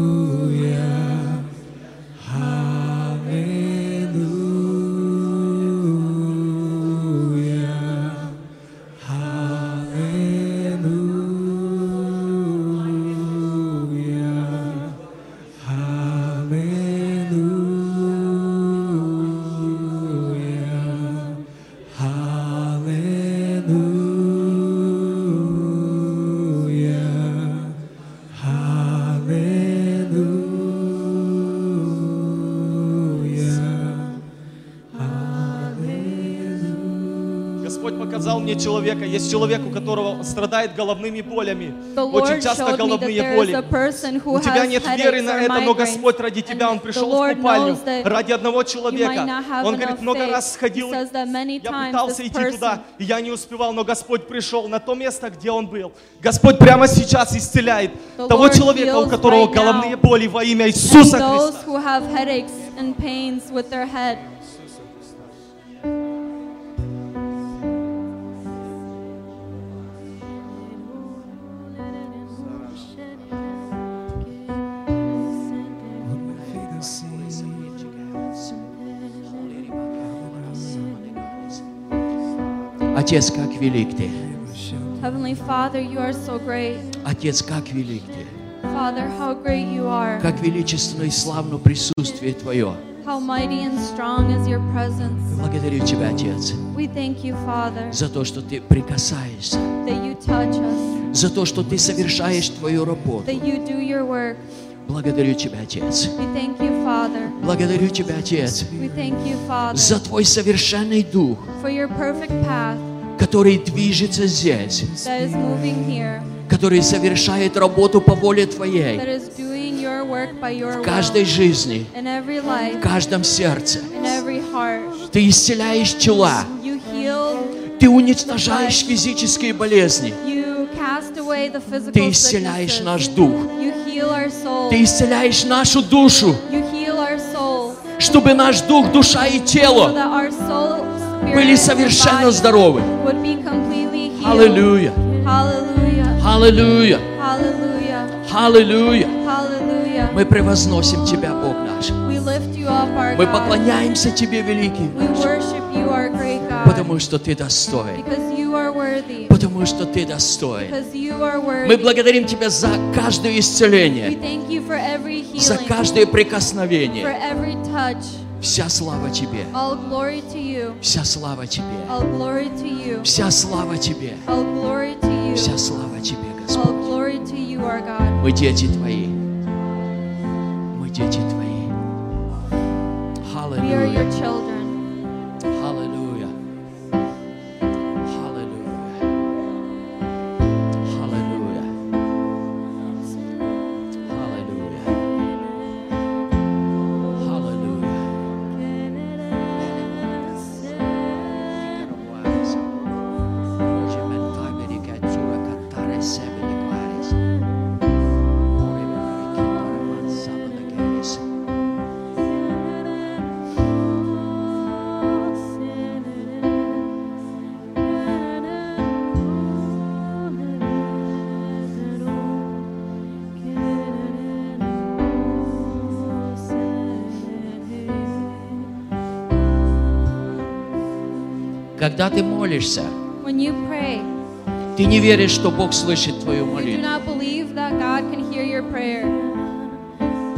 [SPEAKER 1] Hallelujah. Hallelujah. Hallelujah. Hallelujah. Hallelujah. Hallelujah.
[SPEAKER 15] Господь показал мне человека. Есть человек, у которого страдает головными болями.
[SPEAKER 13] The
[SPEAKER 15] Очень
[SPEAKER 13] Lord
[SPEAKER 15] часто
[SPEAKER 13] showed me that
[SPEAKER 15] головные
[SPEAKER 13] there is a
[SPEAKER 15] боли.
[SPEAKER 13] person who
[SPEAKER 15] У тебя
[SPEAKER 13] has
[SPEAKER 15] нет веры
[SPEAKER 13] headaches
[SPEAKER 15] на
[SPEAKER 13] or
[SPEAKER 15] это, но
[SPEAKER 13] migraines.
[SPEAKER 15] Господь ради тебя, Он пришел в
[SPEAKER 13] Lord
[SPEAKER 15] купальню
[SPEAKER 13] knows that
[SPEAKER 15] ради одного
[SPEAKER 13] You might not
[SPEAKER 15] человека.
[SPEAKER 13] have
[SPEAKER 15] Он говорит,
[SPEAKER 13] enough
[SPEAKER 15] много раз
[SPEAKER 13] faith. He
[SPEAKER 15] сходил,
[SPEAKER 13] says that many
[SPEAKER 15] я
[SPEAKER 13] times
[SPEAKER 15] пытался
[SPEAKER 13] this
[SPEAKER 15] идти
[SPEAKER 13] person
[SPEAKER 15] туда, и я не успевал, но Господь пришел на то место, где он был. Господь прямо сейчас исцеляет
[SPEAKER 13] The
[SPEAKER 15] того
[SPEAKER 13] Lord
[SPEAKER 15] человека, у
[SPEAKER 13] heals
[SPEAKER 15] которого
[SPEAKER 13] right now.
[SPEAKER 15] головные боли во имя
[SPEAKER 13] and
[SPEAKER 15] Иисуса Христа.
[SPEAKER 13] those who have headaches and pains with their head.
[SPEAKER 12] Отец, как велик Ты.
[SPEAKER 13] Heavenly Father, you are so great.
[SPEAKER 12] Отец, как велик Ты.
[SPEAKER 13] Father, how great you are.
[SPEAKER 12] Как величественно и славно присутствие Твое.
[SPEAKER 13] How mighty and strong is your presence.
[SPEAKER 12] Благодарю Тебя, Отец,
[SPEAKER 13] We thank you, Father,
[SPEAKER 12] за то, что Ты прикасаешься,
[SPEAKER 13] that you touch us,
[SPEAKER 12] за то, что Ты совершаешь Твою работу.
[SPEAKER 13] that you do your work.
[SPEAKER 12] Благодарю Тебя, Отец.
[SPEAKER 13] We thank you, Father.
[SPEAKER 12] Благодарю Тебя, Отец,
[SPEAKER 13] We thank you, Father,
[SPEAKER 12] за Твой совершенный Дух,
[SPEAKER 13] for your perfect path
[SPEAKER 12] который движется здесь,
[SPEAKER 13] that is moving here,
[SPEAKER 12] который совершает работу по воле
[SPEAKER 13] that
[SPEAKER 12] Твоей
[SPEAKER 13] is doing your work by your
[SPEAKER 12] в каждой
[SPEAKER 13] will
[SPEAKER 12] жизни,
[SPEAKER 13] in every life,
[SPEAKER 12] в каждом сердце.
[SPEAKER 13] in every heart.
[SPEAKER 12] Ты исцеляешь тела,
[SPEAKER 13] You heal
[SPEAKER 12] Ты уничтожаешь физические болезни.
[SPEAKER 13] You cast away the
[SPEAKER 12] Ты
[SPEAKER 13] physical
[SPEAKER 12] исцеляешь
[SPEAKER 13] sicknesses.
[SPEAKER 12] наш дух.
[SPEAKER 13] You heal our soul.
[SPEAKER 12] Ты исцеляешь нашу душу,
[SPEAKER 13] You heal our soul.
[SPEAKER 12] чтобы наш дух, душа и
[SPEAKER 13] So
[SPEAKER 12] тело
[SPEAKER 13] that our soul,
[SPEAKER 12] были
[SPEAKER 13] spirit,
[SPEAKER 12] совершенно здоровы.
[SPEAKER 13] would be completely healed.
[SPEAKER 12] Аллилуйя.
[SPEAKER 13] Hallelujah.
[SPEAKER 12] Аллилуйя.
[SPEAKER 13] Hallelujah.
[SPEAKER 12] Аллилуйя.
[SPEAKER 13] Hallelujah.
[SPEAKER 12] Мы превозносим Тебя, Бог наш.
[SPEAKER 13] We lift you up, our
[SPEAKER 12] Мы
[SPEAKER 13] God.
[SPEAKER 12] поклоняемся Тебе, великий,
[SPEAKER 13] We worship you, our great God.
[SPEAKER 12] потому что Ты достоин.
[SPEAKER 13] Because you are worthy.
[SPEAKER 12] Потому что Ты достоин.
[SPEAKER 13] Because you are worthy.
[SPEAKER 12] Мы благодарим Тебя за каждое
[SPEAKER 13] We
[SPEAKER 12] исцеление,
[SPEAKER 13] thank you for every healing.
[SPEAKER 12] за каждое
[SPEAKER 13] For
[SPEAKER 12] прикосновение.
[SPEAKER 13] every touch.
[SPEAKER 12] Вся слава Тебе.
[SPEAKER 13] All glory to you.
[SPEAKER 12] Вся слава Тебе.
[SPEAKER 13] All glory to you.
[SPEAKER 12] Вся слава Тебе.
[SPEAKER 13] All glory to you.
[SPEAKER 12] Вся слава Тебе, Господь.
[SPEAKER 13] All glory to you, our God.
[SPEAKER 12] Мы дети Твои. Мы дети Твои.
[SPEAKER 13] We are your
[SPEAKER 12] Аллилуйя.
[SPEAKER 13] children.
[SPEAKER 12] Аллилуйя. Аллилуйя. Аллилуйя. Аллилуйя. Когда ты молишься,
[SPEAKER 13] When you pray,
[SPEAKER 12] ты не веришь, что Бог слышит твою
[SPEAKER 13] you do
[SPEAKER 12] молитву.
[SPEAKER 13] not бelieve that God can hear your prayer.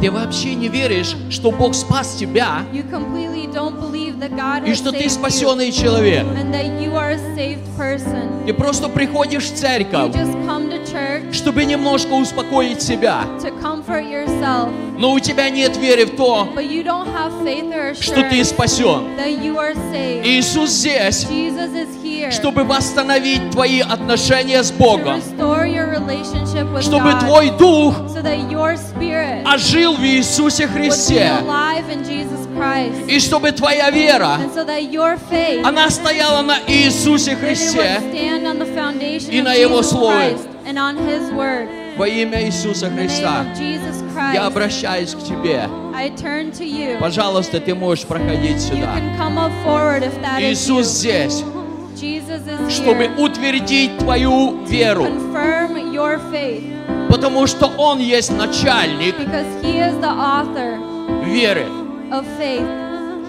[SPEAKER 12] Ты вообще не веришь, что Бог спас тебя,
[SPEAKER 13] You completely don't believe that God
[SPEAKER 12] И
[SPEAKER 13] has
[SPEAKER 12] что ты
[SPEAKER 13] saved
[SPEAKER 12] спасенный
[SPEAKER 13] you.
[SPEAKER 12] человек.
[SPEAKER 13] And that you are a saved person.
[SPEAKER 12] ты просто приходишь в
[SPEAKER 13] You
[SPEAKER 12] церковь,
[SPEAKER 13] just come to church
[SPEAKER 12] чтобы немножко успокоить себя.
[SPEAKER 13] to comfort yourself.
[SPEAKER 12] Но у тебя нет веры в то,
[SPEAKER 13] But you don't have faith or
[SPEAKER 12] что ты
[SPEAKER 13] assurance
[SPEAKER 12] спасен.
[SPEAKER 13] that you are saved.
[SPEAKER 12] Иисус здесь,
[SPEAKER 13] Jesus is here
[SPEAKER 12] чтобы восстановить твои отношения с Богом,
[SPEAKER 13] restore your relationship with
[SPEAKER 12] чтобы
[SPEAKER 13] God
[SPEAKER 12] твой дух
[SPEAKER 13] so that your spirit
[SPEAKER 12] ожил А в Иисусе
[SPEAKER 13] would be
[SPEAKER 12] Христе,
[SPEAKER 13] alive in Jesus Christ.
[SPEAKER 12] и чтобы твоя вера,
[SPEAKER 13] And so that your faith
[SPEAKER 12] она стояла на Иисусе
[SPEAKER 13] that it would
[SPEAKER 12] Христе
[SPEAKER 13] stand on the foundation
[SPEAKER 12] и
[SPEAKER 13] of
[SPEAKER 12] на Его
[SPEAKER 13] Jesus
[SPEAKER 12] Слове.
[SPEAKER 13] Christ and on His Word.
[SPEAKER 12] во имя Иисуса Христа.
[SPEAKER 13] Jesus
[SPEAKER 12] Я
[SPEAKER 13] Christ,
[SPEAKER 12] обращаюсь к тебе.
[SPEAKER 13] I turn to you.
[SPEAKER 12] Пожалуйста, ты можешь проходить
[SPEAKER 13] And
[SPEAKER 12] сюда.
[SPEAKER 13] come up forward if that is
[SPEAKER 12] Иисус здесь,
[SPEAKER 13] you. Jesus is
[SPEAKER 12] чтобы
[SPEAKER 13] here.
[SPEAKER 12] утвердить твою веру,
[SPEAKER 13] Confirm your faith
[SPEAKER 12] потому что Он есть начальник
[SPEAKER 13] because He is the author
[SPEAKER 12] веры.
[SPEAKER 13] of faith.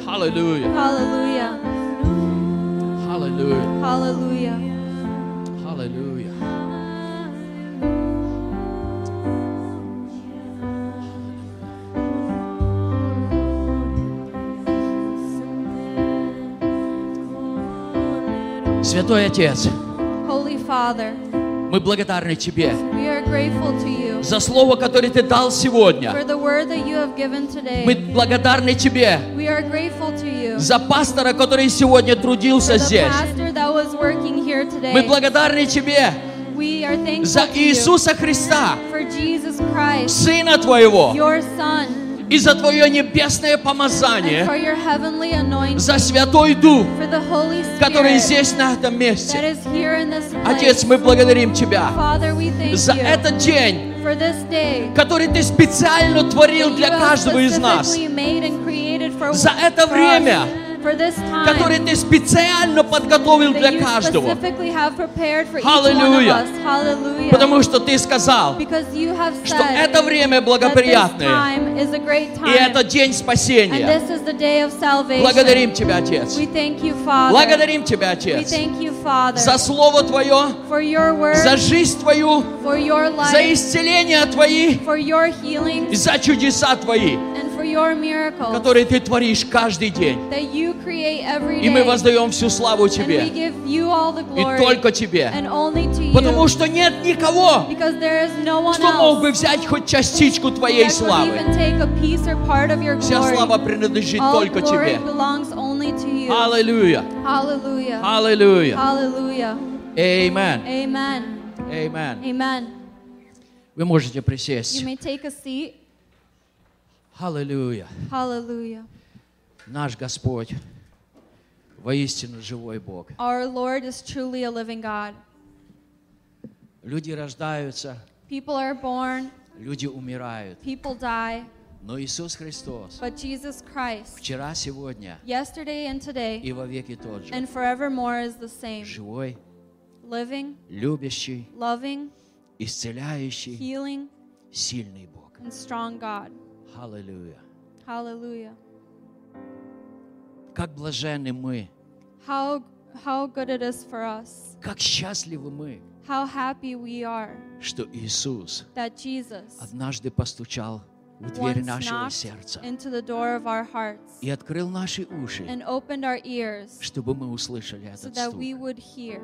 [SPEAKER 12] Аллилуйя.
[SPEAKER 13] Hallelujah.
[SPEAKER 12] Аллилуйя.
[SPEAKER 13] Hallelujah.
[SPEAKER 12] Аллилуйя. Святой Отец,
[SPEAKER 13] Holy Father,
[SPEAKER 12] мы благодарны Тебе
[SPEAKER 13] we are grateful to you
[SPEAKER 12] за слово, которое Ты дал
[SPEAKER 13] for
[SPEAKER 12] сегодня.
[SPEAKER 13] the word that you have given
[SPEAKER 12] Мы
[SPEAKER 13] today.
[SPEAKER 12] благодарны Тебе
[SPEAKER 13] We are grateful to you
[SPEAKER 12] за пастора, который сегодня
[SPEAKER 13] for
[SPEAKER 12] трудился
[SPEAKER 13] the
[SPEAKER 12] здесь.
[SPEAKER 13] pastor that was working here
[SPEAKER 12] Мы
[SPEAKER 13] today.
[SPEAKER 12] благодарны Тебе
[SPEAKER 13] We are
[SPEAKER 12] за
[SPEAKER 13] thankful to you
[SPEAKER 12] Иисуса Христа,
[SPEAKER 13] for Jesus Christ,
[SPEAKER 12] Сына Твоего,
[SPEAKER 13] your Son,
[SPEAKER 12] и за Твое небесное
[SPEAKER 13] and for
[SPEAKER 12] помазание,
[SPEAKER 13] your heavenly anointing,
[SPEAKER 12] за Святой Дух,
[SPEAKER 13] for the Holy
[SPEAKER 12] который
[SPEAKER 13] Spirit
[SPEAKER 12] здесь, на этом
[SPEAKER 13] that
[SPEAKER 12] месте.
[SPEAKER 13] is here in this
[SPEAKER 12] Отец,
[SPEAKER 13] place.
[SPEAKER 12] мы благодарим Тебя
[SPEAKER 13] Father, we thank
[SPEAKER 12] за
[SPEAKER 13] you
[SPEAKER 12] этот день,
[SPEAKER 13] for this day
[SPEAKER 12] который Ты специально творил
[SPEAKER 13] that you
[SPEAKER 12] для
[SPEAKER 13] have
[SPEAKER 12] каждого из нас,
[SPEAKER 13] specifically made and created for
[SPEAKER 12] За это
[SPEAKER 13] for us,
[SPEAKER 12] время,
[SPEAKER 13] for this time.
[SPEAKER 12] который Ты специально подготовил
[SPEAKER 13] that
[SPEAKER 12] для
[SPEAKER 13] you
[SPEAKER 12] каждого,
[SPEAKER 13] specifically have prepared for each one
[SPEAKER 12] Hallelujah.
[SPEAKER 13] of us. Hallelujah.
[SPEAKER 12] потому что Ты сказал,
[SPEAKER 13] Because you have said
[SPEAKER 12] что это время
[SPEAKER 13] that this
[SPEAKER 12] благоприятное,
[SPEAKER 13] time is a great time.
[SPEAKER 12] и это день
[SPEAKER 13] and
[SPEAKER 12] спасения.
[SPEAKER 13] this is the day of salvation.
[SPEAKER 12] Благодарим Тебя, Отец.
[SPEAKER 13] We thank you, Father.
[SPEAKER 12] Благодарим Тебя,
[SPEAKER 13] We
[SPEAKER 12] Отец,
[SPEAKER 13] thank you, Father,
[SPEAKER 12] за Слово Твое,
[SPEAKER 13] for your word,
[SPEAKER 12] за жизнь Твою,
[SPEAKER 13] for your life,
[SPEAKER 12] за исцеления Твои,
[SPEAKER 13] for your healing,
[SPEAKER 12] и за чудеса Твои,
[SPEAKER 13] and for your miracles
[SPEAKER 12] которые Ты tворишь каждый день.
[SPEAKER 13] that you create every day.
[SPEAKER 12] И мы воздаем всю славу
[SPEAKER 13] And we
[SPEAKER 12] Тебе
[SPEAKER 13] give you all the
[SPEAKER 12] и
[SPEAKER 13] glory
[SPEAKER 12] только Тебе.
[SPEAKER 13] and only to you.
[SPEAKER 12] Потому что нет никого,
[SPEAKER 13] because there is no one
[SPEAKER 12] кто
[SPEAKER 13] else
[SPEAKER 12] мог бы взять хоть частичку
[SPEAKER 13] that
[SPEAKER 12] Твоей
[SPEAKER 13] could even
[SPEAKER 12] славы.
[SPEAKER 13] take a piece or part of your
[SPEAKER 12] Вся
[SPEAKER 13] glory.
[SPEAKER 12] слава принадлежит
[SPEAKER 13] All
[SPEAKER 12] только
[SPEAKER 13] glory
[SPEAKER 12] Тебе.
[SPEAKER 13] belongs only to you.
[SPEAKER 12] Аллилуйя.
[SPEAKER 13] Hallelujah.
[SPEAKER 12] Hallelujah.
[SPEAKER 13] Hallelujah.
[SPEAKER 12] Amen.
[SPEAKER 13] Amen.
[SPEAKER 12] Amen.
[SPEAKER 13] Amen.
[SPEAKER 12] Вы можете
[SPEAKER 13] You
[SPEAKER 12] присесть.
[SPEAKER 13] may take a seat.
[SPEAKER 12] Аллилуйя.
[SPEAKER 13] Hallelujah.
[SPEAKER 12] Наш Господь,
[SPEAKER 16] Воистину живой Бог.
[SPEAKER 13] Our Lord is truly a living God.
[SPEAKER 16] Люди рождаются,
[SPEAKER 13] People are born,
[SPEAKER 16] люди умирают.
[SPEAKER 13] people die,
[SPEAKER 16] Но Иисус Христос
[SPEAKER 13] but Jesus Christ,
[SPEAKER 16] вчера, сегодня
[SPEAKER 13] yesterday and today,
[SPEAKER 16] и вовеки тот же.
[SPEAKER 13] and forevermore is the same.
[SPEAKER 16] Живой,
[SPEAKER 13] Living,
[SPEAKER 16] любящий,
[SPEAKER 13] loving,
[SPEAKER 16] исцеляющий,
[SPEAKER 13] healing,
[SPEAKER 16] сильный Бог.
[SPEAKER 13] and strong God.
[SPEAKER 16] Аллилуйя.
[SPEAKER 13] Hallelujah.
[SPEAKER 16] Как блаженны мы,
[SPEAKER 13] How, how good it is for us,
[SPEAKER 16] как счастливы мы,
[SPEAKER 13] how happy we are
[SPEAKER 16] что Иисус
[SPEAKER 13] that Jesus
[SPEAKER 16] однажды постучал в дверь
[SPEAKER 13] once
[SPEAKER 16] нашего
[SPEAKER 13] knocked
[SPEAKER 16] сердца
[SPEAKER 13] into the door of our hearts
[SPEAKER 16] и открыл наши уши,
[SPEAKER 13] and opened our ears
[SPEAKER 16] чтобы мы услышали
[SPEAKER 13] so
[SPEAKER 16] этот
[SPEAKER 13] that
[SPEAKER 16] стук.
[SPEAKER 13] we would hear.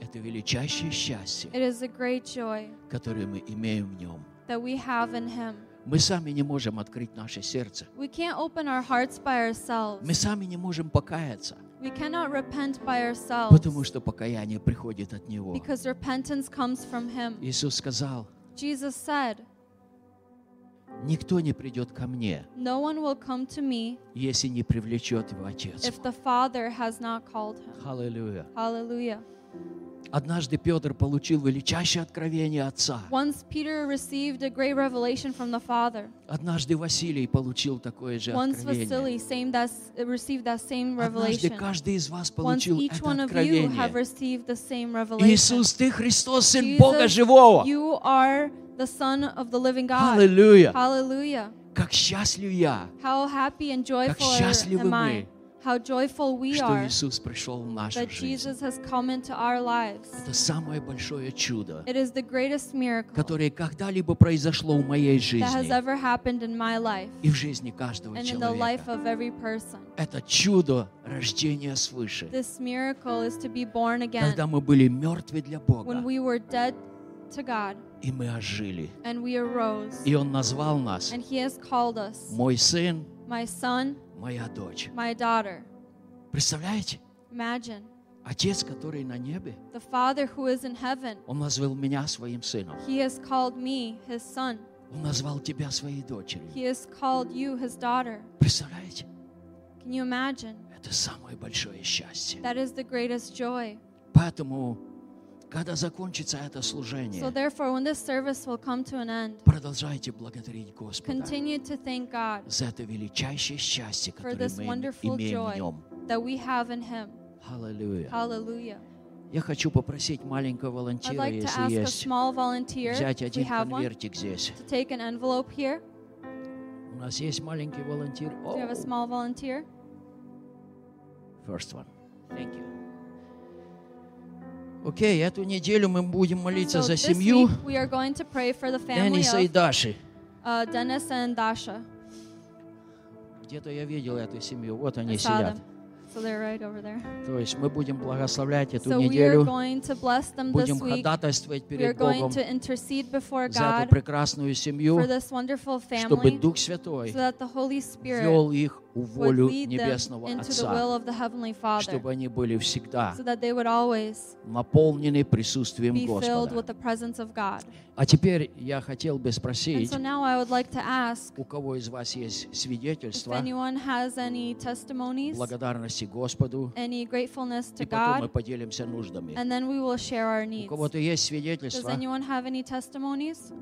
[SPEAKER 16] Это величайшее счастье,
[SPEAKER 13] It is a great joy
[SPEAKER 16] которое мы имеем в Нем.
[SPEAKER 13] that we have in Him.
[SPEAKER 16] Мы сами не можем открыть наше сердце.
[SPEAKER 13] We can't open our hearts by ourselves.
[SPEAKER 16] Мы сами не можем покаяться,
[SPEAKER 13] We cannot repent by ourselves
[SPEAKER 16] потому что покаяние приходит от Него.
[SPEAKER 13] because repentance comes from Him.
[SPEAKER 16] Иисус сказал,
[SPEAKER 13] Jesus said,
[SPEAKER 16] никто не придет ко мне,
[SPEAKER 13] No one will come to me
[SPEAKER 16] если не привлечет его Отец.
[SPEAKER 13] if the Father has not called him.
[SPEAKER 16] Аллилуйя.
[SPEAKER 13] Hallelujah.
[SPEAKER 16] Однажды Петр получил величайшее откровение Отца.
[SPEAKER 13] Once Peter received a great revelation from the Father.
[SPEAKER 16] Однажды Василий получил такое же
[SPEAKER 13] Once
[SPEAKER 16] откровение.
[SPEAKER 13] Vasily same that, received that same
[SPEAKER 16] Однажды
[SPEAKER 13] revelation.
[SPEAKER 16] каждый из вас
[SPEAKER 13] Once
[SPEAKER 16] получил
[SPEAKER 13] each
[SPEAKER 16] это
[SPEAKER 13] one of you have
[SPEAKER 16] откровение.
[SPEAKER 13] received the same revelation.
[SPEAKER 16] Иисус, Ты Христос, Сын
[SPEAKER 13] Jesus,
[SPEAKER 16] Бога Живого.
[SPEAKER 13] You are the Son of the Living God.
[SPEAKER 16] Hallelujah.
[SPEAKER 13] Hallelujah.
[SPEAKER 16] Как счастлив я,
[SPEAKER 13] How happy and joyful
[SPEAKER 16] счастливы
[SPEAKER 13] am I.
[SPEAKER 16] мы,
[SPEAKER 13] How joyful we
[SPEAKER 16] что
[SPEAKER 13] are
[SPEAKER 16] Иисус пришел в нашу
[SPEAKER 13] that
[SPEAKER 16] жизнь.
[SPEAKER 13] Jesus has come into our lives.
[SPEAKER 16] Это самое большое чудо,
[SPEAKER 13] It is the greatest miracle
[SPEAKER 16] которое когда-либо произошло в
[SPEAKER 13] that
[SPEAKER 16] моей
[SPEAKER 13] has
[SPEAKER 16] жизни
[SPEAKER 13] ever happened in my life
[SPEAKER 16] и в жизни каждого
[SPEAKER 13] and in the life
[SPEAKER 16] человека.
[SPEAKER 13] of every person.
[SPEAKER 16] Это чудо рождения свыше.
[SPEAKER 13] This miracle is to be born again
[SPEAKER 16] Когда мы были мертвы для
[SPEAKER 13] when
[SPEAKER 16] Бога,
[SPEAKER 13] we were dead to God
[SPEAKER 16] и мы ожили.
[SPEAKER 13] and we arose.
[SPEAKER 16] И Он назвал нас
[SPEAKER 13] And He has called us
[SPEAKER 16] «Мой сын,
[SPEAKER 13] my son,
[SPEAKER 16] моя дочь».
[SPEAKER 13] my daughter.
[SPEAKER 16] Представляете?
[SPEAKER 13] Imagine
[SPEAKER 16] Отец, который на небе,
[SPEAKER 13] the Father who is in heaven.
[SPEAKER 16] Он назвал меня своим сыном.
[SPEAKER 13] He has called me his son.
[SPEAKER 16] Он назвал тебя своей дочерью.
[SPEAKER 13] He has called you his daughter.
[SPEAKER 16] Представляете?
[SPEAKER 13] Can you imagine?
[SPEAKER 16] Это самое большое счастье.
[SPEAKER 13] That is the greatest joy.
[SPEAKER 16] Поэтому, когда закончится это служение,
[SPEAKER 13] So, therefore, when this service will come to an end,
[SPEAKER 16] продолжайте благодарить Господа
[SPEAKER 13] continue to thank God
[SPEAKER 16] за это величайшее счастье,
[SPEAKER 13] for
[SPEAKER 16] которое
[SPEAKER 13] this
[SPEAKER 16] мы
[SPEAKER 13] wonderful
[SPEAKER 16] имеем в
[SPEAKER 13] joy
[SPEAKER 16] Нем.
[SPEAKER 13] that we have in Him.
[SPEAKER 16] Аллилуйя.
[SPEAKER 13] Hallelujah.
[SPEAKER 16] Я хочу попросить маленького
[SPEAKER 13] I'd
[SPEAKER 16] волонтера,
[SPEAKER 13] like to ask
[SPEAKER 16] если
[SPEAKER 13] a
[SPEAKER 16] есть,
[SPEAKER 13] small volunteer
[SPEAKER 16] взять
[SPEAKER 13] if we
[SPEAKER 16] один
[SPEAKER 13] have one
[SPEAKER 16] конвертик здесь.
[SPEAKER 13] to take an envelope here.
[SPEAKER 16] У нас есть маленький волонтер.
[SPEAKER 13] Do you have a
[SPEAKER 16] О,
[SPEAKER 13] small volunteer?
[SPEAKER 16] First one.
[SPEAKER 13] Thank you.
[SPEAKER 16] Окей, эту неделю мы будем молиться
[SPEAKER 13] So
[SPEAKER 16] за
[SPEAKER 13] this
[SPEAKER 16] семью
[SPEAKER 13] week we are going to pray for the family
[SPEAKER 16] Дениса и
[SPEAKER 13] of
[SPEAKER 16] Даши.
[SPEAKER 13] uh, Dennis and Dasha.
[SPEAKER 16] Где-то я видел эту семью, вот
[SPEAKER 13] I
[SPEAKER 16] они
[SPEAKER 13] saw
[SPEAKER 16] сидят.
[SPEAKER 13] them. So they're right over there.
[SPEAKER 16] То есть мы будем благословлять эту
[SPEAKER 13] So we are
[SPEAKER 16] неделю,
[SPEAKER 13] going to bless them this
[SPEAKER 16] будем
[SPEAKER 13] week.
[SPEAKER 16] ходатайствовать
[SPEAKER 13] We are
[SPEAKER 16] перед
[SPEAKER 13] going
[SPEAKER 16] Богом
[SPEAKER 13] to intercede before
[SPEAKER 16] за эту
[SPEAKER 13] God
[SPEAKER 16] прекрасную семью,
[SPEAKER 13] for this wonderful
[SPEAKER 16] чтобы
[SPEAKER 13] family
[SPEAKER 16] Дух
[SPEAKER 13] so
[SPEAKER 16] Святой
[SPEAKER 13] that the Holy Spirit
[SPEAKER 16] вел их в
[SPEAKER 13] would
[SPEAKER 16] волю
[SPEAKER 13] lead them
[SPEAKER 16] Небесного
[SPEAKER 13] into the will
[SPEAKER 16] Отца,
[SPEAKER 13] of the Heavenly Father
[SPEAKER 16] чтобы они были всегда
[SPEAKER 13] so that they would always
[SPEAKER 16] наполнены присутствием
[SPEAKER 13] be filled
[SPEAKER 16] Господа.
[SPEAKER 13] with the presence of God.
[SPEAKER 16] А теперь я хотел бы
[SPEAKER 13] And
[SPEAKER 16] спросить,
[SPEAKER 13] so now I would like to ask
[SPEAKER 16] у кого из вас есть
[SPEAKER 13] if
[SPEAKER 16] свидетельства
[SPEAKER 13] anyone has any testimonies,
[SPEAKER 16] благодарности Господу,
[SPEAKER 13] any gratefulness to
[SPEAKER 16] и потом мы
[SPEAKER 13] God,
[SPEAKER 16] поделимся нуждами.
[SPEAKER 13] and then we will share our
[SPEAKER 16] У
[SPEAKER 13] needs.
[SPEAKER 16] кого-то есть
[SPEAKER 13] Does
[SPEAKER 16] свидетельства,
[SPEAKER 13] anyone have any testimonies?